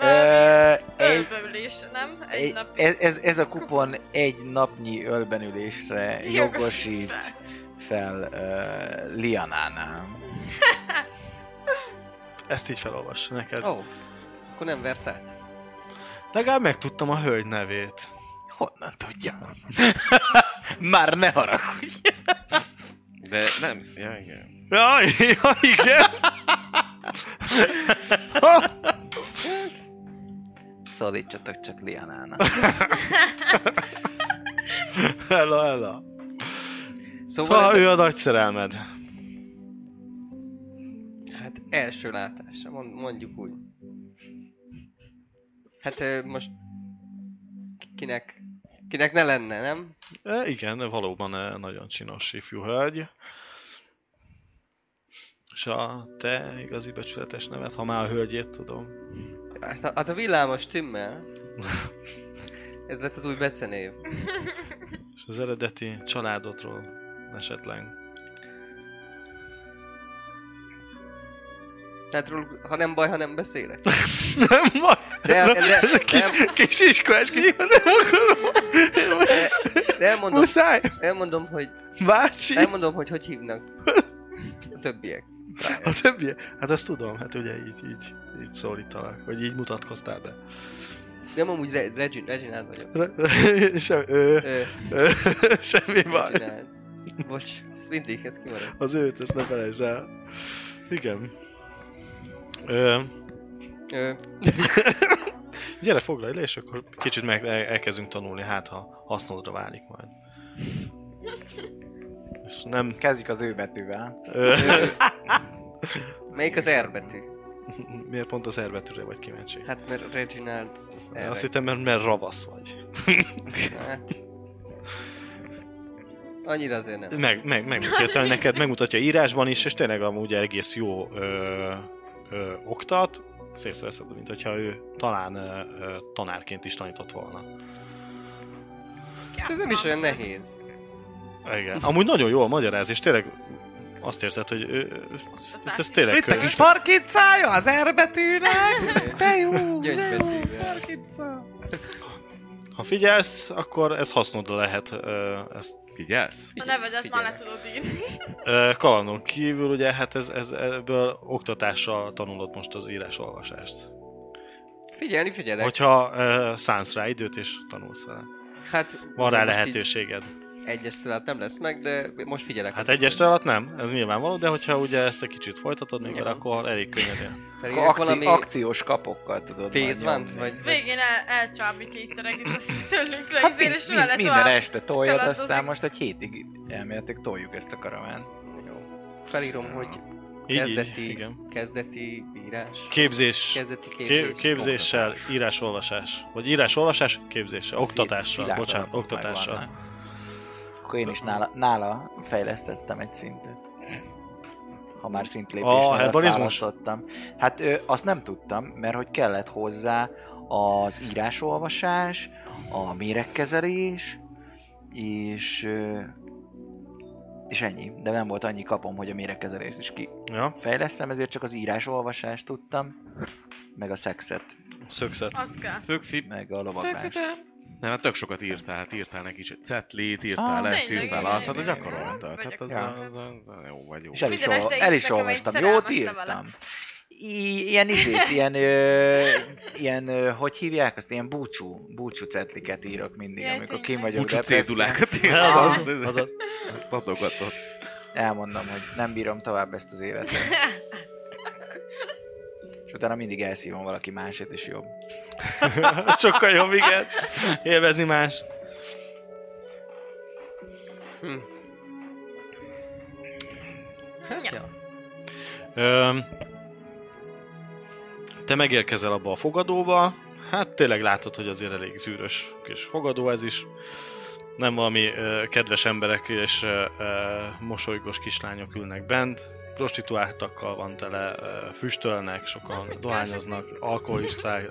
Speaker 5: Ö, egy,
Speaker 6: Ölbevülés, nem? Egy
Speaker 5: egy,
Speaker 6: napi.
Speaker 5: ez, ez, ez a kupon egy napnyi ölbenülésre jogosít
Speaker 6: Jogosít
Speaker 5: fel uh, Lianánál.
Speaker 2: Ezt így felolvas neked.
Speaker 3: Ó, oh, akkor nem vert át.
Speaker 2: Legalább megtudtam a hölgy nevét.
Speaker 5: Honnan tudja? Már ne haragudj!
Speaker 4: De nem, ja, igen.
Speaker 2: Jaj, ja, igen!
Speaker 5: Szólítsatok csak Lianának.
Speaker 2: Ella, ella.
Speaker 3: Szóval,
Speaker 2: Szóval
Speaker 3: ez,
Speaker 2: ő a nagy szerelmed.
Speaker 3: hát első látásra, mond- mondjuk úgy. Hát ö, most kinek, kinek ne lenne, nem?
Speaker 2: E, igen, valóban e, nagyon csinos ifjú hölgy. És a te igazi becsületes nevet, ha már a hölgyét tudom.
Speaker 3: Hát a, hát a villámos timmel. Ez lett az új becenév.
Speaker 2: És az eredeti családodról esetleg.
Speaker 3: Tehát Hát róluk, ha nem baj, ha nem beszélek.
Speaker 2: Nem baj!
Speaker 3: De, de, de, de,
Speaker 2: kis iskolás, nem akarom!
Speaker 3: de, de elmondom,
Speaker 2: Muszáj!
Speaker 3: elmondom, hogy,
Speaker 2: Bácsi!
Speaker 3: elmondom, hogy hogy hívnak a többiek.
Speaker 2: A többi? Hát ezt tudom, hát ugye így, így, így szólítalak, vagy így mutatkoztál be.
Speaker 3: Nem amúgy Re- Regin, Reginald vagyok.
Speaker 2: Sem, ö,
Speaker 3: Ö,
Speaker 2: ö, semmi baj.
Speaker 3: Reginald. Bocs, ez mindig, ez kimaradt.
Speaker 2: Az őt, ezt ne felejtsd el. Igen. Ö,
Speaker 3: Ö,
Speaker 2: gyere, foglalj le, és akkor kicsit meg el- elkezdünk tanulni, hát ha hasznodra válik majd. És nem...
Speaker 5: Kezdjük az ő betűvel.
Speaker 2: Ö,
Speaker 3: melyik az R betű?
Speaker 2: miért pont az erbetűre vagy kíváncsi?
Speaker 3: Hát mert Reginald az R.
Speaker 2: Azt hittem, mert, mert ravasz vagy.
Speaker 3: Hát. Annyira azért nem.
Speaker 2: Meg, meg, megmutatja neked, megmutatja írásban is, és tényleg amúgy egész jó ö, ö, oktat, szétszereszed, mint hogyha ő talán ö, ö, tanárként is tanított volna.
Speaker 3: Hát Ez nem is olyan nehéz.
Speaker 2: Igen. Amúgy nagyon jól magyaráz, és tényleg azt érzed, hogy ö, ö, itt ez tényleg
Speaker 6: Itt a
Speaker 2: könyv.
Speaker 6: kis
Speaker 5: farkicája az erbetűnek?
Speaker 3: Ö,
Speaker 5: jó!
Speaker 3: Gyöngybetűvel.
Speaker 5: farkica!
Speaker 2: Ha figyelsz, akkor ez hasznodra lehet. Ö, ezt.
Speaker 4: Figyelsz?
Speaker 6: A nevedet már le
Speaker 3: figyelek.
Speaker 6: tudod írni.
Speaker 2: Ö, kalandon kívül ugye, hát ez, ez, ebből oktatással tanulod most az írásolvasást.
Speaker 3: Figyelni, figyelek.
Speaker 2: Hogyha ö, szánsz rá időt, és tanulsz rá.
Speaker 3: Hát,
Speaker 2: Van
Speaker 3: ugye
Speaker 2: rá
Speaker 3: most
Speaker 2: lehetőséged.
Speaker 3: így Egyes találat nem lesz meg, de most figyelek.
Speaker 2: Hát
Speaker 3: az
Speaker 2: egy este
Speaker 3: összes.
Speaker 2: alatt nem, ez nyilvánvaló, de hogyha ugye ezt egy kicsit folytatod még
Speaker 3: Jó.
Speaker 2: vele, akkor elég könnyedén.
Speaker 3: Pedig
Speaker 5: Akkor akci-
Speaker 3: valami
Speaker 5: akciós kapokkal tudod
Speaker 3: pénz
Speaker 5: majd
Speaker 3: van,
Speaker 5: nyomni.
Speaker 3: vagy... vagy-
Speaker 6: Végén el, elcsábít így a regit, azt tőlünk
Speaker 5: Hát
Speaker 6: legzél,
Speaker 5: mind,
Speaker 6: és
Speaker 5: mind,
Speaker 6: vele
Speaker 5: minden
Speaker 6: tovább.
Speaker 5: este toljad,
Speaker 6: kalandozik.
Speaker 5: aztán most egy hétig elméletek toljuk ezt a karavánt.
Speaker 3: Felírom, hogy
Speaker 2: Így, így,
Speaker 3: Kezdeti.
Speaker 2: igen.
Speaker 3: kezdeti írás.
Speaker 2: Képzés,
Speaker 3: Kezdeti képzés.
Speaker 2: ké- képzéssel,
Speaker 3: oktatás.
Speaker 2: írásolvasás. Vagy írásolvasás, képzéssel, oktatással,
Speaker 5: Világban
Speaker 2: bocsánat,
Speaker 5: vannak,
Speaker 2: oktatással.
Speaker 5: megvannak. Akkor én is nála, nála fejlesztettem egy szintet. Ha már
Speaker 2: A
Speaker 5: szintlépésnél azt
Speaker 2: helbanizmus?
Speaker 5: választottam. Hát ö, azt nem tudtam, mert hogy kellett hozzá az írásolvasás, a méregkezelés, és ö, és ennyi. De nem volt annyi kapom, hogy a méregkezelést is
Speaker 2: Ja,
Speaker 5: kifejlesztem, ezért csak az írásolvasást tudtam, meg a szexet,
Speaker 2: szökszet.
Speaker 6: Az kell.
Speaker 4: Szökszi.
Speaker 5: meg a lovaglást.
Speaker 4: Nem, hát tök sokat írtál, hát írtál neki is egy cetlét, írtál
Speaker 5: Ah,
Speaker 4: ezt,
Speaker 6: tényleg,
Speaker 4: írtál
Speaker 6: igen,
Speaker 4: azt, hát a
Speaker 6: igen,
Speaker 4: gyakoroltad.
Speaker 6: igen.
Speaker 4: Hát az,
Speaker 5: Ja.
Speaker 4: az, az, az, jó vagy jó.
Speaker 5: És el is,
Speaker 6: Minden
Speaker 5: olva,
Speaker 6: este
Speaker 5: el is
Speaker 6: is nekem egy
Speaker 5: olvastam. Jót
Speaker 6: szerelmes
Speaker 5: írtam.
Speaker 6: levelet.
Speaker 5: I- ilyen izét, ilyen, ö, ilyen ö, hogy hívják azt? Ilyen búcsú, búcsú cetliket írok mindig,
Speaker 6: Jaj,
Speaker 5: amikor kim
Speaker 6: tényleg.
Speaker 5: vagyok
Speaker 4: Búcsú
Speaker 5: depresszió.
Speaker 4: cédulákat
Speaker 2: Az az,
Speaker 4: írtál.
Speaker 2: az az.
Speaker 4: hát Adogatott.
Speaker 5: Elmondom, hogy nem bírom tovább ezt az életet. És utána mindig elszívom valaki másét, és jobb.
Speaker 2: Az sokkal jobb, igen. Élvezni más.
Speaker 3: Hm. Hát, ja.
Speaker 2: Öm, te megérkezel abba a fogadóba, hát tényleg látod, hogy azért elég zűrös kis fogadó ez is. nem valami ö, kedves emberek és ö, ö, mosolygós kislányok ülnek bent, prostituáltakkal van tele, ö, füstölnek, sokan dohányoznak, alkoholisták,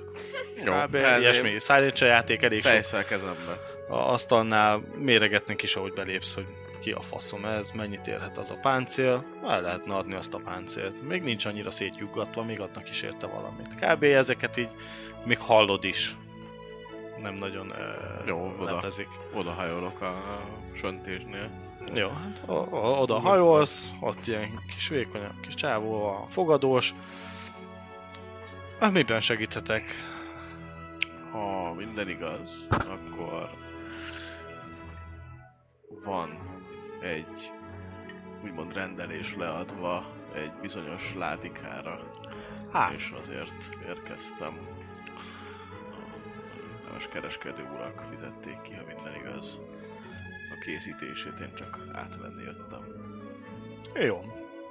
Speaker 4: Jó,
Speaker 2: kb.
Speaker 4: hát
Speaker 2: ilyesmi.
Speaker 4: én
Speaker 2: Silent Chair játék elég sok
Speaker 4: Fejszel kezembe.
Speaker 2: a asztalnál méregetnek is, ahogy belépsz, hogy ki a faszom ez, mennyit érhet az a páncél, el lehetne adni azt a páncélt. Még nincs annyira szétjuggatva, még adnak is érte valamit. Kb. ezeket így még hallod is. Nem nagyon
Speaker 4: Jó,
Speaker 2: uh,
Speaker 4: oda.
Speaker 2: leplezik.
Speaker 4: Oda hajolok a söntésnél.
Speaker 2: Jó, hát o- o- oda hajolsz, ott ilyen kis vékony a kis csávó, a fogadós. Hát miben segíthetek?
Speaker 4: Ha minden igaz, akkor van egy úgymond rendelés leadva egy bizonyos ládikára.
Speaker 2: Há.
Speaker 4: És azért érkeztem. A Most kereskedő urak fizették ki, ha minden igaz. A készítését én csak átvenni jöttem.
Speaker 2: Jó,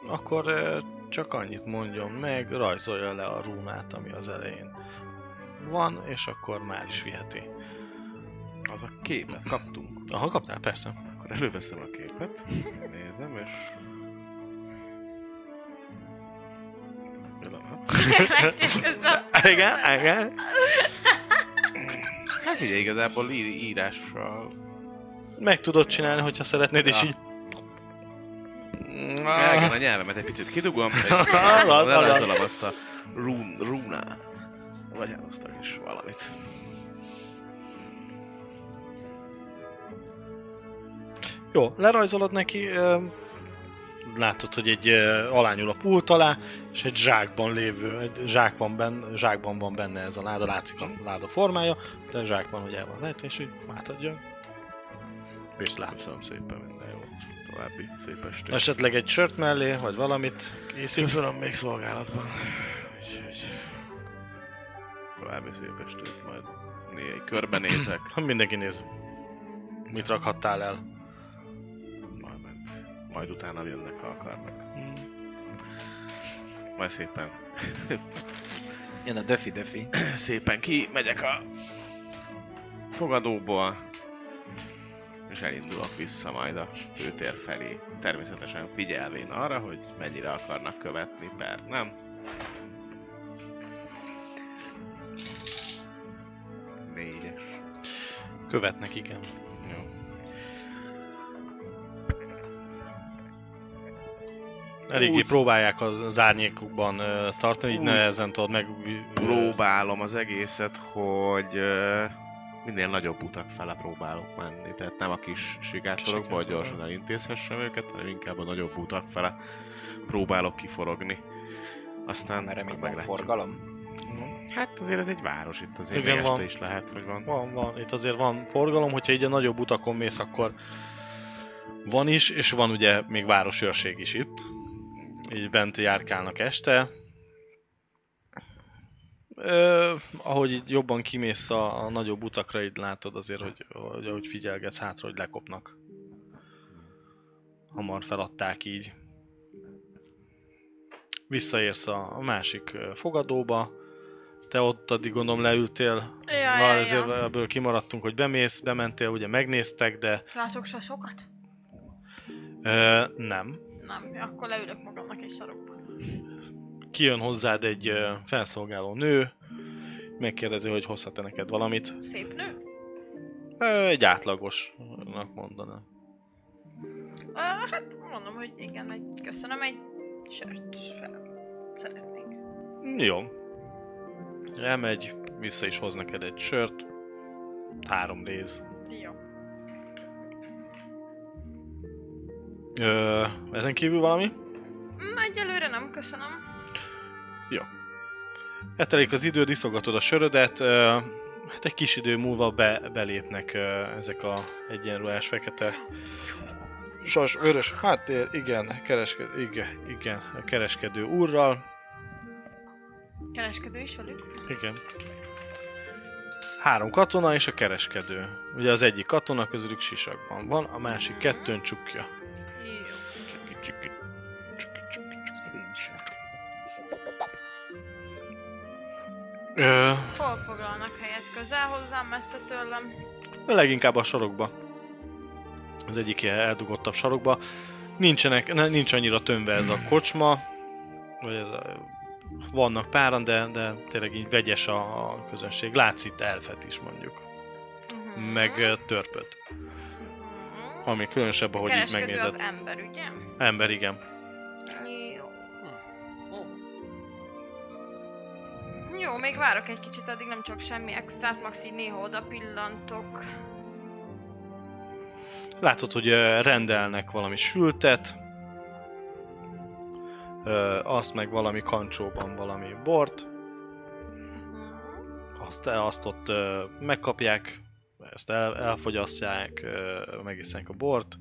Speaker 2: akkor ö, csak annyit mondjon meg, rajzolja le a rúnát, ami az elején van, és akkor már is viheti.
Speaker 4: Az a képet kaptunk.
Speaker 2: Aha, kaptál, persze.
Speaker 4: Akkor előveszem a képet, nézem, és... Jelen, hát.
Speaker 6: Kerektés közben.
Speaker 4: Igen, igen. Hát ugye igazából ír, írással...
Speaker 2: Meg tudod csinálni, hogyha szeretnéd, és
Speaker 4: Ja.
Speaker 2: így...
Speaker 4: Igen, a nyelvemet egy picit kidugom, és
Speaker 2: Ah. Az, az, az.
Speaker 4: elrajzolom azt a rún, rúnát. Vagy hát azt a kis valamit.
Speaker 2: Jó, lerajzolod neki, ö, látod, hogy egy ö, alányul a pult alá, és egy zsákban lévő, egy zsák van benne, zsákban van benne ez a láda, látszik a láda formája, de zsákban, hogy el van lehet, és így átadja. Pészlát.
Speaker 4: Köszönöm szépen, minden jó. További szép estét.
Speaker 2: Esetleg egy sört mellé, vagy valamit készít.
Speaker 4: Köszönöm még szolgálatban. Úgyhogy... További szép estét, majd né, körbenézek.
Speaker 2: Ha mindenki néz, mit rakhattál el.
Speaker 4: Majd, ment. majd utána jönnek, ha akarnak. Majd szépen
Speaker 5: Jön a döfi-döfi.
Speaker 4: szépen ki, megyek a fogadóból, és elindulok vissza majd a főtér felé. Természetesen figyelvén arra, hogy mennyire akarnak követni, per nem. Négyes.
Speaker 2: Követnek, igen.
Speaker 4: Jó.
Speaker 2: Eléggé
Speaker 4: Úgy.
Speaker 2: próbálják az, az árnyékukban ö, tartani, így
Speaker 4: Úgy.
Speaker 2: nehezen tudod meg...
Speaker 4: Próbálom az egészet, hogy ö, minél nagyobb utak fele próbálok menni. Tehát nem a kis sikátorokból
Speaker 2: Sikátorokba.
Speaker 4: gyorsan elintézhessem őket, hanem inkább a nagyobb utak fele próbálok kiforogni. Aztán
Speaker 5: Mert még
Speaker 4: majd
Speaker 5: van
Speaker 4: meglátjuk.
Speaker 5: forgalom.
Speaker 4: Hát azért ez egy város itt, azért
Speaker 2: Igen,
Speaker 4: Igen, még
Speaker 2: van.
Speaker 4: este is lehet, hogy van.
Speaker 2: Van, van, itt azért van forgalom, hogyha így a nagyobb utakon mész, akkor van is, és van ugye még városőrség is itt. Így bent járkálnak este. Ö, ahogy így jobban kimész a, a nagyobb utakra, így látod azért, hogy, hogy ahogy figyelgetsz hátra, hogy lekopnak. Hamar feladták így. Visszaérsz a a másik ö, fogadóba. Te ott addig gondolom leültél
Speaker 6: Ja,
Speaker 2: Na,
Speaker 6: ja,
Speaker 2: ezért
Speaker 6: ja.
Speaker 2: ebből kimaradtunk, hogy bemész, bementél, ugye megnéztek, de
Speaker 6: Látok se sokat?
Speaker 2: ö, nem.
Speaker 6: Nem, akkor leülök magamnak egy sarokba.
Speaker 2: Kijön hozzád egy ö, felszolgáló nő, megkérdezi, hogy hozhat-e neked valamit.
Speaker 6: Szép nő?
Speaker 2: Ö, egy átlagosnak mondanám.
Speaker 6: Ö, hát mondom, hogy igen, egy, köszönöm, egy sört fel. Szeretnék.
Speaker 2: Jó. Elmegy, vissza is hoz neked egy sört. Három réz.
Speaker 6: Jó.
Speaker 2: Ö, ezen kívül valami?
Speaker 6: Mm, Egyelőre nem köszönöm.
Speaker 2: Eltelik az idő, diszogatod a sörödet, ö, hát egy kis idő múlva be, belépnek ö, ezek a egyenruhás fekete sas, vörös háttér, igen, kereskedő, igen, igen, a kereskedő úrral,
Speaker 6: Kereskedő is velük?
Speaker 2: igen. Három katona és a kereskedő. Ugye az egyik katona közülük sisakban van, a másik kettőn csukja.
Speaker 6: Jó.
Speaker 2: Ö,
Speaker 6: Hol foglalnak helyet? Közel hozzám, messze tőlem?
Speaker 2: leginkább a sorokba. az egyik ilyen eldugottabb sarokba. Nincsenek, ne, nincs annyira tömve ez a kocsma, vagy ez a, vannak páran, de, de tényleg így vegyes a, a közönség. Látsz itt elfet is mondjuk,
Speaker 6: Uh-huh.
Speaker 2: meg ö, törpöt,
Speaker 6: Uh-huh.
Speaker 2: ami különösebb, ahogy így
Speaker 6: Kereskedő
Speaker 2: megnézed.
Speaker 6: az ember, ugye?
Speaker 2: Ember, igen.
Speaker 6: Jó. Jó, még várok egy kicsit, addig nem csak semmi extrát, max így néha oda pillantok.
Speaker 2: Látod, hogy ö, rendelnek valami sültet, ö, azt meg valami kancsóban valami bort,
Speaker 6: Mhm.
Speaker 2: azt, e, azt ott ö, megkapják, ezt el, elfogyasztják, ö, megisznek a bort,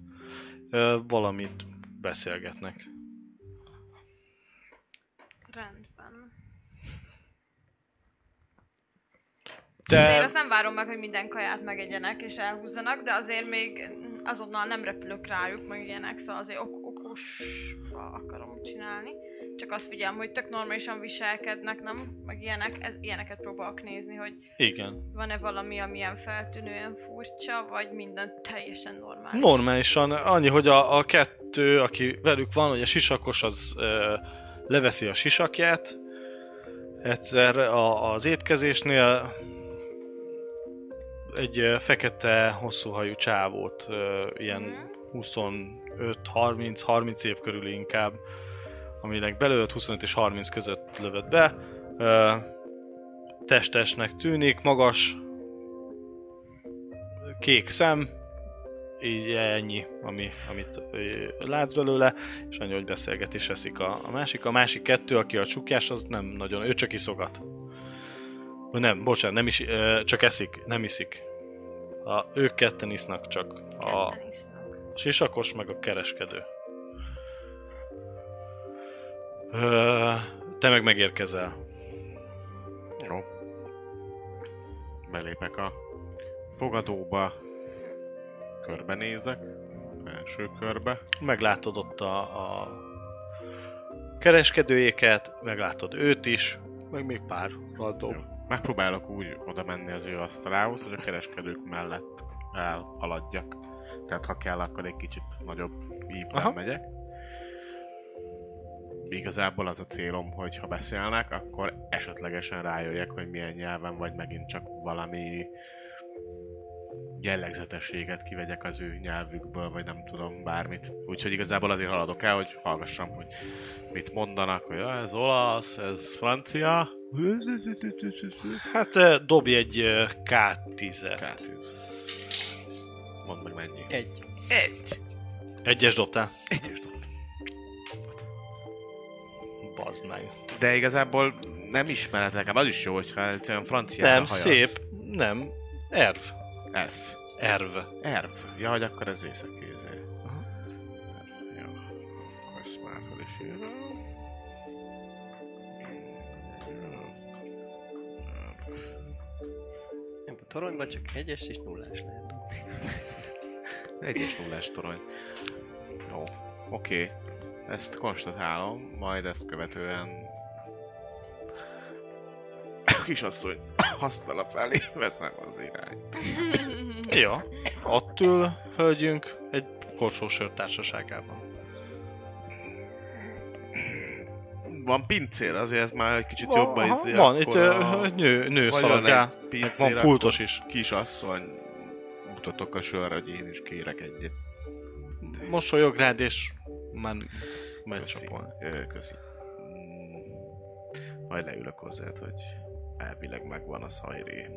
Speaker 2: ö, valamit beszélgetnek.
Speaker 6: Rendben. De... Azért
Speaker 2: Te
Speaker 6: azt nem várom meg, hogy minden kaját megegyenek és elhúzzanak, de azért még azonnal nem repülök rájuk, meg ilyenek, szóval azért ok okos akarom csinálni. Csak azt figyelem, hogy tök normálisan viselkednek, nem? Meg ilyenek, ez, ilyeneket próbálok nézni, hogy
Speaker 2: igen.
Speaker 6: Van-e valami, ami ilyen feltűnően furcsa, vagy minden teljesen normális?
Speaker 2: Normálisan, annyi, hogy a, a kettő, aki velük van, hogy a sisakos, az ö, leveszi a sisakját, egyszer a, az étkezésnél egy ö, fekete, hosszúhajú csávót, ö, ilyen
Speaker 6: Mhm.
Speaker 2: 25-30-30 év körül inkább, aminek belőtt 25 és 30 között lövött be. Ö, testesnek tűnik, magas, kék szem, így ennyi, ami, amit ö, látsz belőle, és annyi, hogy beszélget és eszik a, a másik. A másik kettő, aki a csukjás, az nem nagyon, ő csak iszogat. Vagy Nem, bocsánat, nem is, ö, csak eszik, nem iszik. A, ők ketten isznak csak. A,
Speaker 6: Ketten isznak.
Speaker 2: sisakos, meg a kereskedő. Ö, te meg megérkezel.
Speaker 4: Jó. Belépek a fogadóba. Körbenézek. Első körbe.
Speaker 2: Meglátod ott a, a kereskedőjéket, meglátod őt is, meg még pár
Speaker 4: Jó.
Speaker 2: random.
Speaker 4: Megpróbálok úgy oda menni az ő asztalához, hogy a kereskedők mellett elhaladjak. Tehát ha kell, akkor egy kicsit nagyobb
Speaker 2: Aha.
Speaker 4: ívben megyek. Igazából az a célom, hogy ha beszélnek, akkor esetlegesen rájöjjek, hogy milyen nyelven, vagy megint csak valami jellegzetességet kivegyek az ő nyelvükből, vagy nem tudom, bármit. Úgyhogy igazából azért haladok el, hogy hallgassam, hogy mit mondanak, hogy "Ah, ez olasz, ez francia.
Speaker 2: Hát ö, dobj egy ö, K10-et.
Speaker 4: K10. Mondd meg mennyi.
Speaker 3: Egy.
Speaker 2: Egyes dobtál?
Speaker 4: Egyes dob.
Speaker 2: Bazd meg.
Speaker 4: De igazából nem ismered nekem, az is jó, hogyha egyszerűen francia
Speaker 2: nem, szép. Nem. Erv.
Speaker 4: Elf.
Speaker 2: Erv.
Speaker 4: Erv. Ja, hogy akkor ez északi izé. Erv. Jó. Akkor ezt már fel is írom.
Speaker 3: Nem, a toronyban csak egyes és nullás lehet.
Speaker 4: Egyes nullás torony. Jó. Oké. Ezt konstatálom, majd ezt követően a kisasszony használat felé veszem az irányt.
Speaker 2: Ja. Ott ül, hölgyünk, egy korsósör társaságában.
Speaker 4: Van pincér, azért ez már egy kicsit
Speaker 2: Van-
Speaker 4: jobban
Speaker 2: aha,
Speaker 4: izé,
Speaker 2: Van,
Speaker 4: akkor
Speaker 2: itt
Speaker 4: a-
Speaker 2: ö, nő, nő
Speaker 4: Vajon
Speaker 2: szaladgál,
Speaker 4: egy
Speaker 2: meg
Speaker 4: pincér,
Speaker 2: van pultos is.
Speaker 4: kisasszony, mutatok a sörre, hogy én is kérek egyet.
Speaker 2: Mosolyog rád, és már megy
Speaker 4: Köszi.
Speaker 2: csak volna.
Speaker 4: Ö, Köszi. Mm, Majd leülök hozzád, hogy elvileg megvan a szajré.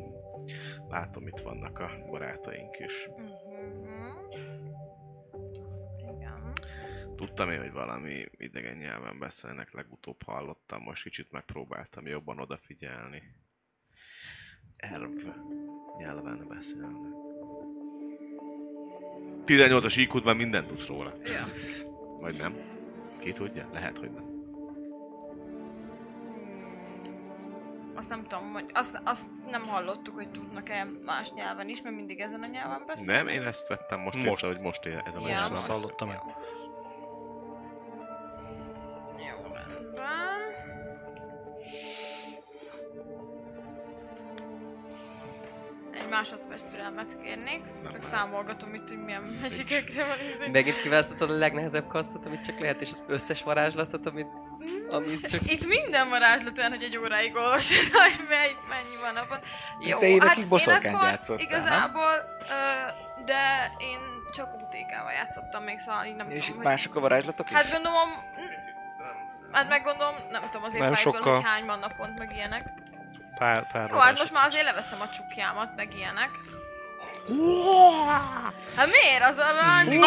Speaker 4: Látom, itt vannak a barátaink is.
Speaker 6: Mhm. Igen.
Speaker 4: Tudtam én, hogy valami idegen nyelven beszélnek, legutóbb hallottam, most kicsit megpróbáltam jobban odafigyelni. Erv nyelven beszélnek. 18-as iq már mindent tudsz róla.
Speaker 6: Ja.
Speaker 4: Vagy nem? Ki tudja? Lehet, hogy nem.
Speaker 6: Mm, Azt nem tudom, hogy azt, azt nem hallottuk, hogy tudnak-e más nyelven is, mert mindig ezen a nyelven beszélnek.
Speaker 4: Nem, én ezt vettem most,
Speaker 2: Most.
Speaker 4: most. észre, hogy most él ez a
Speaker 6: Ja,
Speaker 4: nyelven
Speaker 2: most
Speaker 4: beszél.
Speaker 2: hallottam. hallottam-e?
Speaker 6: Jó. Jó, rendben. Egy másodperc türelmet kérnék.
Speaker 4: Nem
Speaker 6: Csak
Speaker 4: már.
Speaker 6: számolgatom itt, hogy milyen megyekekre van izé.
Speaker 3: Megint kiválasztottad a legnehezebb kasztot, amit csak lehet, és az összes varázslatot, amit,
Speaker 6: Mm.
Speaker 3: amit csak...
Speaker 6: Itt minden varázslat olyan, hogy egy óráig olvasod, hogy mely, mennyi van abban. Jó,
Speaker 5: te évekig
Speaker 6: hát én
Speaker 5: boszorkányt
Speaker 6: akkor
Speaker 5: játszottál,
Speaker 6: Igazából, ö, de én csak UTK-val játszottam még, szóval így nem
Speaker 5: És
Speaker 6: tudom,
Speaker 5: itt
Speaker 6: hogy-
Speaker 5: mások a varázslatok is?
Speaker 6: Hát gondolom, hát meg gondolom, nem tudom azért
Speaker 2: Nem
Speaker 6: fájból,
Speaker 2: sokkal.
Speaker 6: hogy hány van naponta, meg ilyenek.
Speaker 2: Pár, pár
Speaker 6: Jó, hát most már azért leveszem a csukjámat, meg ilyenek. Hát miért? Az a lány...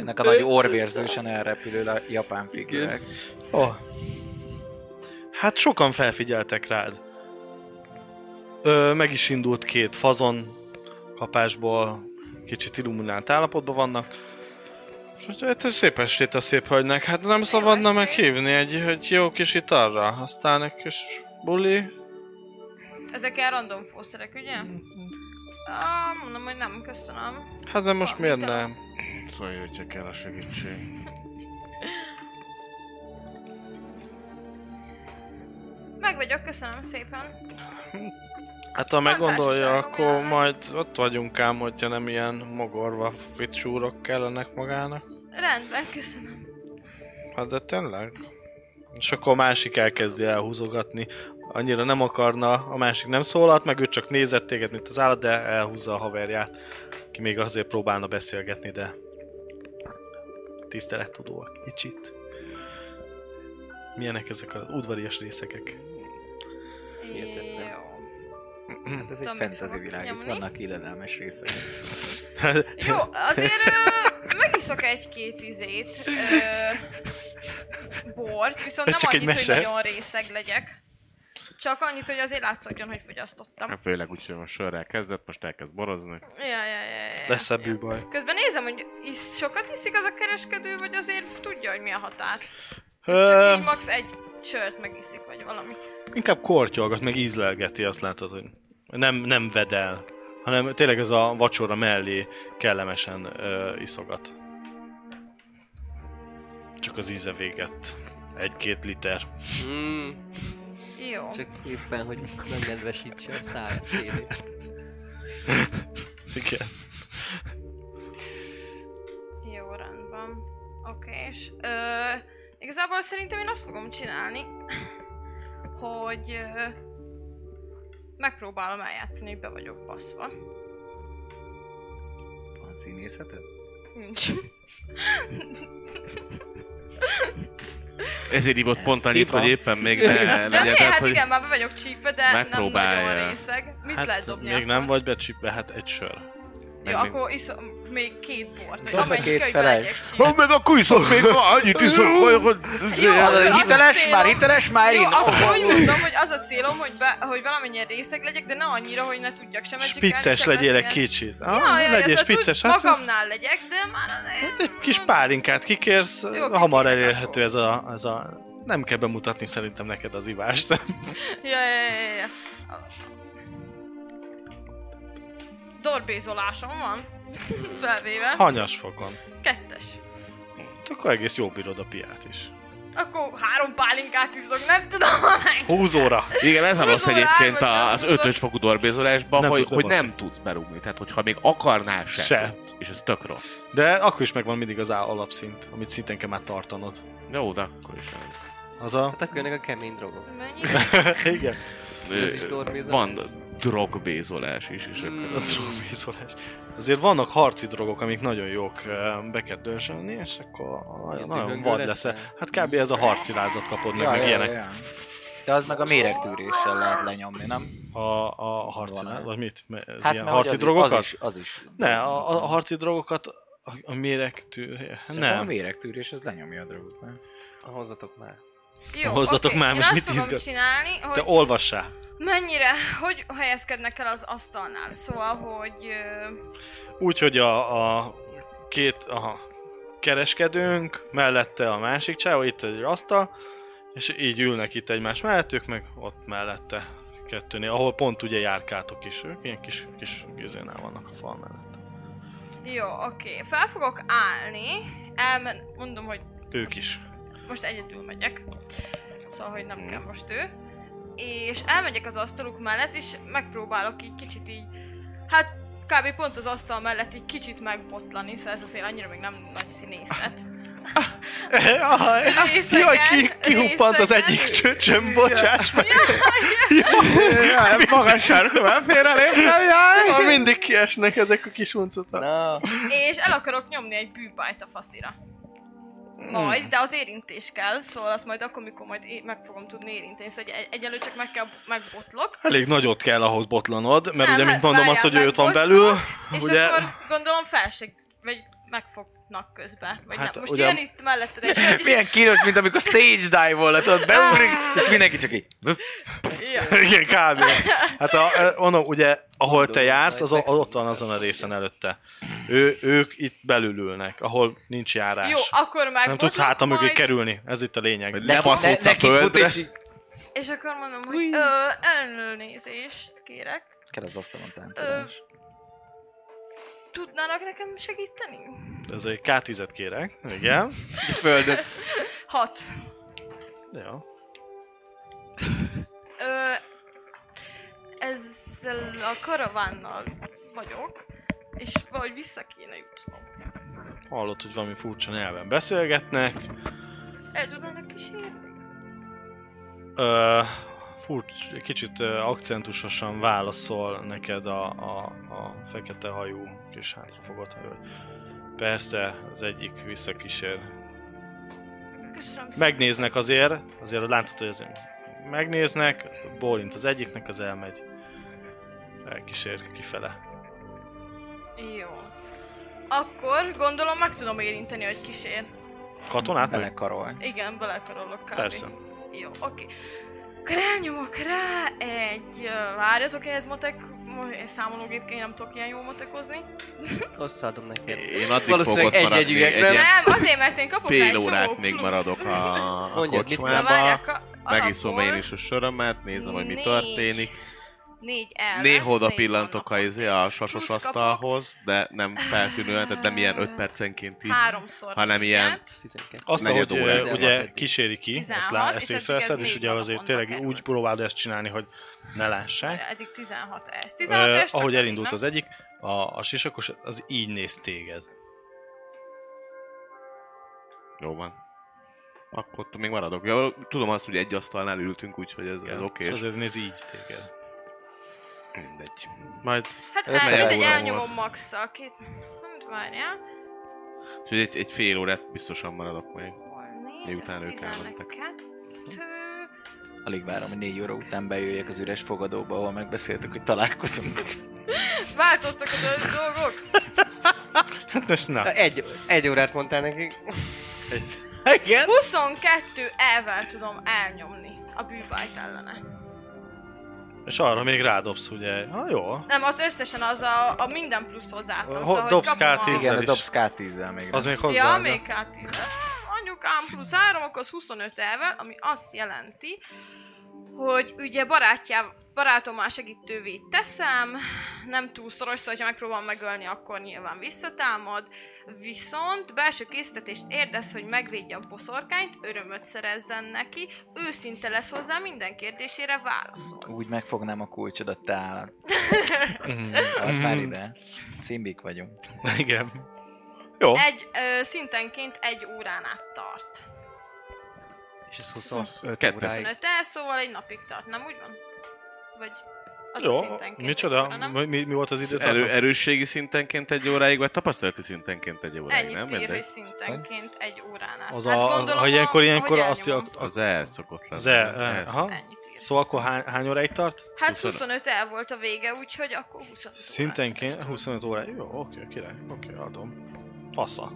Speaker 5: Ennek a nagy orvérzősen elrepülő a japán figurák.
Speaker 2: Oh. Hát sokan felfigyeltek rád. Ö, meg is indult két fazon, kapásból kicsit illuminált állapotban vannak. És hogy hát ez szép estét a szép hölgynek, hát nem szabadna
Speaker 6: estét.
Speaker 2: meghívni egy, hogy jó kis italra, aztán egy kis buli.
Speaker 6: Ezek ilyen random fószerek, ugye? Ah, mondom, hogy nem, köszönöm.
Speaker 2: Hát de most
Speaker 6: Ah,
Speaker 2: miért
Speaker 6: mit tudom.
Speaker 2: nem?
Speaker 4: Szóval hogyha kell a segítség.
Speaker 6: Meg vagyok, köszönöm szépen.
Speaker 2: Hát ha meggondolja,
Speaker 6: társaságom
Speaker 2: akkor
Speaker 6: jelenleg.
Speaker 2: majd ott vagyunk ám, hogyha nem ilyen mogorva fitsúrok kellenek magának.
Speaker 6: Rendben, köszönöm.
Speaker 2: Hát de tényleg? És akkor a másik elkezdi elhúzogatni. Annyira nem akarna, a másik nem szólalt, meg ő csak nézett téged, mint az állat, de elhúzza a haverját, ki még azért próbálna beszélgetni, de tisztelettudóak kicsit. Milyenek ezek az udvarias részekek?
Speaker 3: Hihetetlen.
Speaker 6: Jó.
Speaker 5: Hát ez
Speaker 6: Tudom,
Speaker 5: egy
Speaker 6: mit
Speaker 5: fantasy
Speaker 6: fogok
Speaker 5: világ, itt
Speaker 6: nyomni.
Speaker 5: vannak élelelmes részek.
Speaker 6: Jó, azért ö, megiszok egy-két izét. Ö, bort, viszont
Speaker 2: Ez
Speaker 6: nem
Speaker 2: csak egy
Speaker 6: annyit, hogy
Speaker 2: mese.
Speaker 6: nagyon részeg legyek. Csak annyit, hogy azért látszódjon, hogy fogyasztottam.
Speaker 4: Hát főleg úgy, hogy most sörrel kezdett, most elkezd borozni.
Speaker 6: Ja, ja, ja, ja.
Speaker 2: Lesz
Speaker 6: ja.
Speaker 2: ebből baj.
Speaker 6: Közben nézem, hogy is, sokat iszik az a kereskedő, vagy azért tudja, hogy mi a határ.
Speaker 2: Ö,
Speaker 6: Csak így max egy sört megiszik, vagy valami.
Speaker 2: Inkább kortyolgat, meg ízlelgeti, azt látod, hogy nem, nem vedel, hanem tényleg ez a vacsora mellé kellemesen ö, iszogat. Csak az íze véget. Egy-két liter.
Speaker 3: Mm,
Speaker 6: Jó.
Speaker 3: csak éppen, hogy nem nedvesítse a száj szélét.
Speaker 2: Igen.
Speaker 6: Jó, rendben. Oké, és ö, igazából szerintem én azt fogom csinálni, hogy ö, megpróbálom eljátszani, hogy be vagyok baszva.
Speaker 5: Van színészeted?
Speaker 6: Nincs.
Speaker 4: Ezért hívott
Speaker 5: Ez
Speaker 4: pont annyit,
Speaker 5: hiba.
Speaker 4: hogy éppen még ne
Speaker 6: De
Speaker 4: legyen.
Speaker 6: miért? Hát
Speaker 4: hogy
Speaker 6: igen, már be vagyok csípve, de nem
Speaker 4: Megpróbálja.
Speaker 6: nagyon részeg. Mit lehet
Speaker 2: Hát
Speaker 6: dobni
Speaker 2: még
Speaker 6: akkor?
Speaker 2: nem vagy becsipve, hát egy sör.
Speaker 4: meg
Speaker 6: Jó,
Speaker 4: még-
Speaker 6: akkor iszom még két bort, hogy
Speaker 5: Dobd a két
Speaker 6: amennyi könyvben
Speaker 5: felest.
Speaker 6: legyek csípve.
Speaker 4: Na, meg akkor iszok még, ha annyit iszok, hogy... hogy
Speaker 6: Jó, az a
Speaker 5: Hiteles
Speaker 6: célom-
Speaker 5: már, hiteles már,
Speaker 6: Jó,
Speaker 5: én
Speaker 6: akkor úgy mondom, hogy az a célom, hogy, be, hogy valamennyien részeg legyek, de ne annyira, hogy ne tudjak sem egyikálni,
Speaker 2: Spicces
Speaker 6: sem
Speaker 2: legyél egy
Speaker 6: beszélni.
Speaker 2: kicsit.
Speaker 6: Ja,
Speaker 2: Ah,
Speaker 6: ja,
Speaker 2: legyél
Speaker 6: ja,
Speaker 2: spicces.
Speaker 6: hát
Speaker 2: Hát,
Speaker 6: magamnál legyek, de már hát
Speaker 2: hát egy kis pálinkát kikérsz,
Speaker 6: Jó,
Speaker 2: hamar
Speaker 6: kikérek
Speaker 2: elérhető
Speaker 6: akkor.
Speaker 2: ez a, ez a... Nem kell bemutatni szerintem neked az ivást.
Speaker 6: Hát- Ja, ja, ja, ja. Dorbézolásom van. Felvéve.
Speaker 2: Hanyas fokon.
Speaker 6: Kettes.
Speaker 2: Akkor egész jó bírod a piát is.
Speaker 6: Akkor három pálinkát iszok, nem tudom hány.
Speaker 2: Húz óra!
Speaker 4: Igen, ez a
Speaker 6: Húzol
Speaker 4: rossz
Speaker 6: rá,
Speaker 4: egyébként
Speaker 6: vagy nem
Speaker 4: a- az
Speaker 6: húzol.
Speaker 4: ötös fokú dorbézolásban,
Speaker 2: Nem
Speaker 4: hogy,
Speaker 2: tudsz
Speaker 4: hogy
Speaker 2: bebaszni.
Speaker 4: nem tudsz berúgni. Tehát, hogyha még akarnál se.
Speaker 2: Se.
Speaker 4: tudsz. És ez tök rossz.
Speaker 2: De akkor is megvan mindig az á- alapszint, amit szinten kell már tartanod.
Speaker 4: Jó, de akkor is ez.
Speaker 2: Az a...
Speaker 3: Hát akkor jönnek a kemény drogok.
Speaker 6: Mennyi?
Speaker 2: Igen.
Speaker 3: Ez is
Speaker 4: Ö,
Speaker 3: dorbézolás?
Speaker 4: Van drogbézolás is, és akkor
Speaker 2: A drogvízolás. Azért vannak harci drogok, amik nagyon jók ö, be kell dörzsölni, és akkor nagyon, nagyon
Speaker 3: dühöngő
Speaker 2: vad
Speaker 3: lesz.
Speaker 2: leszel. Hát kb. ez a harci lázat kapod meg, meg ilyenek.
Speaker 5: De az meg a méregtűréssel lehet lenyomni, nem?
Speaker 2: A, a harci
Speaker 5: Van
Speaker 2: láz, vagy mit? Me- Ez
Speaker 5: Hát
Speaker 2: ilyen
Speaker 5: mert
Speaker 2: harci
Speaker 5: az,
Speaker 2: drogokat?
Speaker 5: Az is, az is.
Speaker 2: Ne, a, a, a harci drogokat a, a méreg tűr...
Speaker 5: Szerintem a
Speaker 2: Nem.
Speaker 5: méregtűrés az lenyomja a drogot, nem?
Speaker 3: Hozzatok már.
Speaker 6: Jó,
Speaker 2: Hozzatok
Speaker 6: oké.
Speaker 2: már,
Speaker 6: Én
Speaker 2: most
Speaker 6: azt
Speaker 2: mit
Speaker 6: fogom
Speaker 2: izgat?
Speaker 6: csinálni, hogy
Speaker 2: Te olvassál.
Speaker 6: mennyire, hogy helyezkednek el az asztalnál. Szóval, hogy... ö,
Speaker 2: Úgyhogy a, a két aha, kereskedőnk, mellette a másik csávó, itt egy asztal, és így ülnek itt egymás mellett, ők meg ott mellette kettőnél, ahol pont ugye járkátok is, ők ilyen kis, kis gizénál vannak a fal mellett.
Speaker 6: Jó, oké. Fel fogok állni. Elmen... Mondom, hogy
Speaker 2: Ők is.
Speaker 6: most egyedül megyek. Szóval, hogy nem kell most ő. és elmegyek az asztaluk mellett, és megpróbálok így kicsit így, hát kb. pont az asztal mellett így kicsit megbotlani, szóval ez azért annyira még nem nagy színészet.
Speaker 2: Jaj,
Speaker 6: Részegen,
Speaker 2: jaj, ki, kihuppant az
Speaker 6: részegen.
Speaker 2: egyik csöcsöm, bocsáss meg.
Speaker 4: Jaj, magas sarkú, már félreléptem, jaj!
Speaker 2: Ha mindig kiesnek ezek a kis uncotak.
Speaker 3: Na,
Speaker 6: És el akarok nyomni egy bűbájt a faszira. Majd, de az érintés kell, szóval azt majd akkor, mikor majd é- meg fogom tudni érinteni, szóval egy- egyelőre csak meg kell, megbotlok.
Speaker 2: Elég nagyot kell ahhoz botlanod, mert ugye,
Speaker 6: Nem, hát
Speaker 2: mint mondom,
Speaker 6: várjál,
Speaker 2: azt, hogy ő ott van
Speaker 6: megbotlok,
Speaker 2: belül,
Speaker 6: És
Speaker 2: ugye...
Speaker 6: akkor gondolom fel se, vagy megfognak közben, vagy
Speaker 2: Hát,
Speaker 6: nem. Most
Speaker 2: ugye-
Speaker 6: jön itt mellette egy hölgy, és...
Speaker 5: Milyen kínos, mint amikor stage dive volt, ott beugrik, és mindenki csak így.
Speaker 6: Ja.
Speaker 2: Igen, kb. Hát a, ö, mondom, ugye, ahol te
Speaker 3: Gondolom,
Speaker 2: jársz, az,
Speaker 3: majd
Speaker 2: az ott van azon a részen előtte. Ő, ők itt belül ülnek, ahol nincs járás.
Speaker 6: Jó, akkor meg
Speaker 2: nem tudsz háta mögé kerülni, ez itt a lényeg.
Speaker 4: Hogy lebaszódsz a földre.
Speaker 6: És akkor mondom, hogy ö, elnézést kérek.
Speaker 5: Kell az asztalon
Speaker 6: Ö,
Speaker 5: táncolás.
Speaker 6: tudnának nekem segíteni?
Speaker 2: Ez egy K10-et kérek, igen.
Speaker 4: Földön.
Speaker 6: Hat.
Speaker 2: Jó.
Speaker 6: Ö, ezzel a karavánnal vagyok, és valahogy vissza kéne jutnom.
Speaker 2: Hallott, hogy valami furcsa nyelven beszélgetnek.
Speaker 6: El tudnának kísérni?
Speaker 2: Ö, furcs, kicsit ö, akcentusosan válaszol neked a, a, a fekete hajú kis hátrafogott hajú. Persze, az egyik visszakísér
Speaker 6: Köszönöm szépen.
Speaker 2: Megnéznek azért, azért látható, hogy azért megnéznek, bólint az egyiknek, az elmegy. Elkísér kifele.
Speaker 6: Jó. Akkor gondolom meg tudom érinteni, hogy kísér.
Speaker 2: Katonát? meg?
Speaker 5: Belekarolni.
Speaker 6: Igen, belekarolok kb.
Speaker 2: Persze.
Speaker 6: Jó, oké. Akkor elnyomok rá egy... ö, Várjatok ehhez matek... mo- Számológépként én nem tudok ilyen jól matekozni.
Speaker 3: hozzáadom neked.
Speaker 4: Én addig fogok
Speaker 3: Valószínűleg
Speaker 4: ott maradni.
Speaker 3: egy-egy üveg, nem?
Speaker 4: ilyen
Speaker 6: Nem, azért, mert én kapok rá egy
Speaker 4: Fél
Speaker 6: csomó
Speaker 4: órát még
Speaker 6: plusz.
Speaker 4: maradok a, a
Speaker 3: Mondjad, mit
Speaker 6: Na
Speaker 4: kocsmába.
Speaker 6: várják, a-
Speaker 4: Megiszom
Speaker 6: alapból
Speaker 4: én is a sörömet, nézem, hogy mi
Speaker 6: négy
Speaker 4: történik.
Speaker 6: Négy el.
Speaker 4: Néha oda pillantok a, izé, a sasos
Speaker 6: Plusz kapok.
Speaker 4: asztalhoz, de nem feltűnően, tehát nem ilyen 5 percenként így.
Speaker 6: Háromszor.
Speaker 4: hanem ilyen-
Speaker 6: igen.
Speaker 3: Ez 12.
Speaker 2: Azt,
Speaker 4: Negyed
Speaker 2: hogy
Speaker 4: óra.
Speaker 2: ö,
Speaker 3: 16
Speaker 2: ugye
Speaker 3: eddig.
Speaker 2: kíséri ki, ezt,
Speaker 6: 16,
Speaker 2: lá, ezt
Speaker 6: és
Speaker 2: észreveszed,
Speaker 6: eddig ez
Speaker 2: és
Speaker 6: négy
Speaker 2: ugye azért
Speaker 6: naponnak
Speaker 2: tényleg
Speaker 6: kerül.
Speaker 2: úgy próbáld ezt csinálni, hogy ne lássák.
Speaker 6: Eddig 16 ez. 16
Speaker 2: Ö,
Speaker 6: ez csak
Speaker 2: ahogy
Speaker 6: eddig,
Speaker 2: elindult
Speaker 6: nem?
Speaker 2: az egyik, a, a sisakos az így néz téged.
Speaker 4: Jó van. Akkor ott még maradok. Jó, tudom azt, hogy egy asztalnál ültünk, úgyhogy ez, ez
Speaker 2: Igen.
Speaker 4: oké.
Speaker 2: És
Speaker 4: és
Speaker 2: azért néz így téged.
Speaker 4: Mindegy. Majd
Speaker 6: Hát
Speaker 5: Össze-
Speaker 6: el, mindegy,
Speaker 4: Össze-
Speaker 6: elnyomom max-szal. Két... Hát várjál.
Speaker 4: úgyhogy egy, egy fél órát biztosan maradok még.
Speaker 6: Hol négy,
Speaker 4: Miután
Speaker 6: ez
Speaker 4: ők elmentek.
Speaker 6: 12.
Speaker 5: Alig várom, hogy négy óra után bejöjjek az üres fogadóba, ahol megbeszéltük, hogy találkozunk.
Speaker 6: Változtak az ö- dolgok?
Speaker 2: Hát most na.
Speaker 3: Egy, egy órát mondtál nekik.
Speaker 5: Igen?
Speaker 6: 22 elvel tudom elnyomni a bűbájt ellene.
Speaker 2: És arra még rádobsz, ugye. Ha jó,
Speaker 6: Nem, az összesen az a, a minden plusz hozzáadtam.
Speaker 2: Ho-
Speaker 6: Szóval, hogy
Speaker 2: dobsz
Speaker 6: kapom a-
Speaker 2: K10-et.
Speaker 5: Igen, a
Speaker 2: is.
Speaker 5: dobsz K10-zel még.
Speaker 2: az még hozzá.
Speaker 6: Ja, még K10. Anyukám plusz 3, akkor az 25 elvel, ami azt jelenti, hogy ugye barátjá, barátommal segítővé teszem, nem túl szoros, szóval ha megpróbál megölni, akkor nyilván visszatámad. Viszont belső késztetést érdez, hogy megvédje a boszorkányt, örömöt szerezzen neki, őszinte lesz hozzá, minden kérdésére válaszol.
Speaker 5: Úgy megfognám a kulcsodat, te állat. Hát Már
Speaker 2: Mm,
Speaker 5: ide. Cimbik vagyunk.
Speaker 2: igen. Jó. hát
Speaker 6: Egy ö, szintenként egy órán át tart.
Speaker 3: És ez 25
Speaker 4: Kettő.
Speaker 3: óráig.
Speaker 6: 25 el, szóval egy napig tart, nem úgy van? Vagy az a
Speaker 2: Jó,
Speaker 6: szintenként
Speaker 2: micsoda?
Speaker 6: egy óra, nem?
Speaker 2: Mi, mi, mi volt az időtartam?
Speaker 4: Erő, erősségi szintenként egy óráig, vagy tapasztalati szintenként egy óráig,
Speaker 6: Ennyit
Speaker 4: nem?
Speaker 6: ír, hogy
Speaker 4: Mindegy.
Speaker 6: szintenként egy Hát órán át.
Speaker 2: Az a, ha ilyenkor, ilyenkor azt
Speaker 6: jön.
Speaker 2: jelenti-
Speaker 4: Az el szokott lenni.
Speaker 2: Az el,
Speaker 4: nem?
Speaker 2: eh,
Speaker 4: El
Speaker 2: aha.
Speaker 6: Ennyit ír.
Speaker 2: Szóval akkor hány, hány óráig tart?
Speaker 6: Hát
Speaker 4: 25.
Speaker 6: 25 el volt a vége, úgyhogy akkor 25 órán
Speaker 2: Szintenként 25 óráig. Jó, oké, király. Oké, adom. Passza.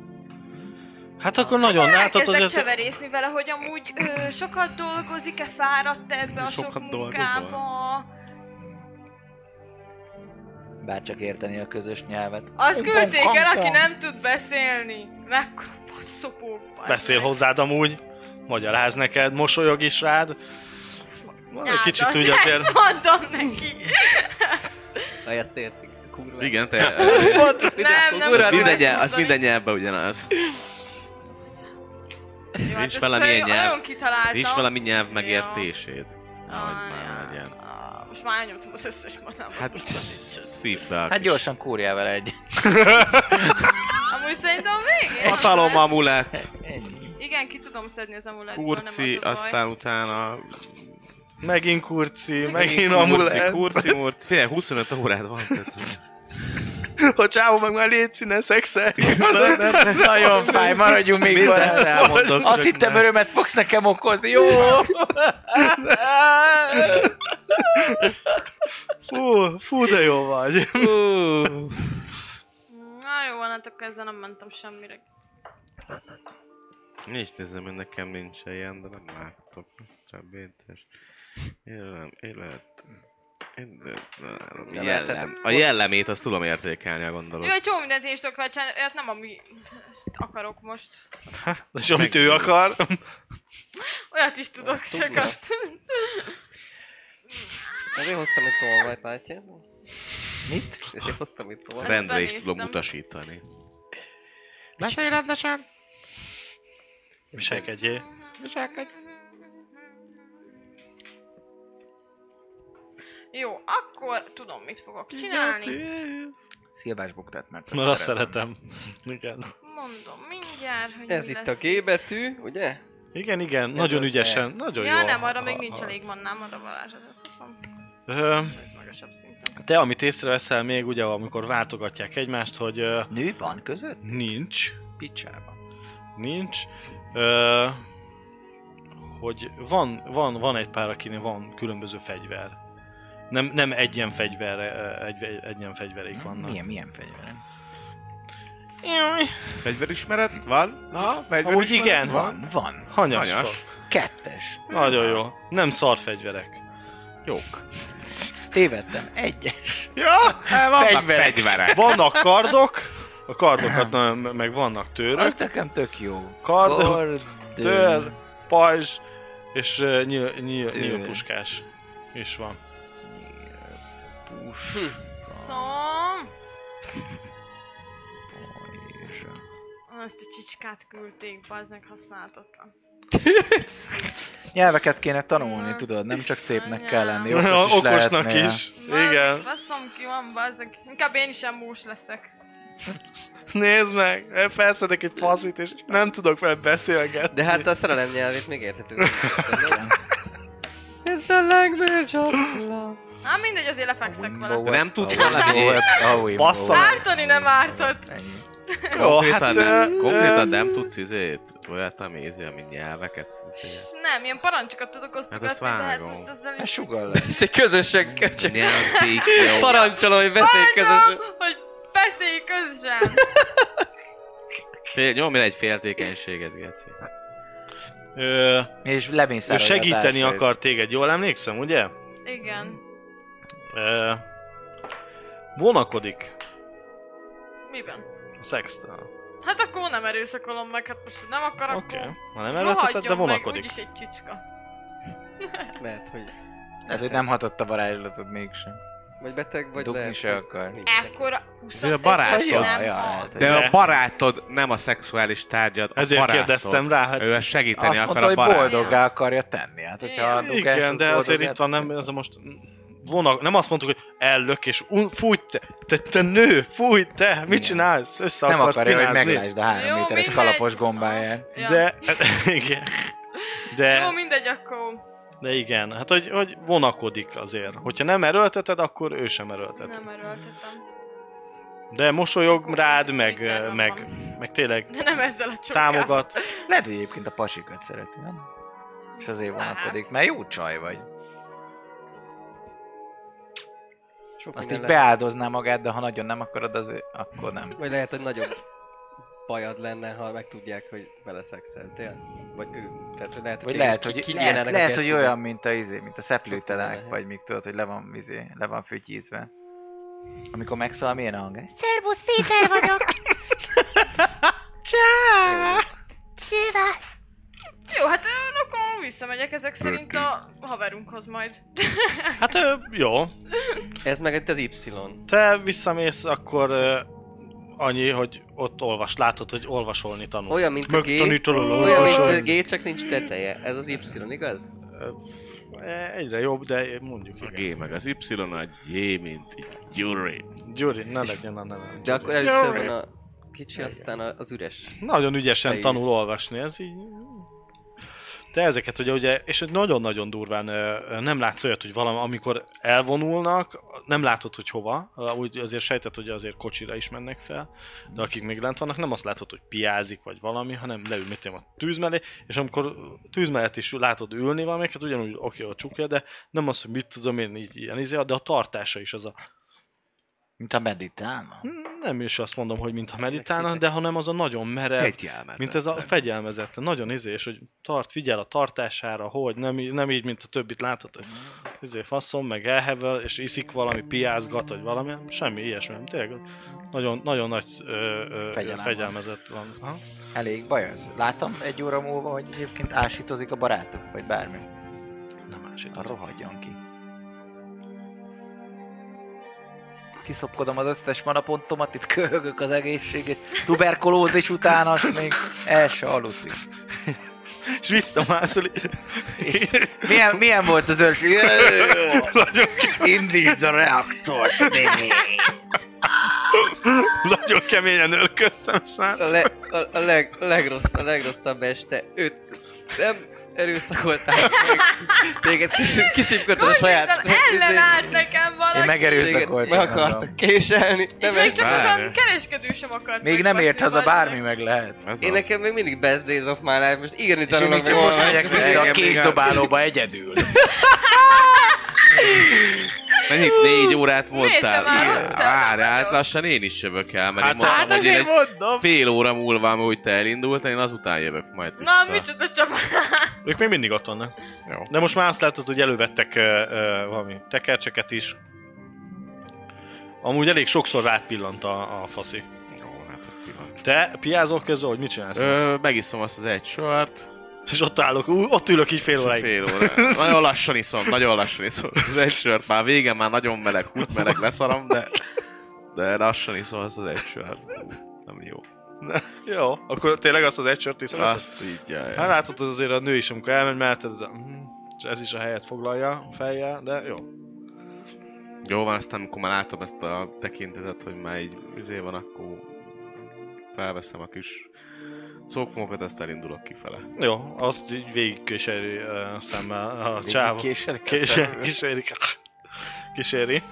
Speaker 2: Hát akkor nagyon látod, hogy
Speaker 6: Elkezdek
Speaker 2: ez...
Speaker 6: cseverészni vele, hogy amúgy ö, sokat dolgozik-e, fáradt ebbe a sok
Speaker 4: Sokat
Speaker 6: munkába.
Speaker 5: Bár csak érteni a közös nyelvet.
Speaker 6: Azt küldték el, aki nem tud beszélni. Mekkora passzopók.
Speaker 2: Beszél hozzád amúgy, magyaráz neked, mosolyog is rád. Van egy kicsit úgy azért...
Speaker 6: Ezt mondom neki.
Speaker 3: Aj, ezt értik. Kurva.
Speaker 4: Igen, te...
Speaker 3: Pont,
Speaker 6: Nem, nem
Speaker 3: kurva.
Speaker 6: akarom
Speaker 4: Minden,
Speaker 6: ezt
Speaker 4: nyelv, az
Speaker 6: mondani.
Speaker 4: minden nyelvben ugyanaz.
Speaker 6: Jó, hát
Speaker 4: Nincs
Speaker 6: ezt
Speaker 4: valamilyen
Speaker 6: olyan-
Speaker 4: nyelv-
Speaker 6: Olyan kitaláltam.
Speaker 4: Nincs valami nyelv megértését. Ahogy
Speaker 6: Ah,
Speaker 4: már
Speaker 6: ja, most már elnyomtam az összes madámot.
Speaker 4: Hát,
Speaker 6: most az nincs össze.
Speaker 4: szívd be a
Speaker 5: Hát
Speaker 4: kis
Speaker 5: gyorsan kúrjál vele egy.
Speaker 6: Amúgy szerintem a végén.
Speaker 4: Hatalom
Speaker 6: lesz.
Speaker 4: amulett,
Speaker 6: Igen, ki tudom szedni az amulettból,
Speaker 4: kurci,
Speaker 6: nem az a baj.
Speaker 4: aztán utána...
Speaker 2: Megint kurci, megint
Speaker 4: kurci,
Speaker 2: amulett.
Speaker 4: kurci, murci. Figyelj, 25 órád van közben.
Speaker 2: A csávó meg már légy színe szexel.
Speaker 4: Nem, nem, nem.
Speaker 5: Nagyon fáj, maradjunk még
Speaker 4: Mindent
Speaker 5: barát.
Speaker 4: elmondok.
Speaker 5: Azt hittem
Speaker 4: önöknek.
Speaker 5: örömet fogsz nekem okozni, jó?
Speaker 2: Fú, fú, de jó vagy.
Speaker 6: Na jó, van, hát akkor ezzel nem mentem semmire.
Speaker 4: Nincs nézem, hogy nekem nincs ilyen, de nem láttok. Biztos Jellem, élet. Élet- nem,
Speaker 3: Nem
Speaker 4: Jellem.
Speaker 3: lehetett.
Speaker 4: A jellemét azt tudom érzékelni, ha gondolod.
Speaker 6: Jó, egy csomó mindent én is tudok vele csinálni, olyat nem ami akarok most.
Speaker 2: És amit ő akar.
Speaker 6: Olyat is tudok, csak azt.
Speaker 3: Ezért hoztam egy tolvajt, látja?
Speaker 5: Mit?
Speaker 3: Ezért hoztam egy tolvajt.
Speaker 4: Rendre is tudom
Speaker 6: benéztem.
Speaker 4: utasítani.
Speaker 5: Beszélj rendesen!
Speaker 2: Viselkedjél.
Speaker 5: Viselkedj!
Speaker 6: Jó, akkor tudom, mit fogok csinálni.
Speaker 5: Szilvás buktát meg.
Speaker 2: Mert azt szeretem. Igen,
Speaker 6: Mondom mindjárt, hogy
Speaker 3: Ez
Speaker 6: mi
Speaker 3: itt a
Speaker 6: lesz.
Speaker 3: G betű, ugye?
Speaker 2: igen, igen nagyon
Speaker 3: az
Speaker 2: ügyesen. Nagyon
Speaker 6: Ja,
Speaker 2: jól
Speaker 6: nem, arra
Speaker 2: ha-
Speaker 6: még nincs
Speaker 2: ha-
Speaker 6: elég mannám, arra hát varázslatot hozom.
Speaker 2: Ö,
Speaker 6: Vagy magasabb szinten.
Speaker 2: Te, amit észreveszel még, ugye, amikor váltogatják egymást, hogy ö,
Speaker 5: Nő van között?
Speaker 2: nincs,
Speaker 5: Picsába.
Speaker 2: nincs, ö, hogy van, van, van egy pár, akinél van különböző fegyver. Nem, nem egy ilyen fegyver, ö, egy, egy, egy ilyen fegyverék vannak.
Speaker 5: Milyen, milyen fegyverem?
Speaker 2: Jaj,
Speaker 4: Fegyverismeret? Van? Na, fegyverismeret?
Speaker 2: Amúgy igen,
Speaker 5: Van, van.
Speaker 2: hanyas,
Speaker 4: Hanyas.
Speaker 2: fog.
Speaker 5: Kettes.
Speaker 2: Nagyon jó. Nem szar fegyverek.
Speaker 4: Jók.
Speaker 5: Tévedtem. Egyes.
Speaker 2: Ja, eh,
Speaker 4: Vannak
Speaker 5: Fegyverek.
Speaker 4: fegyverek.
Speaker 2: vannak kardok, a kardokat nagyon, meg vannak tőrök,
Speaker 5: Az Hát nekem tök jó.
Speaker 2: kardok, tör,
Speaker 5: Tör.
Speaker 2: pajzs, és uh, nyíl, nyíl,
Speaker 5: Tör.
Speaker 2: nyílpuskás is van.
Speaker 5: Hm.
Speaker 6: Szom! Azt a csicskát küldték, bazdmeg használtatlan.
Speaker 5: Nyelveket kéne tanulni,
Speaker 6: Mm.
Speaker 5: tudod, nem csak szépnek
Speaker 6: Anyám.
Speaker 5: kell lenni,
Speaker 2: Okos
Speaker 5: okos is
Speaker 2: Okosnak
Speaker 5: lehetnél.
Speaker 2: is. Igen.
Speaker 6: Faszom ki van, bazdmeg. Inkább én is emmós leszek.
Speaker 2: Nézd meg, eh, felszedek egy passzit, és nem tudok vele beszélgetni.
Speaker 3: De hát a szerelem nyelvét még érthető. Ez a language of love.
Speaker 6: Na mindegy, azért lefekszek vele.
Speaker 4: De nem tudsz
Speaker 5: valami.
Speaker 4: valami-
Speaker 2: Bassza
Speaker 6: Ártani nem ártott.
Speaker 5: Ennyi.
Speaker 4: Konkrétan, nem,
Speaker 2: ö,
Speaker 4: konkrétan
Speaker 2: ö,
Speaker 4: nem tudsz izét, olyat, ami izé, ami nyelveket. Izé.
Speaker 6: Nem, ilyen parancsokat tudok osztogatni,
Speaker 4: Hát azt
Speaker 6: de hát
Speaker 4: vágom.
Speaker 6: most azzal
Speaker 5: Hát
Speaker 6: is...
Speaker 5: sugal le.
Speaker 3: Ez egy közösen köcsög.
Speaker 4: Nyelvték, jó.
Speaker 3: Parancsolom, hogy beszélj közösen.
Speaker 6: Mondom, hogy beszélj közösen.
Speaker 4: Fél- Nyomj le egy féltékenységet, Geci.
Speaker 2: Ö,
Speaker 5: És lemész
Speaker 2: ő segíteni akar téged, jól emlékszem, ugye?
Speaker 6: Igen.
Speaker 2: Ö, vonakodik
Speaker 6: Miben?
Speaker 2: a szextől.
Speaker 6: Hát akkor nem erőszakolom meg, hát most nem akarok,
Speaker 2: Oké.
Speaker 6: okay.
Speaker 2: Ha nem
Speaker 6: akkor
Speaker 2: erőltetett, de
Speaker 6: rohadjon meg,
Speaker 2: vonakodik.
Speaker 6: úgyis egy csicska.
Speaker 3: Mert, hogy
Speaker 5: Hát, hogy nem hatott a varázslatod mégsem.
Speaker 3: vagy beteg, vagy
Speaker 5: Dugni
Speaker 3: lehet,
Speaker 5: se
Speaker 3: hogy
Speaker 5: akar.
Speaker 3: nincs neki.
Speaker 6: Ekkora 25
Speaker 4: barátod.
Speaker 6: nem
Speaker 5: Ja, ja,
Speaker 6: ad.
Speaker 5: hát,
Speaker 4: De
Speaker 2: Ne.
Speaker 4: a barátod nem a szexuális tárgyad, a
Speaker 2: Ezért
Speaker 4: barátod.
Speaker 2: kérdeztem rá, hát
Speaker 4: Ő ezt segíteni
Speaker 5: Azt
Speaker 4: akar
Speaker 5: mondta,
Speaker 4: a
Speaker 5: hogy
Speaker 4: barát.
Speaker 5: boldoggá akarja tenni. Hát, hogyha a
Speaker 6: Igen,
Speaker 5: dugás
Speaker 2: Igen,
Speaker 5: az
Speaker 2: de azért
Speaker 5: boldog
Speaker 2: itt van, nem,
Speaker 5: lett.
Speaker 2: ez a most vonak, nem azt mondtuk, hogy ellök és un, fúj, te, te, te nő, fúj, te, mit
Speaker 5: Igen.
Speaker 2: csinálsz? Össze
Speaker 5: Nem
Speaker 2: akarsz
Speaker 5: akarja, hogy
Speaker 2: pinázni.
Speaker 5: meglásd a három
Speaker 6: Jó,
Speaker 5: méteres
Speaker 6: mindegy.
Speaker 5: kalapos gombáját.
Speaker 6: Ja.
Speaker 2: De, igen.
Speaker 6: Jó,
Speaker 2: De,
Speaker 6: mindegy, akkor
Speaker 2: de igen, hát hogy, hogy vonakodik azért. Hogyha nem erőlteted, akkor ő sem erőlteti.
Speaker 6: nem erőltetem.
Speaker 2: De mosolyog rád, meg,
Speaker 6: Minden
Speaker 2: meg,
Speaker 6: van.
Speaker 2: meg tényleg
Speaker 6: De nem ezzel a csókával.
Speaker 2: támogat.
Speaker 5: Lehet, hogy egyébként a pasikat szereti, nem? És azért
Speaker 6: Lehet.
Speaker 5: vonakodik, mert jó csaj vagy.
Speaker 3: Sok
Speaker 5: Azt így
Speaker 3: minden lehet.
Speaker 5: beáldozná magát, de ha nagyon nem akarod, az akkor nem.
Speaker 3: Vagy lehet, hogy nagyobb bajad lenne, ha megtudják, hogy vele szexeltél. Vagy ő. Tehát hogy lehet,
Speaker 5: Vagy
Speaker 3: hogy,
Speaker 5: lehet, hogy, lehet,
Speaker 3: a
Speaker 5: lehet, hogy
Speaker 3: gecibe.
Speaker 5: olyan, mint a, izé, mint a szeplőtelák,
Speaker 3: Lehet.
Speaker 5: vagy még tudod, hogy le van, izé, le van fütyízve. Amikor megszól, milyen a hang?
Speaker 7: Szervusz, Péter vagyok. Csá! Szivasz!
Speaker 6: Jó, hát ö, akkor visszamegyek ezek szerint a haverunkhoz majd.
Speaker 2: Hát ö, jó,
Speaker 3: Ez meg itt az Y.
Speaker 2: te visszamész, akkor ö, annyi, hogy ott olvas, látod, hogy olvasolni tanul.
Speaker 3: Olyan, mint a G.
Speaker 2: Megtanítod
Speaker 3: Olyan, mint
Speaker 2: olvasolni.
Speaker 3: a G, csak nincs teteje. Ez az Y, igaz?
Speaker 2: e, egyre jobb, de mondjuk
Speaker 4: A
Speaker 2: igen.
Speaker 4: G meg az Y, a G, mint Gyuri.
Speaker 2: Gyuri, ne legyen a nevem.
Speaker 3: De akkor
Speaker 2: Gyuri.
Speaker 3: először van a kicsi, aztán a- az üres.
Speaker 2: Nagyon ügyesen
Speaker 3: Fejű.
Speaker 2: tanul olvasni, ez így... De ezeket ugye, ugye és nagyon-nagyon durván ö, ö, nem látsz olyat, hogy valami, amikor elvonulnak, nem látod, hogy hova, Ö, úgy azért sejtett, hogy azért kocsira is mennek fel, de akik még lent vannak, nem azt látod, hogy piázik vagy valami, hanem leül mit tudom, a tűz mellé, és amikor tűz mellett is látod ülni valamiket, ugyanúgy oké a csukja, de nem az, hogy mit tudom én, így, ilyen izé, de a tartása is az a
Speaker 5: Mint a meditálna.
Speaker 2: nem is azt mondom, hogy mintha meditálna, de hanem az a nagyon merev,
Speaker 4: Fegyelmezett.
Speaker 2: mint ez a fegyelmezett, nagyon izés, hogy tart, figyel a tartására, hogy nem, í- nem így, mint a többit látod, hogy izé faszom, meg elhevel, és iszik valami, piázgat, vagy valami, semmi ilyesmi, nem tényleg. Nagyon, nagyon nagy ö, ö,
Speaker 5: Fegyelem van.
Speaker 2: fegyelmezett van. Ha?
Speaker 5: Elég baj az. Látom egy óra múlva, hogy egyébként ásítozik a barátok, vagy bármi.
Speaker 2: Nem más
Speaker 5: A rohadjon ki. Kiszopkodom az összes manapontomat, itt köhögök az egészséget, tuberkulózis után azt még el se alucik.
Speaker 2: És visszamászol, így-
Speaker 5: Milyen, milyen volt az őrség?
Speaker 2: nagyon,
Speaker 5: Indítsd a reaktort,
Speaker 2: nagyon keményen örködtem,
Speaker 3: A,
Speaker 2: srác.
Speaker 3: le, a, a, leg, a, legrossz, a legrosszabb este. Őt nem erőszakolták meg. Téged kiszip, kiszipkodtad a saját...
Speaker 6: Konkrétan ellenállt nekem
Speaker 5: Én
Speaker 6: valaki.
Speaker 3: Téged
Speaker 5: megerőszakoltam.
Speaker 3: meg akartak késelni.
Speaker 6: És
Speaker 3: Nem
Speaker 6: még
Speaker 3: egy...
Speaker 6: csak
Speaker 4: Várj.
Speaker 6: azon kereskedő sem akart.
Speaker 5: Még nem ért
Speaker 6: megbaszni
Speaker 5: haza,
Speaker 6: valakinek.
Speaker 5: bármi meg lehet.
Speaker 4: Ez
Speaker 3: Én
Speaker 4: az.
Speaker 3: nekem még mindig best days of my life. Most írni
Speaker 5: És én
Speaker 3: tanulok.
Speaker 5: még csak
Speaker 3: meg
Speaker 5: most
Speaker 3: olvasni.
Speaker 5: megyek vissza a
Speaker 4: Igen, igen.
Speaker 5: késdobálóba egyedül.
Speaker 4: Mennyit? Négy órát
Speaker 6: Nézd,
Speaker 4: mondtál?
Speaker 6: már
Speaker 4: Igen.
Speaker 6: ott
Speaker 4: Várj,
Speaker 6: vagyok.
Speaker 4: hát lassan én is jövök el, mert
Speaker 2: Hát-
Speaker 4: én mondtam,
Speaker 2: hát
Speaker 4: hogy én egy
Speaker 5: mondom.
Speaker 4: fél óra múlva, hogy te elindultál, én azután jövök majd vissza.
Speaker 6: Na, micsoda Csaba?
Speaker 2: Ők még mindig ott vannak.
Speaker 4: Jó.
Speaker 2: De most már azt látod, hogy elővettek ö, ö, valami tekercseket is. Amúgy elég sokszor rád pillant a, a faszi.
Speaker 4: Jó, hát egy pillanat.
Speaker 2: Te piázol közben, hogy mit csinálsz? Ö...
Speaker 4: Ö, megiszom azt az egy sört,
Speaker 2: És ott állok, ú, ott ülök így fél
Speaker 4: és
Speaker 2: óráig.
Speaker 4: fél óra. Nagyon lassan iszom, nagyon lassan iszom. Az egy sört már vége, már nagyon meleg, hút meleg leszarom, de, de lassan iszom azt az egy sört. Ú, Nem jó.
Speaker 2: Jó, akkor tényleg azt az egy sört iszol? Hát
Speaker 4: Azt így, jaj. jaj.
Speaker 2: látod, hogy azért a nő is, amikor elmegy mellett, ez, a- mhm, és ez is a helyet foglalja fejjel, de jó.
Speaker 4: Jó van, aztán amikor már látom ezt a tekintetet, hogy már így izé van, akkor felveszem a kis cokmokat, ezt elindulok kifele.
Speaker 2: Jó, azt így végig kíséri uh, szemmel a csávó. Kíséri, kíséri, kíséri.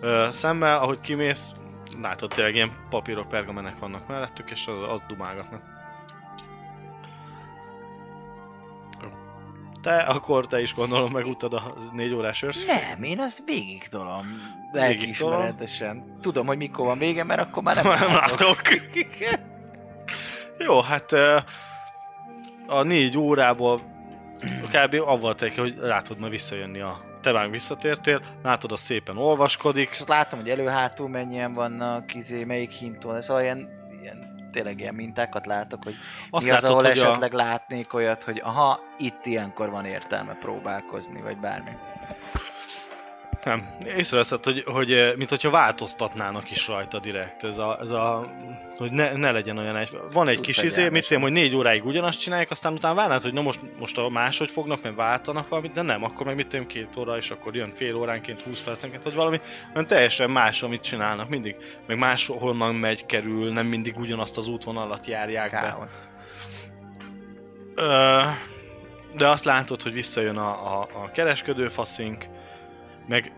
Speaker 2: Ö, szemmel, ahogy kimész, látod tényleg ilyen papírok, pergamenek vannak mellettük, és az, az dumálgatnak. Te, akkor te is gondolom megúttad a négy órás őrsz.
Speaker 5: Nem, én azt végig tolom. Lelkiismeretesen. Tudom, hogy mikor van vége, mert akkor már nem
Speaker 2: Nem látok. Jó, hát ö, a négy órából kb. avval telik, hogy látod már visszajönni a... Te már visszatértél, látod, az szépen olvaskodik,
Speaker 5: És azt látom, hogy elő-hátul mennyien vannak, izé, melyik hintón, szóval ilyen, ilyen tényleg ilyen mintákat látok, hogy
Speaker 2: Azt
Speaker 5: Azt mi az,
Speaker 2: látod,
Speaker 5: ahol
Speaker 2: hogy a,
Speaker 5: esetleg látnék olyat, hogy aha, itt ilyenkor van értelme próbálkozni, vagy bármi.
Speaker 2: Nem, észreveszed, hogy, hogy eh, mint hogyha változtatnának is rajta direkt, ez a, ez a hogy ne, ne legyen olyan egy, van egy
Speaker 5: Tud
Speaker 2: kis izé,
Speaker 5: fegyelmesen.
Speaker 2: mit tudom, hogy négy óráig ugyanazt csinálják, aztán utána várnád, hogy na most, most a máshogy fognak, mert váltanak valamit, de nem, akkor meg mit tudom, két óra, és akkor jön fél óránként, 20 percenként, vagy valami, mert teljesen más, amit csinálnak mindig, meg máshonnan megy, kerül, nem mindig ugyanazt az útvonalat járják be.
Speaker 5: Káosz.
Speaker 2: Ö, de azt látod, hogy visszajön a, a, a kereskedő faszink, meg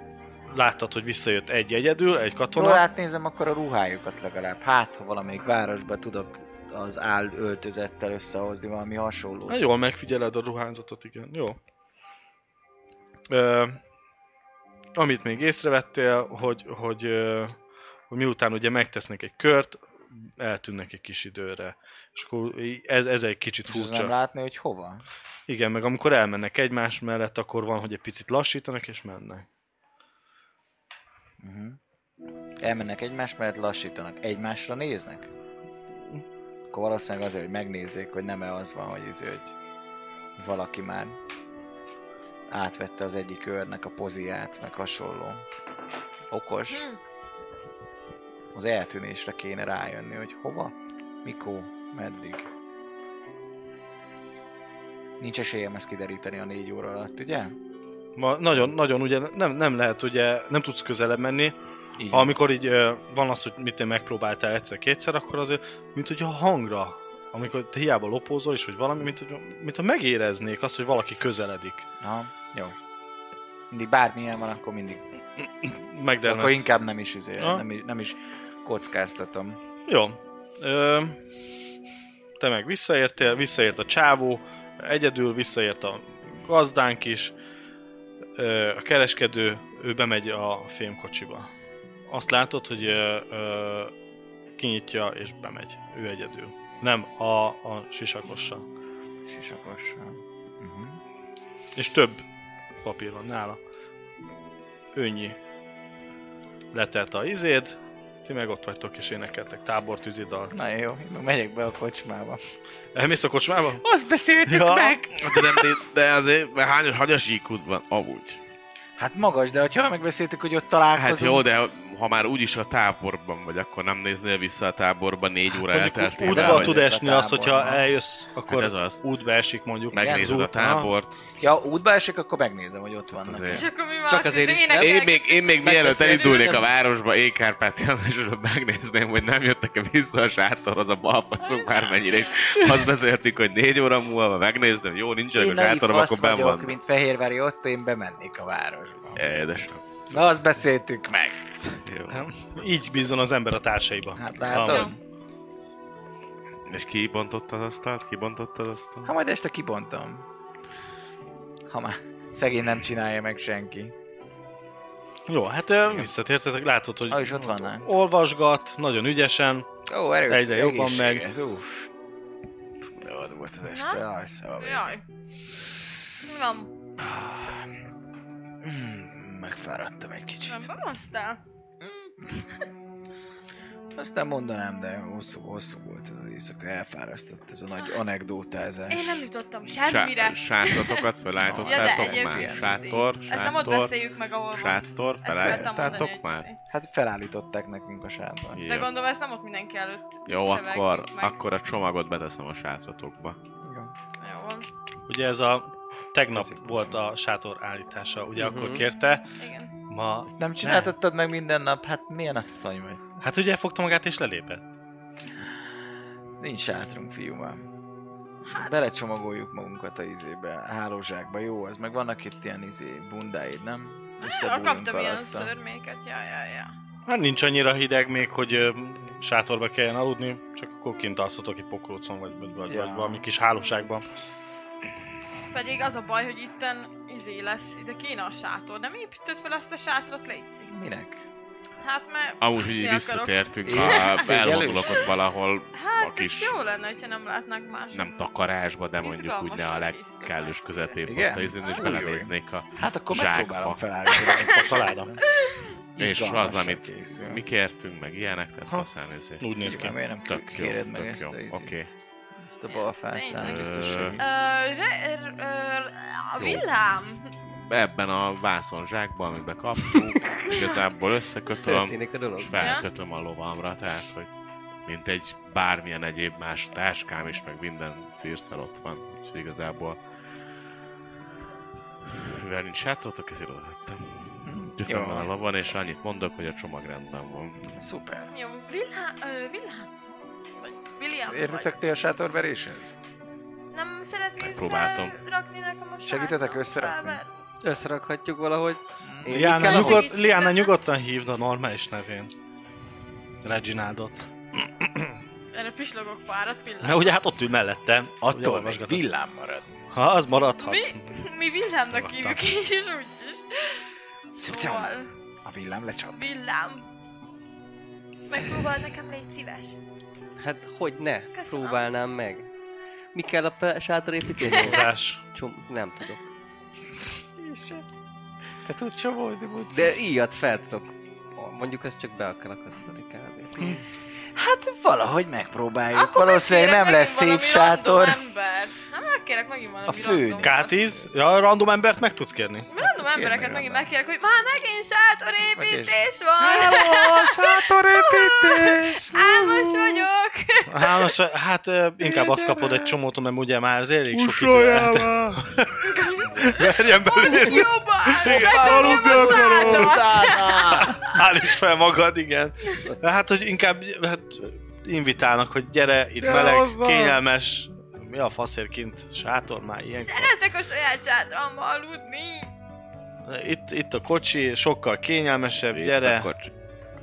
Speaker 2: láttad, hogy visszajött egy egyedül, egy
Speaker 5: Ha
Speaker 2: katona.
Speaker 5: átnézem, hát akkor a ruhájukat legalább. Hát, ha valamelyik városba tudok az áll öltözettel összehozni valami
Speaker 2: Na,
Speaker 5: hasonlót.
Speaker 2: jól megfigyeled a ruházatot, igen. Jó. Ö, amit még észrevettél, hogy, hogy, ö, hogy miután ugye megtesznek egy kört, eltűnnek egy kis időre. És akkor í- ez, ez egy kicsit
Speaker 5: És az nem
Speaker 2: furcsa.
Speaker 5: látni, hogy hova.
Speaker 2: Igen, meg amikor elmennek egymás mellett, akkor van, hogy egy picit lassítanak és mennek.
Speaker 5: Uh-huh. Elmennek egymás mellett, lassítanak. Egymásra néznek? Akkor valószínűleg azért, hogy megnézzék, hogy nem-e az van, hogy, izé, hogy valaki már átvette az egyik őrnek a poziát, meg hasonló. Okos.
Speaker 6: Hm.
Speaker 5: Az eltűnésre kéne rájönni, hogy hova, mikor, meddig. Nincs esélyem ezt kideríteni a négy óra alatt, ugye?
Speaker 2: Ma nagyon, nagyon ugye nem, nem lehet ugye, nem tudsz közelebb menni.
Speaker 5: Így
Speaker 2: Ha amikor így ö, van az, hogy mit te megpróbáltál egyszer-kétszer, akkor azért, mint hogy a hangra, amikor te hiába lopózol, és hogy valami, mint, hogy, mint ha megéreznék azt, hogy valaki közeledik.
Speaker 5: Aha, jó. Mindig bármilyen van, akkor mindig.
Speaker 2: Megdelmetsz.
Speaker 5: akkor inkább nem is, izé,
Speaker 2: Ha?
Speaker 5: nem, is, nem is kockáztatom.
Speaker 2: Jó. Ö, te meg visszaértél, visszaért a csávó, egyedül visszaért a gazdánk is, ö, a kereskedő, ő bemegy a fémkocsiba. Azt látod, hogy ö, ö, kinyitja és bemegy, ő egyedül. Nem, a, a sisakossal.
Speaker 5: Sisakos. Uh-huh.
Speaker 2: És több papír van nála. Önnyi. Letelt a izéd, ti meg ott vagytok és énekeltek tábortűzi dalt.
Speaker 5: Na jó, én meg megyek be a kocsmába.
Speaker 2: Elmész a kocsmába?
Speaker 5: Azt beszéltük
Speaker 2: Ja.
Speaker 5: meg!
Speaker 4: De, nem, de, de azért, mert hányos, hanyas IQ-d van? Amúgy.
Speaker 5: Hát magas, de ha megbeszéltük, hogy ott
Speaker 4: Hát
Speaker 5: találkozunk.
Speaker 4: jó, de ha már úgyis a táborban vagy, akkor nem néznél vissza a táborba négy óra
Speaker 2: Hát Úgy
Speaker 5: Rá
Speaker 2: van
Speaker 4: elteltével,
Speaker 5: vagyok
Speaker 4: vagy
Speaker 2: tud esni
Speaker 5: a
Speaker 2: az, hogyha
Speaker 5: táborban.
Speaker 2: eljössz, akkor
Speaker 4: Hát ez az.
Speaker 2: útbe esik mondjuk.
Speaker 4: megnézed
Speaker 2: Igen,
Speaker 4: a
Speaker 2: az út- aha.
Speaker 4: tábort.
Speaker 5: Ja, útba esik, akkor megnézem, hogy ott vannak.
Speaker 4: azért.
Speaker 6: És akkor mi van?
Speaker 3: Csak azért is, nem?
Speaker 4: Én még, én még mielőtt
Speaker 3: Megbeszélni,
Speaker 4: elindulnék
Speaker 3: ugye?
Speaker 4: a városba, én Kárpátiánásról megnézném, hogy nem jöttek-e vissza a sátorhoz a balfaszok bármennyire is. Azt beszéltük, hogy négy óra múlva megnézném, jó, nincsenek
Speaker 5: Én
Speaker 4: a
Speaker 5: nagy
Speaker 4: sátorom,
Speaker 5: fasz
Speaker 4: akkor ben
Speaker 5: vagyok,
Speaker 4: van.
Speaker 5: mint Fehérvári Otto, én bemennék a városba.
Speaker 4: Édesem.
Speaker 5: Na, azt beszéltük meg.
Speaker 4: Jó.
Speaker 2: Így bízzon az ember a társaiba.
Speaker 5: Hát látod?
Speaker 2: Amúgy.
Speaker 4: És kibontotta az asztalt? Kibontotta az asztalt?
Speaker 5: Ha majd este kibontom. Ha már szegény nem csinálja meg senki.
Speaker 2: Jó, hát ö, visszatértetek, látod, hogy
Speaker 5: Ah, és ott vannak.
Speaker 2: olvasgat, nagyon ügyesen.
Speaker 5: Ó, erős.
Speaker 2: Egyre jobban meg.
Speaker 5: egészséges. Uff. De ott volt az este.
Speaker 6: Na?
Speaker 5: Jaj, szóval.
Speaker 6: Jaj. Mi van?
Speaker 5: Mm, Megfáradtam egy kicsit.
Speaker 6: Nem basztál?
Speaker 5: Azt nem mondanám, de hosszú, hosszú volt az éjszaka. Elfárasztott ez a nagy anekdótázás.
Speaker 6: Én nem jutottam semmire.
Speaker 4: Sátortokat
Speaker 6: Ja, de
Speaker 4: felállítottátok
Speaker 6: egyébként
Speaker 4: már?
Speaker 5: izé.
Speaker 4: Sátor,
Speaker 6: Ezt nem ott
Speaker 4: sátor,
Speaker 6: beszéljük meg, ahol van.
Speaker 4: sátor,
Speaker 6: Ezt akartam mondani,
Speaker 4: felállítottátok
Speaker 6: hogy...
Speaker 4: már?
Speaker 5: Hát felállították nekünk a sárban.
Speaker 6: De
Speaker 4: Jó,
Speaker 6: gondolom ezt nem ott mindenki előtt
Speaker 4: jó
Speaker 6: sevegjük
Speaker 4: akkor,
Speaker 6: meg.
Speaker 4: akkor a csomagot beteszem a sátratokba.
Speaker 6: Jó van.
Speaker 2: Ugye ez a tegnap
Speaker 5: Köszi,
Speaker 2: volt a sátor állítása, ugye
Speaker 3: Mhm.
Speaker 2: akkor kérte,
Speaker 6: Igen.
Speaker 2: ma...
Speaker 5: Ezt nem csináltattad meg minden nap? Hát milyen asszony vagy?
Speaker 2: Hát ugye fogta magát és lelépett.
Speaker 5: Nincs sátrunk, fiú már.
Speaker 6: Hát-
Speaker 5: Belecsomagoljuk magunkat a izébe, a hálózsákba, jó, az meg vannak itt ilyen izé bundáid, nem?
Speaker 6: Ja,
Speaker 5: Összedúrunk
Speaker 6: kaptam ilyen
Speaker 5: alatta.
Speaker 6: szörméket, ja, ja, ja.
Speaker 2: Hát nincs annyira hideg még, hogy ö, sátorba kelljen aludni, csak akkor kint alszotok egy pokrócon, vagy, vagy, vagy,
Speaker 5: Ja.
Speaker 2: vagy valami kis hálóságban.
Speaker 6: Pedig az a baj, hogy itten izé lesz, ide kéne a sátor. Nem építed fel ezt a sátrat, létszik?
Speaker 5: Minek?
Speaker 6: Hát mert
Speaker 4: Amúgy, hogy
Speaker 6: úszni
Speaker 4: így
Speaker 6: akarok.
Speaker 4: visszatértünk,
Speaker 5: Én-
Speaker 4: ha
Speaker 5: Szégyellős.
Speaker 4: elvonulok ott valahol
Speaker 6: Hát
Speaker 4: a
Speaker 6: ez
Speaker 4: kis,
Speaker 6: jó lenne, hogyha nem látnák más.
Speaker 4: nem takarásba, de mondjuk úgy
Speaker 6: Izgalmasan
Speaker 4: ne a
Speaker 6: készül.
Speaker 4: legkellős közepén
Speaker 5: Igen?
Speaker 4: volt a izén, és
Speaker 5: Új,
Speaker 4: belenéznék a...
Speaker 5: Hát akkor
Speaker 4: Zsákba.
Speaker 5: megpróbálom felállítani.
Speaker 2: Találom.
Speaker 4: És az,
Speaker 5: Izgalmasan
Speaker 4: amit
Speaker 5: készül.
Speaker 4: mi kértünk, meg ilyenek, tehát
Speaker 2: Ha.
Speaker 4: aztán ezért.
Speaker 2: Úgy néz ki.
Speaker 5: Miért nem
Speaker 4: Tök jó,
Speaker 5: kéred meg
Speaker 4: tök
Speaker 5: ezt
Speaker 4: jó.
Speaker 5: a izét?
Speaker 4: Oké.
Speaker 5: Ezt a balfácán,
Speaker 6: Tényleg.
Speaker 5: ezt a
Speaker 4: Ö,
Speaker 5: segít.
Speaker 6: Ö, re, r, ö, a
Speaker 4: Jó.
Speaker 6: villám!
Speaker 4: Ebben a vászonzsákban, amiben kaptuk, igazából összekötöm,
Speaker 3: Történik a dolog.
Speaker 4: és felkötöm a lovamra, tehát, hogy mint egy bármilyen egyéb más táskám is, meg minden szírszel ott van, úgyhogy igazából mivel nincs sátortok, ezért oda tettem. Úgyhogy
Speaker 5: Jó.
Speaker 4: fenn van a lovon, és annyit mondok, hogy a csomag rendben van.
Speaker 5: Szuper.
Speaker 6: Jó, villám, ö, villám. Vagy William
Speaker 5: Értetek ti a sátorveréshez?
Speaker 6: vagy. Nem szeretnél
Speaker 4: Megpróbáltam.
Speaker 6: felrakni nekem a sátrat?
Speaker 5: Segítetek összerakni?
Speaker 6: Felver-
Speaker 3: Összerakhatjuk valahogy. Én
Speaker 2: Liana,
Speaker 3: Mikkel ahhoz-
Speaker 2: nyugod, Liana nyugodtan hívd a normális nevén. Reginaldot.
Speaker 6: Erre pislogok párat pillanat.
Speaker 2: Mert ugye hát ott ül mellette. Ugye
Speaker 5: Attól még
Speaker 2: olvasgatod.
Speaker 5: villám marad.
Speaker 2: Ha, az maradhat.
Speaker 6: Mi? Mi villámnak
Speaker 2: Fogadtam.
Speaker 6: hívjuk is, és úgyis. Szóval,
Speaker 5: A villám lecsap.
Speaker 6: villám. Megpróbáld nekem, légy szíves.
Speaker 3: Hát hogy ne? Próbálnám meg. Mi kell a pe- sátorépítéshez?
Speaker 2: Hozás.
Speaker 3: Csom- nem tudok.
Speaker 5: Te tudsz csomózni, Buci?
Speaker 3: De íjat fel tudok. Mondjuk ezt csak be akar akasztani kb.
Speaker 5: Hát valahogy megpróbáljuk.
Speaker 6: Akkor
Speaker 5: Valószínűleg
Speaker 6: beszélek
Speaker 5: nem lesz
Speaker 6: nekünk
Speaker 5: szép
Speaker 6: valami
Speaker 5: sátor.
Speaker 6: random Ember. Nem el megkérek megint valami
Speaker 5: főnök.
Speaker 6: randomot.
Speaker 2: K10? Ja, random embert meg tudsz kérni.
Speaker 6: Random embereket
Speaker 5: meg
Speaker 6: megint megkérek, hogy már megint sátorépítés van!
Speaker 5: Hello, sátorépítés!
Speaker 6: Álmos vagyok!
Speaker 2: Hálás, hát ö, inkább azt kapod egy csomót, mert ugye már az elég sok idő eltelt. Verjen belőle!
Speaker 6: Jobban! Megtörném a szádat!
Speaker 2: Állíts fel magad, igen. De Hát, hogy inkább hát, invitálnak, hogy gyere, itt meleg, kényelmes. Mi a faszért kint? Sátor már ilyen.
Speaker 6: Szeretek a saját sátramba aludni!
Speaker 2: Itt, itt a kocsi, sokkal kényelmesebb,
Speaker 4: Gyere!
Speaker 2: gyere.
Speaker 4: Kocsi.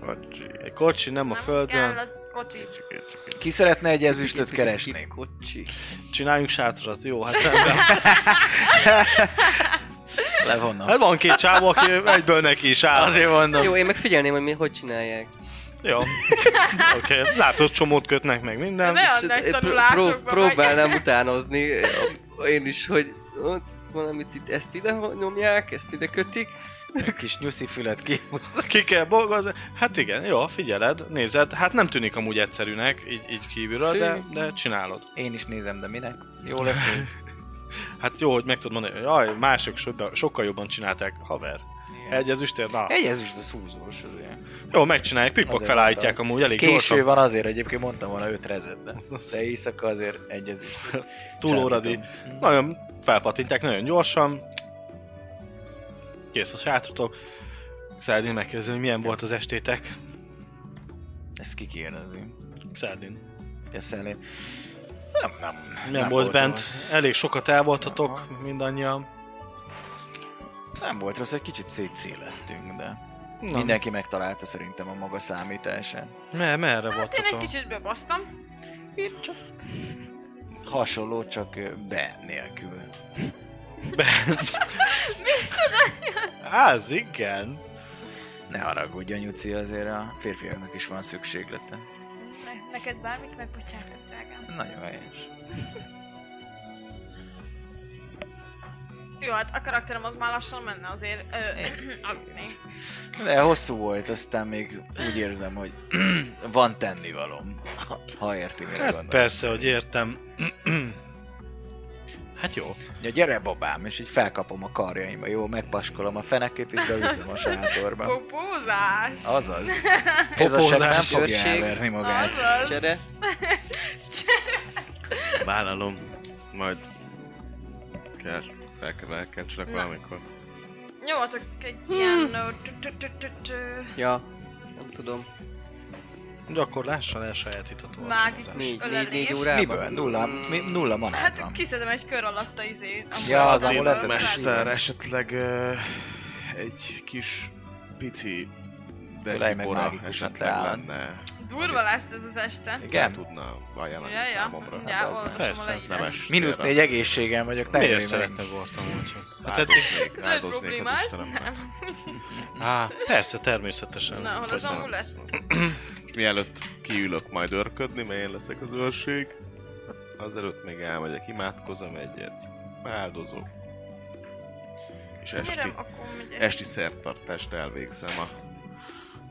Speaker 4: Kocsi.
Speaker 2: Egy kocsi, nem a földön.
Speaker 6: kell a kocsi.
Speaker 5: Ki szeretne egy ezüstöt keresni?
Speaker 3: Kocsi.
Speaker 2: Csináljunk sátrat, jó, hát rendben.
Speaker 5: Levonnom.
Speaker 2: Hát van két csávó, aki egyből neki is áll.
Speaker 5: Azért mondom.
Speaker 3: Jó, én meg figyelném, hogy mi hogy csinálják.
Speaker 2: Jó. Oké, okay. látod, csomót kötnek meg minden.
Speaker 6: Ne
Speaker 3: És
Speaker 6: add meg
Speaker 3: én pró-
Speaker 6: tanulásokba
Speaker 3: pró- Próbálnám utánozni eh, én is, hogy ott valamit itt ezt ide nyomják, ezt ide kötik.
Speaker 5: Egy kis nyuszi fület ki.
Speaker 2: Ki kell dolgozni. Hát igen, jó, figyeled, nézed. Hát nem tűnik amúgy egyszerűnek, így, így kívülről, de, de csinálod.
Speaker 5: Én is nézem, de minek? Jó lesz ez.
Speaker 2: Hát jó, hogy meg tudod mondani, jaj, mások sokkal, sokkal jobban csinálták, haver. Egy ezüstér, na.
Speaker 5: Egy ezüst az húzós azért.
Speaker 2: Jó, megcsinálják, pikpak
Speaker 5: Azért
Speaker 2: felállítják amúgy, elég
Speaker 5: Késő
Speaker 2: gyorsan.
Speaker 5: van azért, egyébként mondtam volna öt rezet, de, de éjszaka azért egy ezüst.
Speaker 2: Túlóradi. Nagyon felpatintják, nagyon gyorsan. Kész a sátrotok. Szárdin megkérdezi, hogy milyen volt az estétek.
Speaker 5: Ezt kikérdezi.
Speaker 2: Szárdin.
Speaker 5: Köszönöm. Nem, nem.
Speaker 2: Nem, volt, bent,
Speaker 5: Rossz.
Speaker 2: elég sokat elvoltatok
Speaker 5: Aha.
Speaker 2: mindannyian.
Speaker 5: Nem volt rossz, egy kicsit szétszélettünk, de
Speaker 2: Na,
Speaker 5: mindenki megtalálta szerintem a maga számítását.
Speaker 2: Me- merre
Speaker 6: Hát én egy
Speaker 2: voltatok?
Speaker 6: kicsit bebasztam. Itt csak
Speaker 5: Hasonló, csak ö, be nélkül.
Speaker 2: Áz, igen.
Speaker 5: Ne haragudj, anyuci, azért a férfiaknak is van szükséglete.
Speaker 6: Ne- Neked bármit megbocsátok, drágám.
Speaker 5: Nagyon helyes.
Speaker 6: Jó, hát a karakterem az már lassan menne azért ö, aludni.
Speaker 5: De hosszú volt, aztán még úgy érzem, hogy van tennivalom. Ha érti, mire
Speaker 2: Hát
Speaker 5: gondolok.
Speaker 2: persze, hogy értem. hát jó.
Speaker 5: Ja, gyere babám, és így felkapom a karjaimba, jó, megpaskolom a fenekét, és beviszem a sátorba.
Speaker 6: Popózás!
Speaker 5: Azaz. Ez a sem nem
Speaker 2: Popózás.
Speaker 5: fogja
Speaker 3: Őrség.
Speaker 5: elverni magát.
Speaker 6: Azaz.
Speaker 3: Csere.
Speaker 4: Vállalom. Majd kell, fel kell, fel kell csak
Speaker 6: Na.
Speaker 4: valamikor.
Speaker 6: Jó, csak egy ilyen... ö, tü- tü- tü- tü- tü-
Speaker 3: Ja, nem tudom.
Speaker 2: Gyakorlással elsajátítható. a
Speaker 6: Mágikus.
Speaker 2: csomagozást.
Speaker 3: Négy, négy,
Speaker 6: Ölelés.
Speaker 3: négy órában.
Speaker 5: Miből? Nulla, mi, nulla manát
Speaker 6: Hát
Speaker 5: van.
Speaker 6: kiszedem egy kör alatt a izé.
Speaker 5: Ja, az
Speaker 4: Én
Speaker 5: amuletet.
Speaker 4: Mester, esetleg ö, egy kis pici
Speaker 5: Ölej meg
Speaker 4: decibora
Speaker 5: mágikusat
Speaker 4: esetleg
Speaker 5: leáll.
Speaker 4: lenne.
Speaker 6: Durva lesz ez az este.
Speaker 4: Igen.
Speaker 5: Igen. Hát,
Speaker 4: tudna ajánlani
Speaker 6: Ja, ja.
Speaker 4: számomra. Hát
Speaker 6: Ja,
Speaker 5: az
Speaker 6: olvasom
Speaker 2: persze,
Speaker 6: a leírást.
Speaker 4: Nemes.
Speaker 5: Mínusz négy egészségem vagyok, ne
Speaker 2: Miért
Speaker 5: jöjj meg.
Speaker 2: szeretne voltam úgy? Hát,
Speaker 4: Áldoznék, hát
Speaker 6: Ez
Speaker 4: áldoznék az
Speaker 6: problémás?
Speaker 4: Istenemnek.
Speaker 6: Nem.
Speaker 2: á, persze, természetesen.
Speaker 6: Na, hol az
Speaker 4: Köszönöm.
Speaker 6: amulett?
Speaker 4: És mielőtt kiülök majd örködni, mert én leszek az őrség, azelőtt még elmegyek, imádkozom egyet, áldozok. És esti,
Speaker 6: Kérem, akkor megyek.
Speaker 4: esti szertartást elvégzem a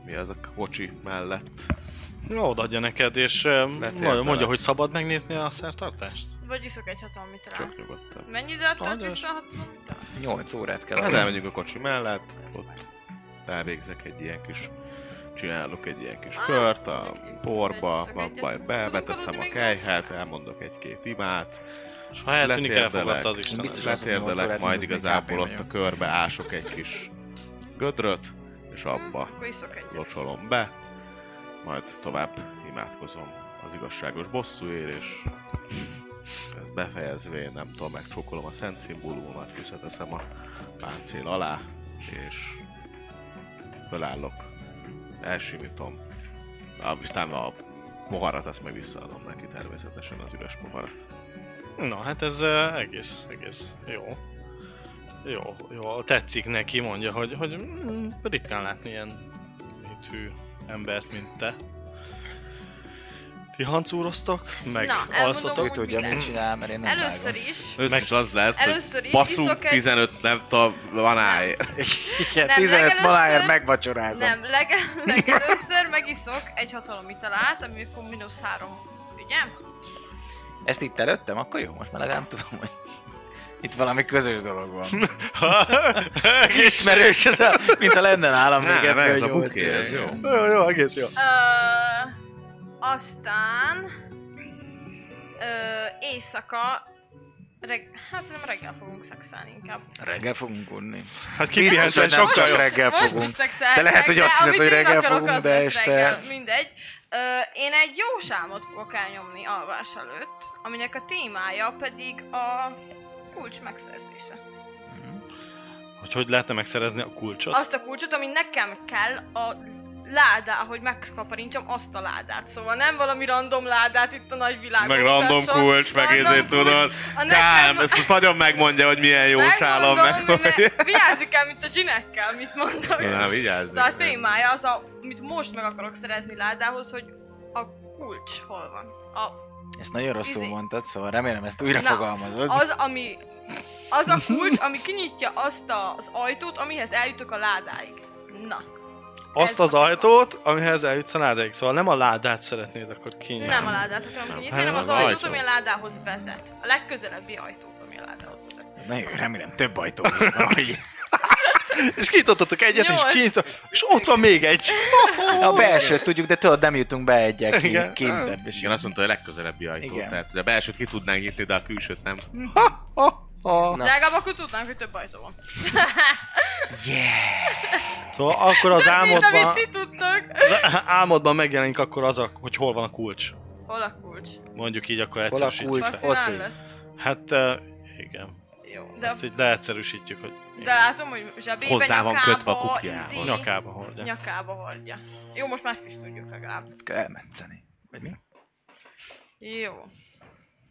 Speaker 4: mi az a kocsi mellett.
Speaker 2: Jó, odaadja neked, és ö, mondja, mondja, hogy szabad megnézni a szertartást?
Speaker 6: Vagy iszok egy hatalmi talán.
Speaker 4: Csak nyugodtan.
Speaker 6: Mennyi idő tart
Speaker 2: Hajnos.
Speaker 6: vissza a hatalmi talán?
Speaker 5: 8 órát kell
Speaker 4: Hát
Speaker 5: aludni.
Speaker 4: elmegyünk a kocsi mellett, ott elvégzek egy ilyen kis csinálok egy ilyen kis
Speaker 6: Ah,
Speaker 4: kört a
Speaker 6: neki.
Speaker 4: porba,
Speaker 6: Megszög
Speaker 4: van
Speaker 6: egyet.
Speaker 4: baj, be,
Speaker 6: Tudunk
Speaker 4: beteszem
Speaker 6: aludni
Speaker 4: a
Speaker 6: még
Speaker 4: kejhet,
Speaker 6: most?
Speaker 4: elmondok egy-két imát,
Speaker 2: És ha eltűnik,
Speaker 4: Letérdelek.
Speaker 2: elfogadta az Isten.
Speaker 5: Biztos azt mondom, hogy
Speaker 4: letérdelek,
Speaker 5: órát
Speaker 4: majd
Speaker 5: nyúzni,
Speaker 4: igazából
Speaker 5: kb.
Speaker 4: ott a
Speaker 5: vagyok.
Speaker 4: körbe ások egy kis gödröt, és abba
Speaker 6: Hm, Akkor iszok egyet.
Speaker 4: locsolom be, majd tovább imádkozom az igazságos bosszúért, és ezt befejezvén, nem tudom, megcsókolom a szent szimbólumomat, visszateszem a páncél alá, és fölállok, elsimítom, aztán a poharat azt meg visszaadom neki természetesen az üres poharat.
Speaker 2: Na, hát ez eh, egész, egész jó. Jó, jó, tetszik neki, mondja, hogy, hogy mm, ritkán látni ilyen hithű embert, mint te. Ti hancúroztok, meg
Speaker 6: Na, elmondom,
Speaker 5: Ő
Speaker 2: alszotok.
Speaker 6: hogy-
Speaker 5: tudja, mit csinál, mert én nem
Speaker 6: Először
Speaker 5: vágom.
Speaker 6: is.
Speaker 4: Először
Speaker 2: Meg-
Speaker 4: is az lesz, hogy
Speaker 6: Először is
Speaker 4: basszunk
Speaker 6: iszok egy-
Speaker 4: 15, nem tudom, van áj.
Speaker 5: Igen,
Speaker 6: Nem,
Speaker 5: 15
Speaker 6: legelőször-
Speaker 5: maláért megvacsorázom.
Speaker 6: Nem, lege- legelőször megiszok egy hatalmi talát, amikor mínusz három. Ugye?
Speaker 5: Ezt itt előttem? Akkor jó, most már legalább tudom, hogy itt valami közös dolog van. Ismerős ez
Speaker 2: Hát
Speaker 5: a, mint a lenne nálam még
Speaker 4: Nem,
Speaker 5: ebből
Speaker 4: ez a
Speaker 5: nyolc
Speaker 4: buké, ez
Speaker 5: év.
Speaker 4: jó.
Speaker 2: jó, jó, egész jó.
Speaker 6: Ö, aztán ö, éjszaka, reg, hát nem reggel fogunk szexelni inkább.
Speaker 5: Reggel fogunk unni.
Speaker 2: Hát
Speaker 5: Biztos, hogy
Speaker 2: kipihenten
Speaker 5: nem
Speaker 2: sokkal
Speaker 5: csak
Speaker 2: jobb.
Speaker 5: reg- reggel
Speaker 6: most
Speaker 5: fogunk.
Speaker 6: Is szexelhetek,
Speaker 5: Te lehet, hogy azt hiszed,
Speaker 6: amit
Speaker 5: hogy
Speaker 6: én
Speaker 5: reggel
Speaker 6: akarok,
Speaker 5: fogunk,
Speaker 6: az
Speaker 5: de
Speaker 6: lesz
Speaker 5: este-
Speaker 6: reggel. Mindegy. Ö, én egy jó sámot fogok elnyomni alvás előtt, aminek a témája pedig a kulcs megszerzése.
Speaker 2: Hogy hogy lehetne megszerezni a kulcsot?
Speaker 6: Azt a kulcsot, ami nekem kell a ládá, hogy megkaparincsom azt a ládát. Szóval nem valami random ládát itt a nagy világon.
Speaker 4: Meg random
Speaker 6: utasson.
Speaker 4: kulcs, meg
Speaker 6: Random
Speaker 4: ezért
Speaker 6: kulcs.
Speaker 4: tudod.
Speaker 6: A nekem-
Speaker 4: Kám, ezt most nagyon megmondja, hogy milyen jó sálam meg.
Speaker 6: Megmondom,
Speaker 4: hogy-
Speaker 6: mert Vigyázzik el, mint a dzsinekkel, mit mondok.
Speaker 4: Na, vigyázz.
Speaker 6: Szóval a témája az, a, amit most meg akarok szerezni ládához, hogy a kulcs hol van. A,
Speaker 5: Ezt nagyon rosszul
Speaker 6: Izé.
Speaker 5: mondtad, szóval remélem ezt újra
Speaker 6: Na,
Speaker 5: fogalmazod.
Speaker 6: az, ami... Az a kulcs, ami kinyitja azt a, az ajtót, amihez eljutok a ládáig. Na,
Speaker 2: Azt az ajtót, amihez eljutsz a ládáig. Szóval nem a ládát szeretnéd akkor kinyitni.
Speaker 6: nem, nem a ládát akarom kinyitni, hanem az
Speaker 4: Hát, az
Speaker 6: ajtót,
Speaker 4: ajtó.
Speaker 6: ami a ládához vezet. A legközelebbi ajtót, ami a ládához vezet.
Speaker 5: Na jó, remélem több ajtó van, hogy
Speaker 2: És kinyitottatok egyet,
Speaker 6: Nyolc.
Speaker 2: és kinyitott, és ott van még egy.
Speaker 5: A belsőt tudjuk, de tudod, nem jutunk be egyek
Speaker 2: Igen.
Speaker 5: kintebb.
Speaker 4: És igen, azt mondta, hogy a legközelebbi ajtó.
Speaker 5: Igen.
Speaker 4: Tehát hogy a belsőt ki tudnánk nyitni, de a külsőt nem.
Speaker 6: De legalább akkor tudnánk, hogy több ajtó van.
Speaker 2: Szóval akkor az
Speaker 6: Mint amit
Speaker 2: álmodban,
Speaker 6: ti tudtok.
Speaker 2: az á- álmodban megjelenik akkor az, a, hogy hol van a kulcs.
Speaker 6: Hol a kulcs?
Speaker 2: Mondjuk így, akkor
Speaker 5: Hol a
Speaker 2: egyszerűsítjük.
Speaker 5: kulcs?
Speaker 6: Faszinál
Speaker 5: Oszi.
Speaker 6: lesz.
Speaker 2: Hát, eh, igen.
Speaker 6: Jó, de,
Speaker 2: Ezt így leegyszerűsítjük, hogy
Speaker 6: de látom, hogy zsebébe,
Speaker 4: Hozzá van
Speaker 6: nyakába,
Speaker 4: kötve a kukjához.
Speaker 6: zí-
Speaker 2: nyakába hordja.
Speaker 6: nyakába hordja. Jó, most már ezt is tudjuk legalább.
Speaker 5: Kell elmetszeni. Vagy mi?
Speaker 6: Jó.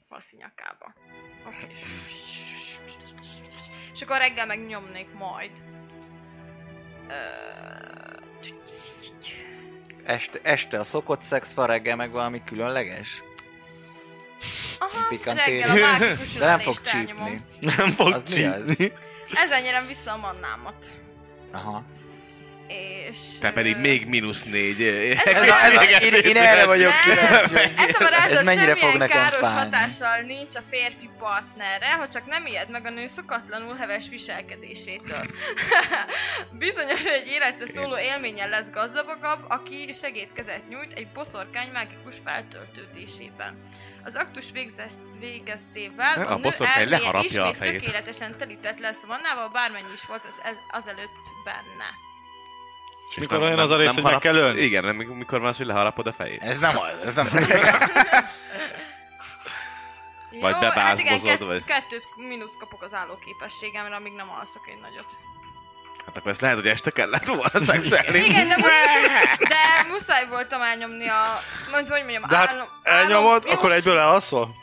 Speaker 6: Faszi nyakába. Oké. És akkor reggel megnyomnék majd. Ö,
Speaker 5: Este, este a szokott szex van, reggel meg valami különleges?
Speaker 6: Aha,
Speaker 5: Pikantéria.
Speaker 6: reggel a mágikus
Speaker 5: De nem fog
Speaker 6: ölelést elnyomom.
Speaker 5: csípni.
Speaker 2: Nem fog
Speaker 5: Az mi az?
Speaker 2: csípni.
Speaker 6: Ezen nyerem vissza a mannámat.
Speaker 5: Aha.
Speaker 6: És...
Speaker 4: Te pedig
Speaker 6: ö,
Speaker 4: még mínusz négy.
Speaker 5: Ez a, ez a, én, én erre vagyok
Speaker 6: Nem,
Speaker 5: kíváncsi. hogy-
Speaker 6: Ez a varázslat
Speaker 5: Ez mennyire
Speaker 6: semmilyen
Speaker 5: fog nekem
Speaker 6: káros
Speaker 5: fájni?
Speaker 6: hatással nincs a férfi partnerre, ha csak nem ijed meg a nő szokatlanul heves viselkedésétől. Bizonyos, hogy egy életre szóló élménnyel lesz gazdagabb, aki segédkezet nyújt egy boszorkány mágikus feltöltődésében. Az aktus végzes, végeztével
Speaker 4: A
Speaker 6: a, nő
Speaker 4: boszorkány
Speaker 6: elméje
Speaker 4: leharapja
Speaker 6: ismét
Speaker 4: a fejét.
Speaker 6: tökéletesen telített lesz vannával, bármennyi is volt az, azelőtt benne.
Speaker 2: És mikor olyan az a rész, hogy meg kell ölni?
Speaker 4: Igen, nem, mikor van az, hogy leharapod a fejét.
Speaker 5: Ez nem az, ez nem az.
Speaker 4: Vagy
Speaker 6: Jó, hát igen,
Speaker 4: bebázgozod,
Speaker 6: kett-
Speaker 4: vagy-
Speaker 6: kettőt mínusz kapok az állóképességemre, amíg nem alszok egy nagyot.
Speaker 4: Hát akkor ezt lehet, hogy este kellett volna szexelni.
Speaker 6: Igen, de, muszáj, de muszáj voltam elnyomni a... Mondj, hogy mondjam,
Speaker 2: De hát
Speaker 6: álom-
Speaker 2: elnyomod,
Speaker 6: álom-
Speaker 2: akkor
Speaker 6: jó,
Speaker 2: egyből elalszol?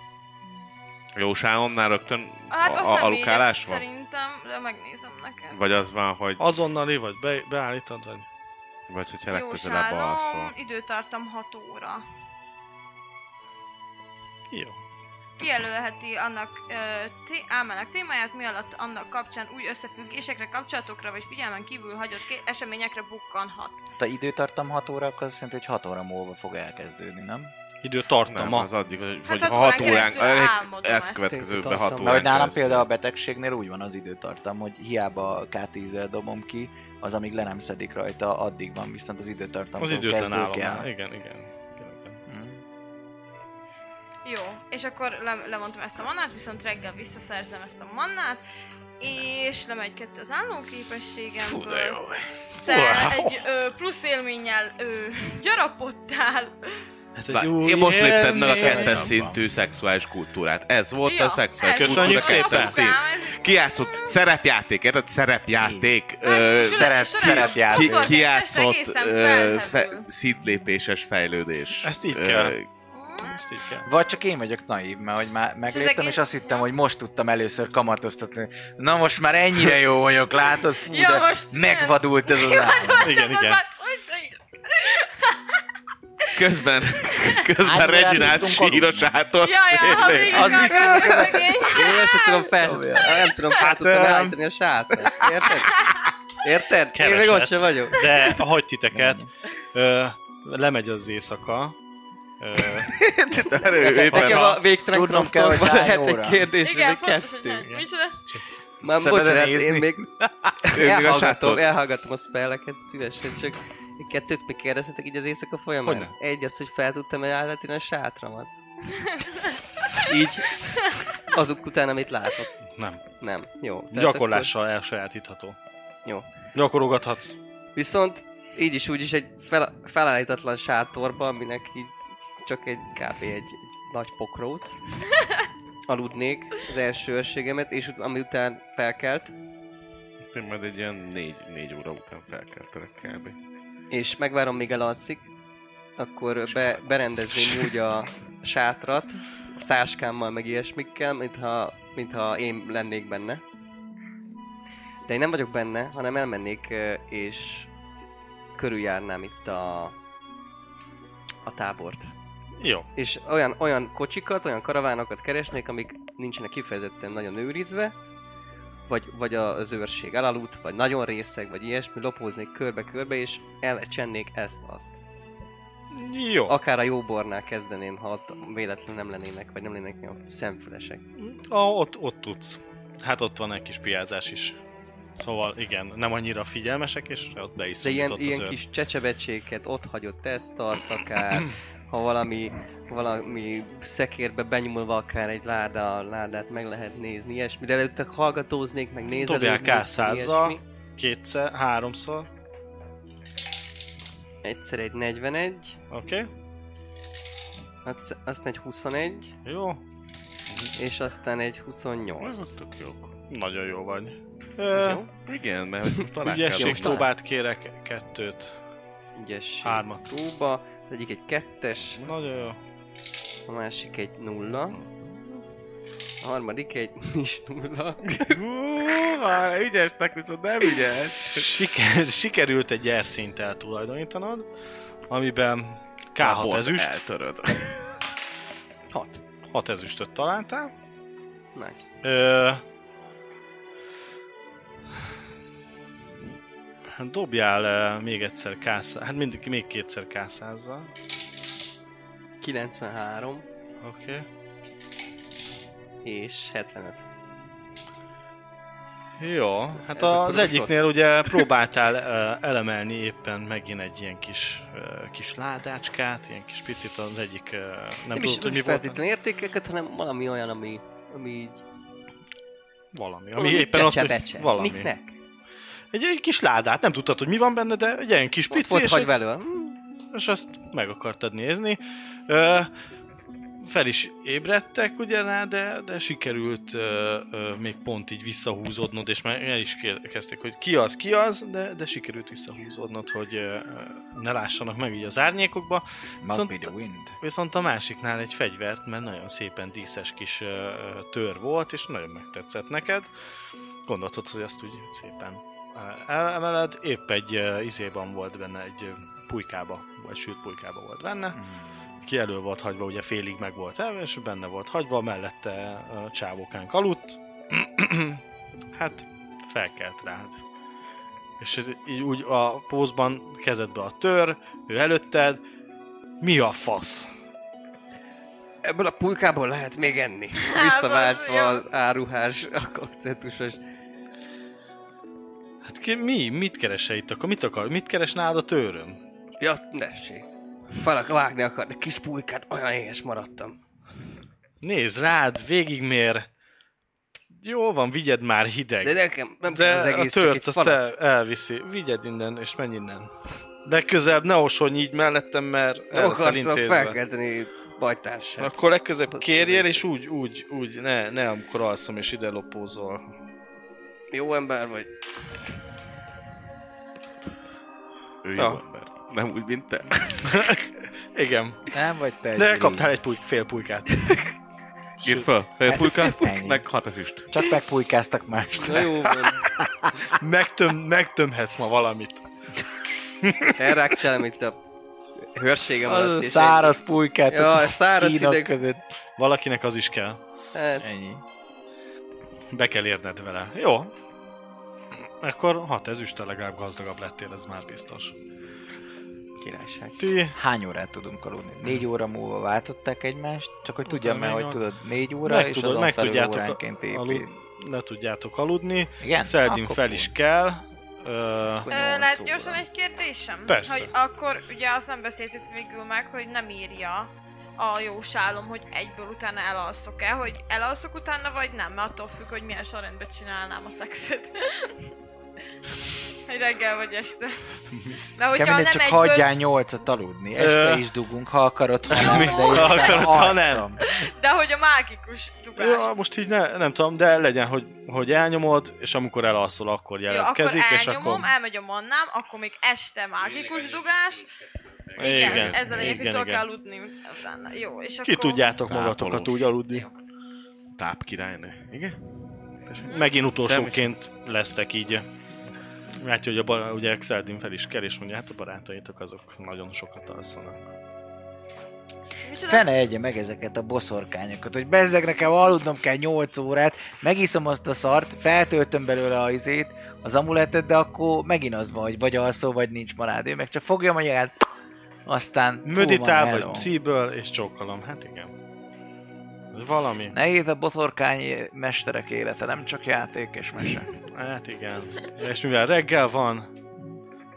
Speaker 4: Jó sámomnál rögtön
Speaker 6: Hát azt
Speaker 4: a-
Speaker 6: nem
Speaker 4: alukálás
Speaker 6: így,
Speaker 4: van?
Speaker 6: Szerintem, de megnézem neked.
Speaker 4: Vagy az van, hogy...
Speaker 2: Azonnali vagy, be, beállítod, vagy...
Speaker 4: Vagy hogyha
Speaker 6: Jó
Speaker 4: legközelebb
Speaker 6: sálom,
Speaker 4: alszol.
Speaker 6: időtartam 6 óra.
Speaker 2: Jó.
Speaker 6: Kijelölheti annak ö, té- álmának témáját, mi alatt annak kapcsán új összefüggésekre, kapcsolatokra vagy figyelmen kívül hagyott ké- eseményekre bukkanhat.
Speaker 5: Ha időtartam 6 óra, akkor azt jelenti, hogy 6 óra múlva fog elkezdődni, nem?
Speaker 4: Nem,
Speaker 2: Időtartama.
Speaker 4: az addig, hogy
Speaker 6: Hát
Speaker 4: hogy
Speaker 6: hat
Speaker 4: ha
Speaker 6: órán
Speaker 4: hat órán...
Speaker 6: keresztül álmodom
Speaker 4: eh,
Speaker 6: este.
Speaker 4: Elkövetkezőben hat
Speaker 5: Mert
Speaker 4: órán
Speaker 5: hogy nálam
Speaker 4: keresztül.
Speaker 5: például a betegségnél úgy van az időtartam, hogy hiába a K10-el dobom ki, az amíg le nem szedik rajta, addig van viszont az időtartam.
Speaker 2: Az időtlen álom. Igen, igen. igen, igen.
Speaker 5: Hm.
Speaker 6: Jó, és akkor le- lemondtam ezt a mannát, viszont reggel visszaszerzem ezt a mannát, és lemegy kettő az állóképességemből. Fú, de jó. egy ö, plusz élménnyel ö, gyarapodtál.
Speaker 2: Ez
Speaker 4: Bár,
Speaker 2: új
Speaker 4: én most léptem meg a
Speaker 2: élmény.
Speaker 4: kettes szintű szexuális kultúrát. Ez volt
Speaker 6: Ja,
Speaker 4: a szexuális
Speaker 6: ez volt.
Speaker 4: kultúra
Speaker 2: Köszönjük szépen.
Speaker 4: kettes szint.
Speaker 6: Apukám, ez-
Speaker 4: Kijátszott szerepjáték, érted? Szerepjáték. ö,
Speaker 6: Sörös- sörös-
Speaker 5: szeret- szerepjáték.
Speaker 4: Ki,
Speaker 6: boszorkány
Speaker 4: kijátszott
Speaker 6: egészen
Speaker 4: ö, fe,
Speaker 6: felhevül.
Speaker 4: szintlépéses fejlődés.
Speaker 2: Ezt így
Speaker 4: Ö,
Speaker 2: kell. Ezt így kell.
Speaker 5: Vagy csak én vagyok naív, mert hogy már megléptem,
Speaker 6: egész-
Speaker 5: és azt hittem, hogy most tudtam először kamatoztatni. Na most már ennyire jó vagyok, látod? Fú,
Speaker 6: Ja,
Speaker 5: de
Speaker 6: most-
Speaker 5: megvadult ez az állam.
Speaker 2: Igen,
Speaker 6: Az
Speaker 2: igen.
Speaker 6: az, hogy de-
Speaker 4: Közben, közben
Speaker 5: Átbúrát
Speaker 4: Reginald
Speaker 5: tudtunk aludni.
Speaker 4: síros átott
Speaker 6: Jaj, jaj, ha
Speaker 4: szélén.
Speaker 6: végig
Speaker 5: Az
Speaker 6: akartam,
Speaker 5: biztos-
Speaker 6: szegény.
Speaker 3: Én ezt sem tudom fel, nem tudom fel
Speaker 2: Hát,
Speaker 3: tudtam
Speaker 2: öm,
Speaker 3: állítani a sátrat. Érted? Érted? Én még
Speaker 2: Keveset.
Speaker 3: ott sem vagyok.
Speaker 2: De hagy titeket. Ö, lemegy az éjszaka. Ö,
Speaker 4: De ő éppen
Speaker 3: Nekem
Speaker 4: a...
Speaker 3: a végtelen
Speaker 5: Tudnom kell, hogy
Speaker 3: crosstalkban
Speaker 5: hány
Speaker 3: lehet
Speaker 5: óra.
Speaker 3: egy kérdés,
Speaker 6: Igen,
Speaker 3: vagy
Speaker 6: fontos, hogy nem.
Speaker 3: kettő.
Speaker 6: Micsoda?
Speaker 3: Már
Speaker 5: Szembe
Speaker 3: bocsánat,
Speaker 5: nézni.
Speaker 3: én még
Speaker 4: Ő még a sátor.
Speaker 3: elhallgatom, elhallgatom a spelleket szívesen, csak kettőt még kérdezhetek így az éjszaka folyamán.
Speaker 2: Hogyne.
Speaker 3: Egy az, hogy fel tudtam elállítani a sátramat. Így azok után, amit látok.
Speaker 2: nem.
Speaker 3: Nem, jó. Tehát
Speaker 2: Gyakorlással elsajátítható.
Speaker 3: Akkor, jó.
Speaker 2: Gyakorogathatsz.
Speaker 3: Viszont így is úgy is egy fel, felállítatlan sátorba, aminek így csak egy kb. egy, egy nagy pokróc. Aludnék az első őrségemet, és ut- ami után felkelt,
Speaker 4: Én majd egy ilyen négy, négy óra után felkeltelek kb.
Speaker 3: és megvárom, míg elalszik, akkor be, berendezném úgy a sátrat, táskámmal, meg ilyesmikkel, mintha, mintha én lennék benne. De én nem vagyok benne, hanem elmennék, ö, és körüljárnám itt a, a tábort.
Speaker 2: Jó.
Speaker 3: És olyan, olyan kocsikat, olyan karavánokat keresnék, amik nincsenek kifejezetten nagyon őrizve, vagy, vagy az őrség elaludt, vagy nagyon részeg, vagy ilyesmi, lopóznék körbe-körbe, és elcsennék ezt-azt.
Speaker 2: Jó.
Speaker 3: Akár a jóbornál kezdeném, ha ott véletlenül nem lennének, vagy nem lennének olyan szemfülesek.
Speaker 2: A, ott, ott tudsz. Hát ott van egy kis piázás is. Szóval igen, nem annyira figyelmesek, és ott be is
Speaker 3: De ilyen,
Speaker 2: szólított az
Speaker 3: ilyen
Speaker 2: őr.
Speaker 3: kis csecsebecséket ott hagyott ezt, azt akár, ha valami, valami szekérbe benyúlva akár egy láda, ládát meg lehet nézni, ilyesmi, de előtte hallgatóznék, meg
Speaker 2: Dobjál
Speaker 3: nézelődnék,
Speaker 2: K100-zal,
Speaker 3: ilyesmi.
Speaker 2: kétszer, háromszor,
Speaker 3: Egyszer egy 41,
Speaker 2: oké? Okay.
Speaker 3: az- aztán egy 21,
Speaker 2: Jó,
Speaker 3: és aztán egy 28.
Speaker 4: Azok tök jók.
Speaker 2: nagyon jó vagy.
Speaker 3: Ez
Speaker 2: Ö,
Speaker 3: jó?
Speaker 4: Igen, mert hogy most talán kell.
Speaker 2: ügyesség
Speaker 3: most talán.
Speaker 2: próbát kérek, kettőt,
Speaker 3: Ügyesség.
Speaker 2: hármat.
Speaker 3: Próba, az egyik egy kettes,
Speaker 2: Nagyon jó.
Speaker 3: a másik egy nulla, a harmadik egy is nulla.
Speaker 4: Ú, már ügyesnek, viszont nem ügyes.
Speaker 2: Siker, sikerült egy erszinttel tulajdonítanod, amiben K6
Speaker 4: Bort
Speaker 2: ezüst,
Speaker 4: Eltöröd.
Speaker 3: 6.
Speaker 2: 6 ezüstöt találtál,
Speaker 3: Nice.
Speaker 2: Ö... Dobjál uh, még egyszer kászá... Hát mindig még kétszer kászázzal.
Speaker 3: 93
Speaker 2: Oké. Okay.
Speaker 3: és 75.
Speaker 2: Jó, hát
Speaker 3: Ez
Speaker 2: a,
Speaker 3: akkor
Speaker 2: az
Speaker 3: most
Speaker 2: egyiknél
Speaker 3: rossz.
Speaker 2: ugye próbáltál uh, elemelni éppen megint egy ilyen kis, uh, kis ládácskát, ilyen kis picit az egyik, uh, nem,
Speaker 3: Nem,
Speaker 2: tudod,
Speaker 3: is
Speaker 2: hogy mi volt.
Speaker 3: feltétlenül értékeket, hanem valami olyan, ami, ami így...
Speaker 2: Valami, ami
Speaker 3: valami
Speaker 2: éppen ott, hogy
Speaker 3: csecsebecse.
Speaker 2: valami.
Speaker 3: Miknek?
Speaker 2: Egy, egy kis ládát, nem tudtad, hogy mi van benne, de egy ilyen kis
Speaker 3: Ott
Speaker 2: pici,
Speaker 3: volt
Speaker 2: és
Speaker 3: hagy
Speaker 2: egy-
Speaker 3: belőle.
Speaker 2: és azt meg akartad nézni. Ö, fel is ébredtek ugye rá, de, de sikerült ö, ö, még pont így visszahúzódnod, és már el is kér- kezdték, hogy ki az, ki az, de, de sikerült visszahúzódnod, hogy ö, ö, ne lássanak meg így az árnyékokba.
Speaker 5: Must
Speaker 2: Viszont-
Speaker 5: be the wind.
Speaker 2: Viszont a másiknál egy fegyvert, mert nagyon szépen díszes kis ö, ö, tör volt, és nagyon megtetszett neked. Gondoltad, hogy azt úgy szépen ö, elemeled. Épp egy ö, izében volt benne, egy ö, pulykába, vagy sült pulykába volt
Speaker 5: Hmm.
Speaker 2: benne. Ki elő volt hagyva, ugye félig meg volt elve, és benne volt hagyva, mellette ö, csávókánk aludt. hát felkelt rád. És ez így úgy a pózban kezedbe a tör, ő előtted, mi a fasz?
Speaker 3: Ebből a pulykából lehet még enni.
Speaker 6: Hát,
Speaker 3: Visszaváltva
Speaker 6: az jó.
Speaker 3: az áruhás, a koncentusos.
Speaker 2: Hát ki, mi? Mit keresel itt akkor? Mit akar? Mit keres nálad a töröm?
Speaker 3: Ja, nessék. Falak vágni akarnak, kis pulykát, olyan éhes maradtam.
Speaker 2: Nézd rád, végigmér. Jó van, vigyed már hideg.
Speaker 3: De nekem nem
Speaker 2: De
Speaker 3: kell az egész,
Speaker 2: a
Speaker 3: csak
Speaker 2: tört
Speaker 3: egy
Speaker 2: azt
Speaker 3: falat.
Speaker 2: el, elviszi. Vigyed innen, és menj innen. Legközelebb ne osonj így mellettem, mert el
Speaker 3: Nem
Speaker 2: leszel
Speaker 3: akartam
Speaker 2: intézve.
Speaker 3: felkelteni bajtársát.
Speaker 2: Akkor legközelebb
Speaker 3: Az-
Speaker 2: kérjél,
Speaker 3: az-
Speaker 2: és úgy, úgy, úgy, ne, ne, amikor alszom, és ide lopózol.
Speaker 3: Jó ember vagy.
Speaker 4: Ő
Speaker 2: Ja.
Speaker 4: jó ember. Nem úgy, mint te.
Speaker 2: Igen.
Speaker 5: Nem vagy te.
Speaker 2: De
Speaker 5: Juli.
Speaker 2: kaptál egy pulyk, fél pulykát.
Speaker 4: Írd fel,
Speaker 5: hát
Speaker 4: fejpulka,
Speaker 5: Ennyi.
Speaker 4: meg hat ezüst.
Speaker 5: Csak megpulykáztak mást.
Speaker 3: Na jó van.
Speaker 2: Megtöm, megtömhetsz ma valamit.
Speaker 3: Elrákcsálom itt a hőrségem
Speaker 5: Az
Speaker 3: alatt. és
Speaker 5: a száraz pulykát.
Speaker 3: Egy... Ja, száraz
Speaker 5: Kínak
Speaker 3: hideg.
Speaker 5: között.
Speaker 2: Valakinek az is kell.
Speaker 3: Hát,
Speaker 5: Ennyi.
Speaker 2: Be kell érned vele. Jó. Akkor hat ezüsttel legalább gazdagabb lettél, ez már biztos.
Speaker 3: királyság.
Speaker 2: Ti
Speaker 5: Hány órát tudunk aludni? Négy óra múlva váltották egymást, csak hogy
Speaker 2: Tudom
Speaker 5: tudjam el,
Speaker 2: én,
Speaker 5: hogy
Speaker 2: hogy-
Speaker 5: tudod, négy óra,
Speaker 2: Meg
Speaker 5: és
Speaker 2: tudod-
Speaker 5: azon
Speaker 2: meg
Speaker 5: felül
Speaker 2: tudjátok
Speaker 5: óránként
Speaker 2: alud,
Speaker 5: épít.
Speaker 2: le tudjátok aludni.
Speaker 5: Igen?
Speaker 2: Szeldin
Speaker 5: Akkor
Speaker 2: fel is kell. Ö,
Speaker 5: Akkor
Speaker 6: Ö,
Speaker 5: nyolc
Speaker 6: lehet
Speaker 5: óra.
Speaker 6: gyorsan egy kérdésem?
Speaker 2: szóval. Persze.
Speaker 6: Hogy akkor ugye azt nem beszéltük végül meg, hogy nem írja a jósálom, hogy egyből utána elalszok-e, hogy elalszok utána vagy nem, mert attól függ, hogy milyen sorrendben csinálnám a szexet. hogy reggel vagy este. Mert
Speaker 5: Kell
Speaker 6: hogyha
Speaker 5: mindegy,
Speaker 6: nem
Speaker 5: csak
Speaker 6: egyből...
Speaker 5: hagyjál nyolcat aludni. Este
Speaker 2: Ö.
Speaker 5: is dugunk, ha akarod, ha nem,
Speaker 6: Jó,
Speaker 5: de
Speaker 6: jó.
Speaker 5: én
Speaker 6: Ha
Speaker 2: akarod, ha nem.
Speaker 5: alszom.
Speaker 6: De hogy a mágikus dugás.
Speaker 2: Ja, most így ne, nem tudom, de legyen, hogy, hogy elnyomod, és amikor elalszol, akkor
Speaker 6: Jó, akkor
Speaker 2: jelentkezik, és
Speaker 6: elnyomom,
Speaker 2: akkor...
Speaker 6: elmegy a mannám, akkor még este mágikus dugás. Igen,
Speaker 2: Igen,
Speaker 6: ez a lényeg, hogy
Speaker 2: igen,
Speaker 6: tudok
Speaker 2: igen.
Speaker 6: aludni utána. Jó, és
Speaker 2: Ki
Speaker 6: akkor...
Speaker 2: tudjátok magatokat
Speaker 4: Ápolós.
Speaker 2: úgy aludni.
Speaker 4: Tápkirálynő. Igen?
Speaker 2: Hm? Megint utolsóként lesztek így. Látja, hogy a ba- ugye Exeldin fel is kell, és mondja, hát a barátaitok azok nagyon sokat alszanak.
Speaker 6: Micsoda?
Speaker 5: Fene egye meg ezeket a boszorkányokat, hogy bezzeg nekem aludnom kell 8 órát, megiszom azt a szart, feltöltöm belőle a izét, az amuletet, de akkor megint az van, hogy vagy alszol, vagy nincs malád. Ő meg csak fogja magát, aztán... fú, van
Speaker 2: Möditál vagy
Speaker 5: meló.
Speaker 2: psziből, és csókolom. Hát igen. Ez Valami.
Speaker 5: Nehéz a boszorkány mesterek élete, nem csak játék és mese.
Speaker 2: Hát igen. És mivel reggel van,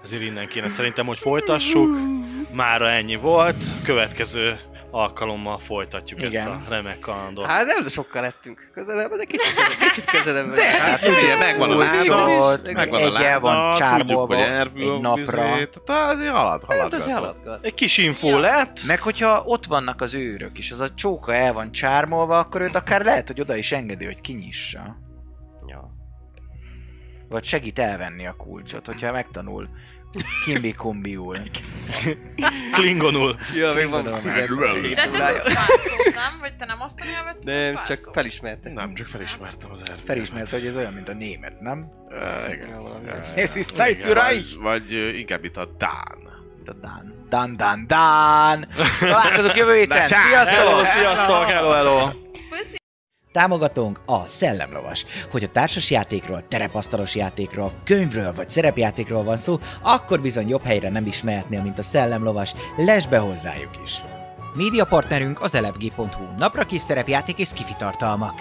Speaker 2: ezért innen kéne szerintem, hogy folytassuk. Mára ennyi volt. Következő alkalommal folytatjuk
Speaker 5: Igen.
Speaker 2: ezt a remek kalandot.
Speaker 3: Hát nem sokkal lettünk közelebb, de kicsit közelebb, kicsit közelebb. De,
Speaker 4: Hát ugye, megvan a
Speaker 5: Úgy
Speaker 4: láda,
Speaker 5: volt,
Speaker 4: megvan a
Speaker 5: Egy el van
Speaker 4: láda, tudjuk,
Speaker 5: csármolva
Speaker 4: hogy elvül
Speaker 5: egy napra.
Speaker 4: Tehát azért halad, halad.
Speaker 3: hát az
Speaker 4: halad.
Speaker 3: haladgat.
Speaker 2: Egy kis infó lett.
Speaker 5: Meg hogyha ott vannak az őrök, és az a csóka el van csármolva, akkor őt akár lehet, hogy oda is engedi, hogy kinyissa.
Speaker 3: Ja.
Speaker 5: Vagy segít elvenni a kulcsot, hogyha megtanul kimbi-kumbiul.
Speaker 2: Klingonul.
Speaker 3: Ja, még van
Speaker 5: Tudom.
Speaker 3: 17
Speaker 6: De te
Speaker 3: órája.
Speaker 6: tudsz pár szót, nem? Vagy te nem azt a nyelvet tudsz
Speaker 3: Nem,
Speaker 6: pár
Speaker 3: csak
Speaker 6: szót?
Speaker 3: felismertek.
Speaker 4: Nem, csak felismertem az elvül.
Speaker 5: Felismert, hogy ez olyan, mint a német, nem?
Speaker 4: Uh, igen.
Speaker 3: Ja, valami
Speaker 4: Ö,
Speaker 5: Ez is
Speaker 4: igen,
Speaker 5: Zeitführer.
Speaker 4: Vagy, vagy ö, inkább itt a Dán.
Speaker 5: Mint a Dán. Dan, dan, dan! Találkozunk jövő héten!
Speaker 4: Na, csá!
Speaker 2: Hello,
Speaker 5: Sziasztok!
Speaker 2: sziasztok, hello, hello.
Speaker 6: Puszi.
Speaker 1: Támogatónk a Szellemlovas. Hogy a társas játékról, terepasztalos játékról, könyvről vagy szerepjátékról van szó, akkor bizony jobb helyre nem is mehetnél, mint a Szellemlovas. Lesz be hozzájuk is! Média partnerünk az elefg.hu, napra kis szerepjáték és kifitartalmak.